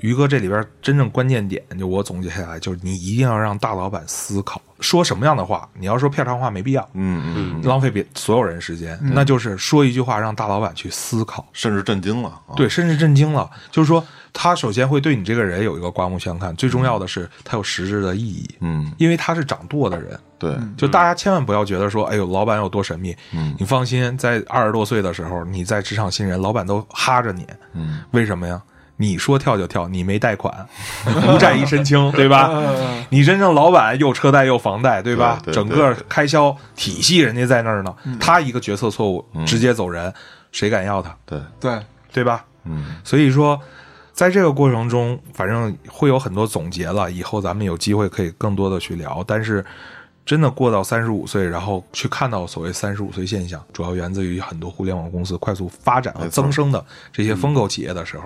Speaker 2: 于哥这里边真正关键点，就我总结下来，就是你一定要让大老板思考，说什么样的话，你要说漂亮话没必要，
Speaker 1: 嗯嗯，
Speaker 2: 浪费别所有人时间，那就是说一句话让大老板去思考。
Speaker 1: 甚至震惊了啊！
Speaker 2: 对，甚至震惊了。就是说，他首先会对你这个人有一个刮目相看，最重要的是他有实质的意义，
Speaker 1: 嗯，
Speaker 2: 因为他是掌舵的人。
Speaker 1: 对，
Speaker 2: 就大家
Speaker 1: 嗯
Speaker 2: 千万不要觉得说，哎呦，老板有多神秘。嗯，你放心，在二十多岁的时候，你在职场新人，老板都哈着你。
Speaker 1: 嗯，
Speaker 2: 为什么呀？你说跳就跳，你没 贷款，无债一身轻，对吧？你真正老板又车贷又房贷，对吧？
Speaker 1: 嗯对对嗯
Speaker 2: 整个开销体系人家在那儿呢，他一个决策错误，直接走人，谁敢要他，
Speaker 1: 对，
Speaker 4: 对，
Speaker 2: 对吧？
Speaker 1: 嗯，
Speaker 2: 所以说，在这个过程中，反正会有很多总结了，以后咱们有机会可以更多的去聊。但是，真的过到三十五岁，然后去看到所谓三十五岁现象，主要源自于很多互联网公司快速发展和增生的这些风口企业的时候。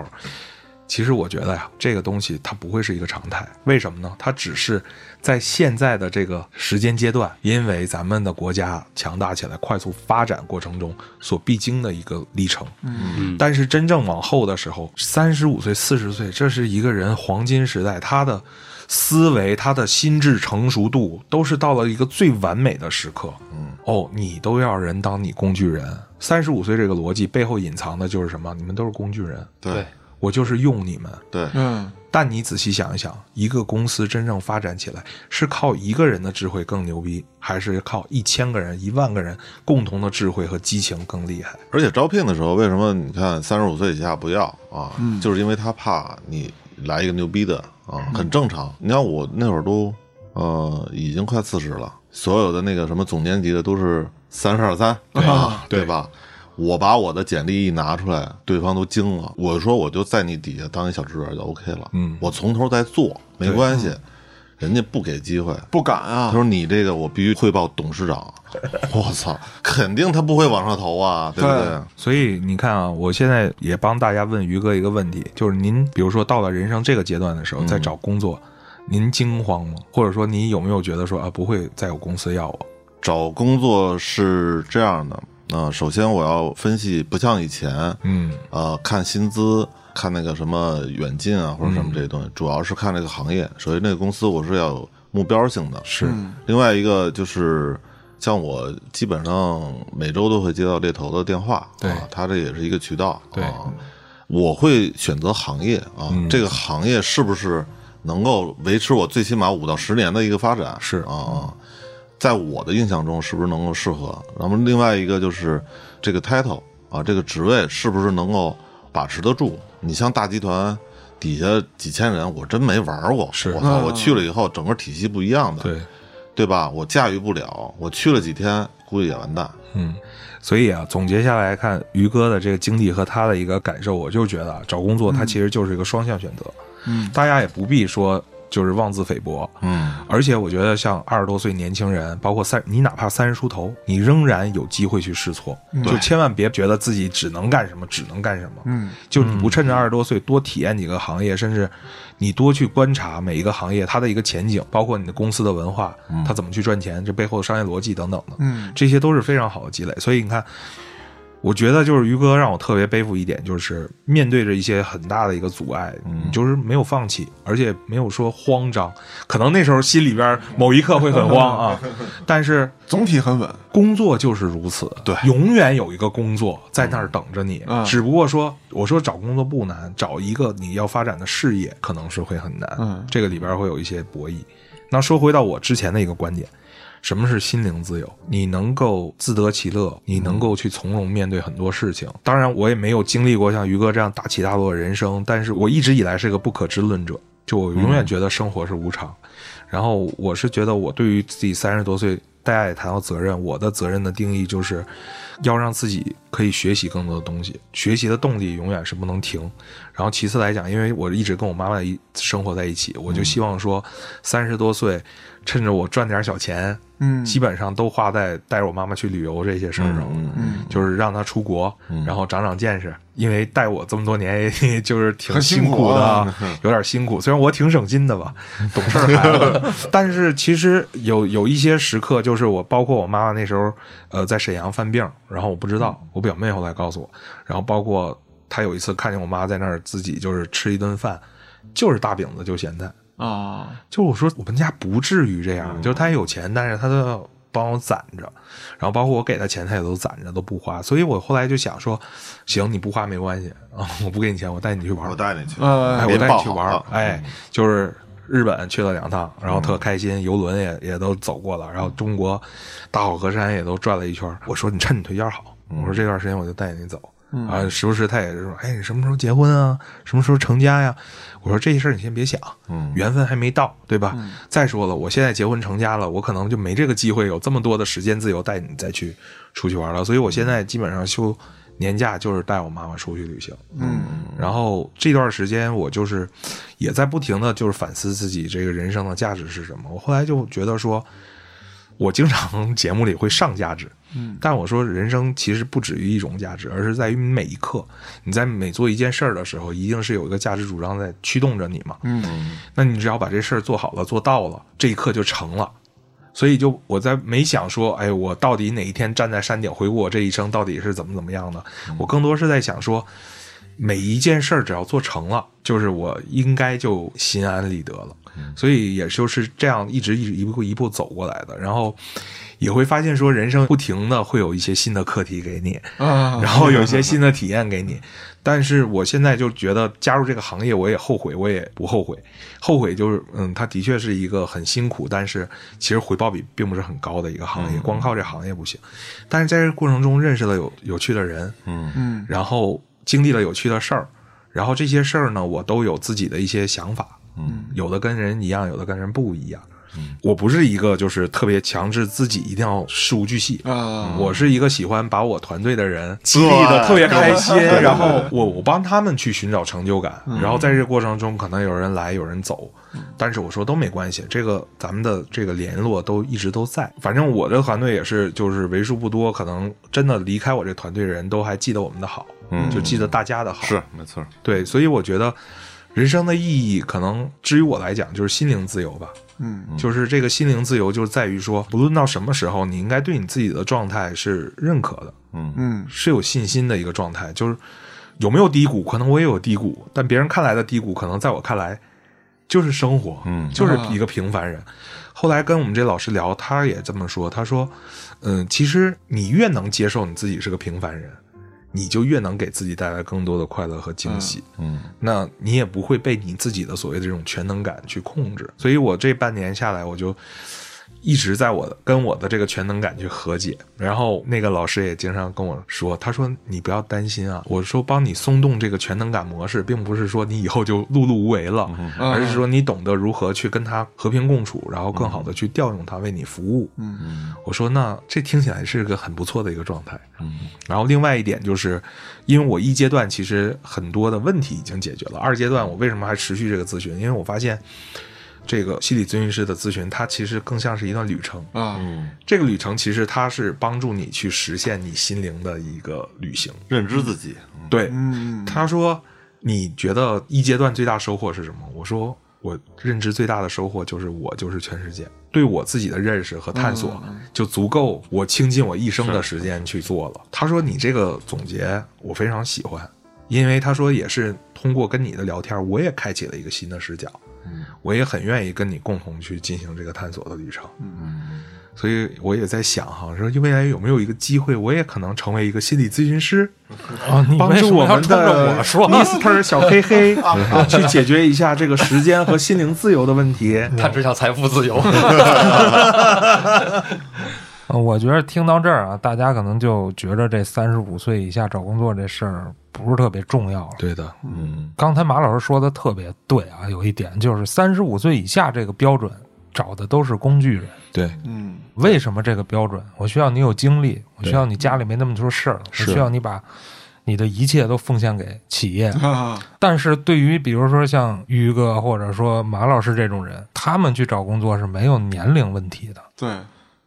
Speaker 2: 其实我觉得呀，这个东西它不会是一个常态，为什么呢？它只是在现在的这个时间阶段，因为咱们的国家强大起来、快速发展过程中所必经的一个历程。
Speaker 3: 嗯
Speaker 2: 但是真正往后的时候，三十五岁、四十岁，这是一个人黄金时代，他的思维、他的心智成熟度都是到了一个最完美的时刻。嗯，哦，你都要人当你工具人。三十五岁这个逻辑背后隐藏的就是什么？你们都是工具人，
Speaker 1: 对，
Speaker 2: 我就是用你们。
Speaker 1: 对，
Speaker 4: 嗯，
Speaker 2: 但你仔细想一想，一个公司真正发展起来，是靠一个人的智慧更牛逼，还是靠一千个人、一万个人共同的智慧和激情更厉害？
Speaker 1: 而且招聘的时候，为什么你看三十五岁以下不要啊？就是因为他怕你来一个牛逼的啊，很正常。你看我那会儿都呃已经快四十了，所有的那个什么总监级的都是三十二三啊， 对吧？我把我的简历一拿出来，对方都惊了。我说我就在你底下当一小职员就 OK 了，
Speaker 2: 嗯
Speaker 1: 我从头再做没关系，人家不给机会，
Speaker 4: 不敢
Speaker 1: 他
Speaker 4: 啊，
Speaker 1: 说：“你这个我必须汇报董事 长。”我操，肯定他不会往上投啊，对不对？
Speaker 2: 所以你看啊，我现在也帮大家问于哥一个问题，就是您比如说到了人生这个阶段的时候，在找工作，您惊慌吗？或者说您有没有觉得说啊，不会再有公司要我？
Speaker 1: 找工作是这样的，啊、首先我要分析，不像以前，
Speaker 2: 嗯
Speaker 1: 呃，看薪资，看那个什么远近啊或者什么这些东西，主要是看这个行业。首先，这个公司我是要有目标性的，
Speaker 2: 是
Speaker 4: 嗯
Speaker 1: 另外一个就是，像我基本上每周都会接到猎头的电话，
Speaker 2: 对
Speaker 1: 啊，他这也是一个渠道，
Speaker 2: 对嗯
Speaker 1: 啊，我会选择行业啊，这个行业是不是能够维持我最起码五到十年的一个发展？
Speaker 2: 是
Speaker 1: 啊啊，在我的印象中是不是能够适合？然后另外一个就是这个 title 啊，这个职位是不是能够把持得住？你像大集团。底下几千人，我真没玩过。
Speaker 2: 是
Speaker 1: 我操！我去了以后，整个体系不一样的。
Speaker 2: 对，
Speaker 1: 对吧？我驾驭不了，我去了几天，估计也完蛋。
Speaker 2: 嗯，所以啊，总结下来看于哥的这个经历和他的一个感受，我就觉得啊找工作它其实就是一个双向选择，
Speaker 4: 嗯，
Speaker 2: 大家也不必说就是妄自菲薄，
Speaker 1: 嗯，
Speaker 2: 而且我觉得像二十多岁年轻人，包括三，你哪怕三十出头，你仍然有机会去试错，就千万别觉得自己只能干什么，只能干什么，
Speaker 4: 嗯，
Speaker 2: 就你不趁着二十多岁多体验几个行业，甚至你多去观察每一个行业它的一个前景，包括你的公司的文化，它怎么去赚钱，这背后的商业逻辑等等的，
Speaker 4: 嗯，
Speaker 2: 这些都是非常好的积累。所以你看，我觉得就是于哥让我特别背负一点，就是面对着一些很大的一个阻碍，你就是没有放弃，而且没有说慌张。可能那时候心里边某一刻会很慌啊，但是
Speaker 4: 总体很稳，
Speaker 2: 工作就是如此，
Speaker 1: 对
Speaker 2: 永远有一个工作在那儿等着你。
Speaker 4: 嗯
Speaker 2: 只不过说，我说找工作不难，找一个你要发展的事业可能是会很难。
Speaker 4: 嗯
Speaker 2: 这个里边会有一些博弈。那说回到我之前的一个观点，什么是心灵自由？你能够自得其乐，你能够去从容面对很多事情。当然，我也没有经历过像于哥这样大起大落的人生，但是我一直以来是个不可知论者，就我永远觉得生活是无常。然后我是觉得，我对于自己三十多岁，大家也谈到责任，我的责任的定义就是，要让自己可以学习更多的东西，学习的动力永远是不能停。然后其次来讲，因为我一直跟我妈妈
Speaker 1: 嗯
Speaker 2: 一生活在一起，我就希望说，三十多岁，趁着我赚点小钱，
Speaker 4: 嗯
Speaker 2: 基本上都花在带着我妈妈去旅游这些事儿上了。
Speaker 1: 嗯嗯
Speaker 4: 嗯，
Speaker 2: 就是让她出国，
Speaker 1: 嗯
Speaker 2: 然后长长见识。因为带我这么多年， 也就是挺
Speaker 4: 很辛
Speaker 2: 辛
Speaker 4: 苦
Speaker 2: 苦的
Speaker 4: 啊 嗯
Speaker 2: 啊，有点辛苦。虽然我挺省心的吧，懂事儿孩 子，但是其实有有一些时刻，就是我包括我妈妈那时候，呃，在沈阳犯病，然后我不知
Speaker 4: 嗯
Speaker 2: 道，我表妹后来告诉我，然后包括她有一次看见我妈在那儿自己就是吃一顿饭，就是大饼子就咸菜，
Speaker 4: 啊，
Speaker 2: 就我说我们家不至于这样，就是他也有钱，但是他都要帮我攒着，然后包括我给他钱，他也都攒着都不花，所以我后来就想说，行，你不花没关系 啊，我不给你钱，我带你去玩
Speaker 1: 我
Speaker 2: 儿，
Speaker 1: 带你去，
Speaker 2: 哎，
Speaker 4: 呃，
Speaker 2: 我
Speaker 1: 别
Speaker 2: 带
Speaker 1: 报啊嗯
Speaker 2: 你去玩
Speaker 1: 好
Speaker 2: 儿
Speaker 1: 了，
Speaker 2: 哎，就是。日本去了两趟，然后特开心，游轮也也都走过了，然后中国大好河山也都转了一圈儿。我说你趁你腿脚好，
Speaker 1: 嗯
Speaker 2: 我说这段时间我就带你走，啊，时不时他也是说，哎，你什么时候结婚啊？什么时候成家呀？我说这事儿你先别想，
Speaker 1: 嗯
Speaker 2: 缘分还没到，对吧？再说了，我现在结婚成家了，我可能就没这个机会有这么多的时间自由带你再去出去玩了。所以我现在基本上休年假就是带我妈妈出去旅行，
Speaker 4: 嗯
Speaker 2: 然后这段时间我就是也在不停的就是反思自己这个人生的价值是什么。我后来就觉得说，我经常节目里会上价值，
Speaker 4: 嗯，
Speaker 2: 但我说人生其实不止于一种价值，而是在于你每一刻你在每做一件事儿的时候，一定是有一个价值主张在驱动着你嘛。
Speaker 4: 嗯
Speaker 2: 那你只要把这事儿做好了、做到了，这一刻就成了。所以就我在没想说，哎，我到底哪一天站在山顶回顾我这一生到底是怎么怎么样的？我更多是在想说，每一件事儿只要做成了，就是我应该就心安理得了。所以也就是这样一直一一步一步走过来的，然后也会发现说，人生不停的会有一些新的课题给你，
Speaker 4: 啊，
Speaker 2: 然后有一些新的体验给你。但是我现在就觉得加入这个行业，我也后悔，我也不后悔。后悔就是，嗯，它的确是一个很辛苦，但是其实回报比并不是很高的一个行业，光靠这行业不行。但是在这过程中认识了有有趣的人，
Speaker 1: 嗯
Speaker 4: 嗯
Speaker 2: 然后经历了有趣的事儿，然后这些事儿呢，我都有自己的一些想法，
Speaker 1: 嗯，
Speaker 2: 有的跟人一样，有的跟人不一样。我不是一个就是特别强制自己一定要事无巨细
Speaker 1: 嗯
Speaker 4: 啊，
Speaker 2: 我是一个喜欢把我团队的人激励的特别开心，然后我我帮他们去寻找成就感，
Speaker 1: 嗯
Speaker 2: 然后在这个过程中可能有人来有人走，但是我说都没关系，这个咱们的这个联络都一直都在，反正我的团队也是就是为数不多，可能真的离开我这团队的人都还记得我们的好，
Speaker 1: 嗯
Speaker 2: 就记得大家的好，
Speaker 1: 是没错儿，
Speaker 2: 对，所以我觉得人生的意义可能至于我来讲就是心灵自由吧，
Speaker 4: 嗯
Speaker 2: 就是这个心灵自由，就在于说，不论到什么时候，你应该对你自己的状态是认可的，
Speaker 1: 嗯
Speaker 4: 嗯
Speaker 2: 是有信心的一个状态。就是有没有低谷，可能我也有低谷，但别人看来的低谷，可能在我看来就是生活，
Speaker 1: 嗯
Speaker 2: 就是一个平凡人。后来跟我们这老师聊，他也这么说，他说，嗯，其实你越能接受你自己是个平凡人，你就越能给自己带来更多的快乐和惊喜。
Speaker 1: 嗯
Speaker 2: 那你也不会被你自己的所谓的这种全能感去控制。所以我这半年下来，我就一直在我的跟我的这个全能感去和解。然后那个老师也经常跟我说，他说你不要担心啊，我说帮你松动这个全能感模式，并不是说你以后就碌碌无为了，而是说你懂得如何去跟他和平共处，然后更好的去调用他为你服务。
Speaker 4: 嗯
Speaker 1: 嗯
Speaker 2: 我说那这听起来是个很不错的一个状态。
Speaker 1: 嗯
Speaker 2: 然后另外一点就是，因为我一阶段其实很多的问题已经解决了，二阶段我为什么还持续这个咨询？因为我发现这个心理咨询师的咨询，它其实更像是一段旅程。
Speaker 4: 啊，
Speaker 1: 嗯，
Speaker 2: 这个旅程其实它是帮助你去实现你心灵的一个旅行。
Speaker 1: 认知自己，
Speaker 2: 对，
Speaker 4: 嗯
Speaker 2: 他说你觉得一阶段最大收获是什么？我说我认知最大的收获就是我就是全世界，对我自己的认识和探索就足够我倾尽我一生的时间去做了。他说你这个总结我非常喜欢，因为他说也是通过跟你的聊天，我也开启了一个新的视角，我也很愿意跟你共同去进行这个探索的旅程。
Speaker 1: 嗯
Speaker 2: 所以我也在想哈，说未来有没有一个机会，我也可能成为一个心理咨询师，
Speaker 5: 哦，你
Speaker 2: 帮
Speaker 5: 为什
Speaker 2: 助
Speaker 5: 么
Speaker 2: 我
Speaker 5: 要
Speaker 2: 们
Speaker 5: 冲着
Speaker 2: 的
Speaker 5: 我说？
Speaker 2: Mr 小黑 黑去解决一下这个时间和心灵自由的问题。
Speaker 3: 他只想财富自由。
Speaker 5: 呃我觉得听到这儿啊，大家可能就觉着这三十五岁以下找工作这事儿不是特别重要了。
Speaker 2: 对的，
Speaker 1: 嗯
Speaker 5: 刚才马老师说的特别对啊，有一点就是三十五岁以下这个标准找的都是工具人。
Speaker 2: 对，
Speaker 4: 嗯
Speaker 5: 为什么这个标准？我需要你有精力，我
Speaker 2: 对
Speaker 5: 需要你家里没那么多事儿，我
Speaker 2: 是
Speaker 5: 需要你把你的一切都奉献给企业。
Speaker 4: 啊，
Speaker 5: 但是对于比如说像于哥或者说马老师这种人，他们去找工作是没有年龄问题的。
Speaker 4: 对，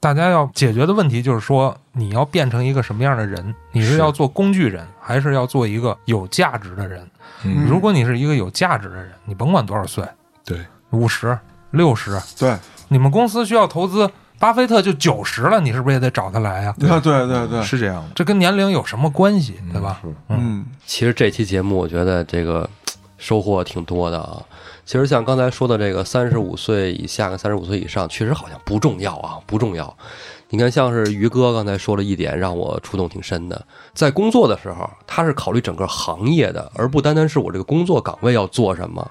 Speaker 5: 大家要解决的问题就是说，你要变成一个什么样的人？你是要做工具人，还是要做一个有价值的人？
Speaker 2: 嗯
Speaker 5: 如果你是一个有价值的人，你甭管多少岁，
Speaker 2: 对，
Speaker 5: 五十、六十，
Speaker 4: 对，
Speaker 5: 你们公司需要投资，巴菲特就九十了，你是不是也得找他来啊？
Speaker 4: 啊，对对对，
Speaker 2: 是这样的。
Speaker 5: 这跟年龄有什么关系，
Speaker 2: 嗯
Speaker 5: 对吧？
Speaker 4: 嗯，
Speaker 3: 其实这期节目，我觉得这个收获挺多的啊。其实像刚才说的这个三十五岁以下跟三十五岁以上，确实好像不重要啊，不重要。你看，像是于哥刚才说了一点，让我触动挺深的。在工作的时候，他是考虑整个行业的，而不单单是我这个工作岗位要做什么。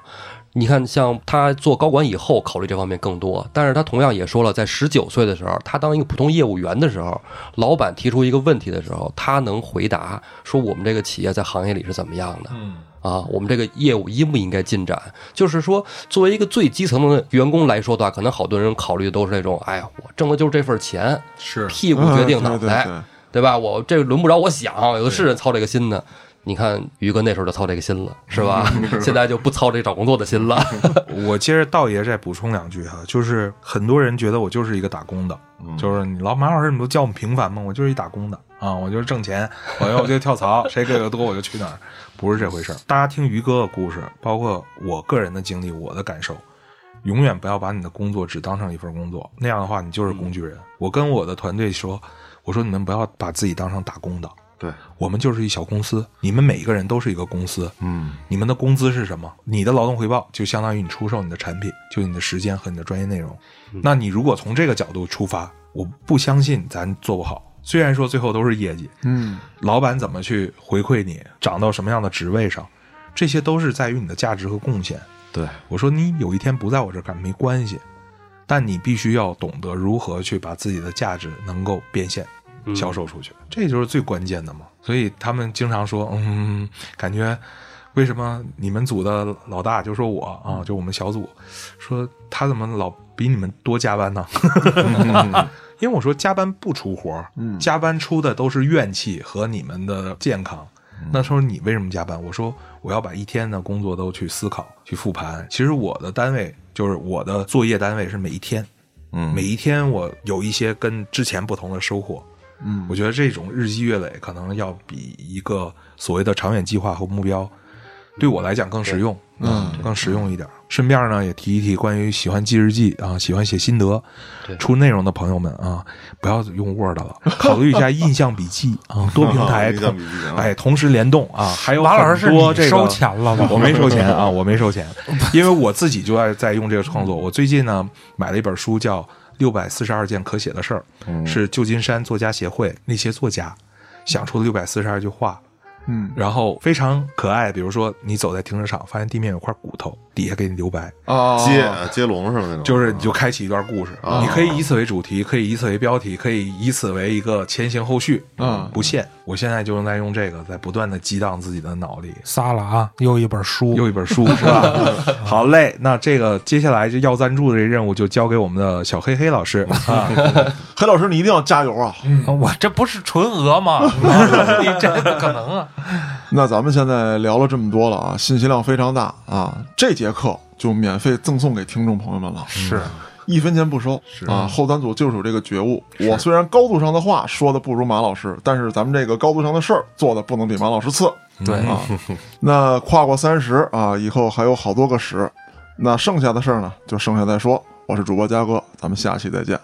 Speaker 3: 你看，像他做高管以后，考虑这方面更多。但是他同样也说了，在十九岁的时候，他当一个普通业务员的时候，老板提出一个问题的时候，他能回答说我们这个企业在行业里是怎么样的。
Speaker 2: 嗯，
Speaker 3: 啊，我们这个业务应不应该进展？就是说，作为一个最基层的员工来说的话，可能好多人考虑的都是那种，哎呀，我挣的就是这份钱，
Speaker 2: 是
Speaker 3: 屁股决定脑
Speaker 4: 嗯对对
Speaker 3: 袋，
Speaker 4: 对
Speaker 3: 对吧？我这轮不着我想，有的是人操这个心呢。你看于哥那时候就操这个心了，是吧？ 现在就不操这找工作的心了。
Speaker 2: 我接着道爷再补充两句哈、就是很多人觉得我就是一个打工的，就是你老马老师，你不叫我们平凡吗？我就是一打工的啊，我就是挣钱，我要我就跳槽，谁给的多我就去哪儿，不是这回事儿。大家听于哥的故事，包括我个人的经历，我的感受，永远不要把你的工作只当成一份工作，那样的话你就是工具人。我跟我的团队说，我说你们不要把自己当成打工的，
Speaker 1: 对，
Speaker 2: 我们就是一小公司，你们每一个人都是一个公司，
Speaker 1: 嗯，
Speaker 2: 你们的工资是什么？你的劳动回报就相当于你出售你的产品，就你的时间和你的专业内容。那你如果从这个角度出发，我不相信咱做不好。虽然说最后都是业绩，
Speaker 4: 嗯，
Speaker 2: 老板怎么去回馈你，涨到什么样的职位上，这些都是在于你的价值和贡献。
Speaker 1: 对，
Speaker 2: 我说你有一天不在我这儿干没关系，但你必须要懂得如何去把自己的价值能够变现、销售出去，这就是最关键的嘛。所以他们经常说，嗯，感觉为什么你们组的老大就说我啊，就我们小组说他怎么老比你们多加班呢？ 因为我说加班不出活儿，加班出的都是怨气和你们的健康。那时候你为什么加班？我说我要把一天的工作都去思考、去复盘。其实我的单位就是我的作业单位是每一天，
Speaker 1: 嗯
Speaker 2: 每一天我有一些跟之前不同的收获。嗯，我觉得这种日积月累，可能要比一个所谓的长远计划和目标，对我来讲更实用，嗯，更实用一点。顺便呢，也提一提关于喜欢记日记啊，喜欢写心得
Speaker 3: 对、
Speaker 2: 出内容的朋友们啊，不要用 Word 了，考虑一下印象笔记 啊，多平台，
Speaker 1: 印象笔记啊
Speaker 2: 哎，同时联动啊，还有
Speaker 5: 马老师是
Speaker 2: 很多这
Speaker 5: 你
Speaker 2: 个
Speaker 5: 收钱了吧？
Speaker 2: 我没收钱啊，我没收钱，因为我自己就爱在用这个创作。我最近呢买了一本书，叫《六百四十二件可写的事儿》，是旧金山作家协会那些作家想出的六百四十二句话。
Speaker 4: 嗯，
Speaker 2: 然后非常可爱，比如说你走在停车场，发现地面有块骨头，底下给你留白，
Speaker 4: 啊，
Speaker 1: 接呃接龙是吧？那种啊
Speaker 2: 就是你就开启一段故事，你可以以此为主题，可以以此为标题，可以以此为一个前行后续，
Speaker 4: 嗯
Speaker 2: 不限。我现在就是在用这个，在不断的激荡自己的脑力，
Speaker 5: 撒了啊，又一本书，
Speaker 2: 又一本书是吧？好嘞，那这个接下来这要赞助的这任务就交给我们的小黑黑老师啊，
Speaker 4: 黑老师，你一定要加油啊！
Speaker 5: 我这不是纯额吗？ 你这不可能啊！
Speaker 4: 那咱们现在聊了这么多了啊，信息量非常大啊，这节课就免费赠送给听众朋友们了，嗯
Speaker 5: 是
Speaker 4: 一分钱不收啊。后端组就是有这个觉悟，我虽然高度上的话说的不如马老师，但是咱们这个高度上的事儿做的不能比马老师次。
Speaker 5: 对，
Speaker 2: 嗯
Speaker 4: 啊，那跨过三十啊，以后还有好多个十，那剩下的事儿呢，就剩下再说。我是主播嘉哥，咱们下期再见。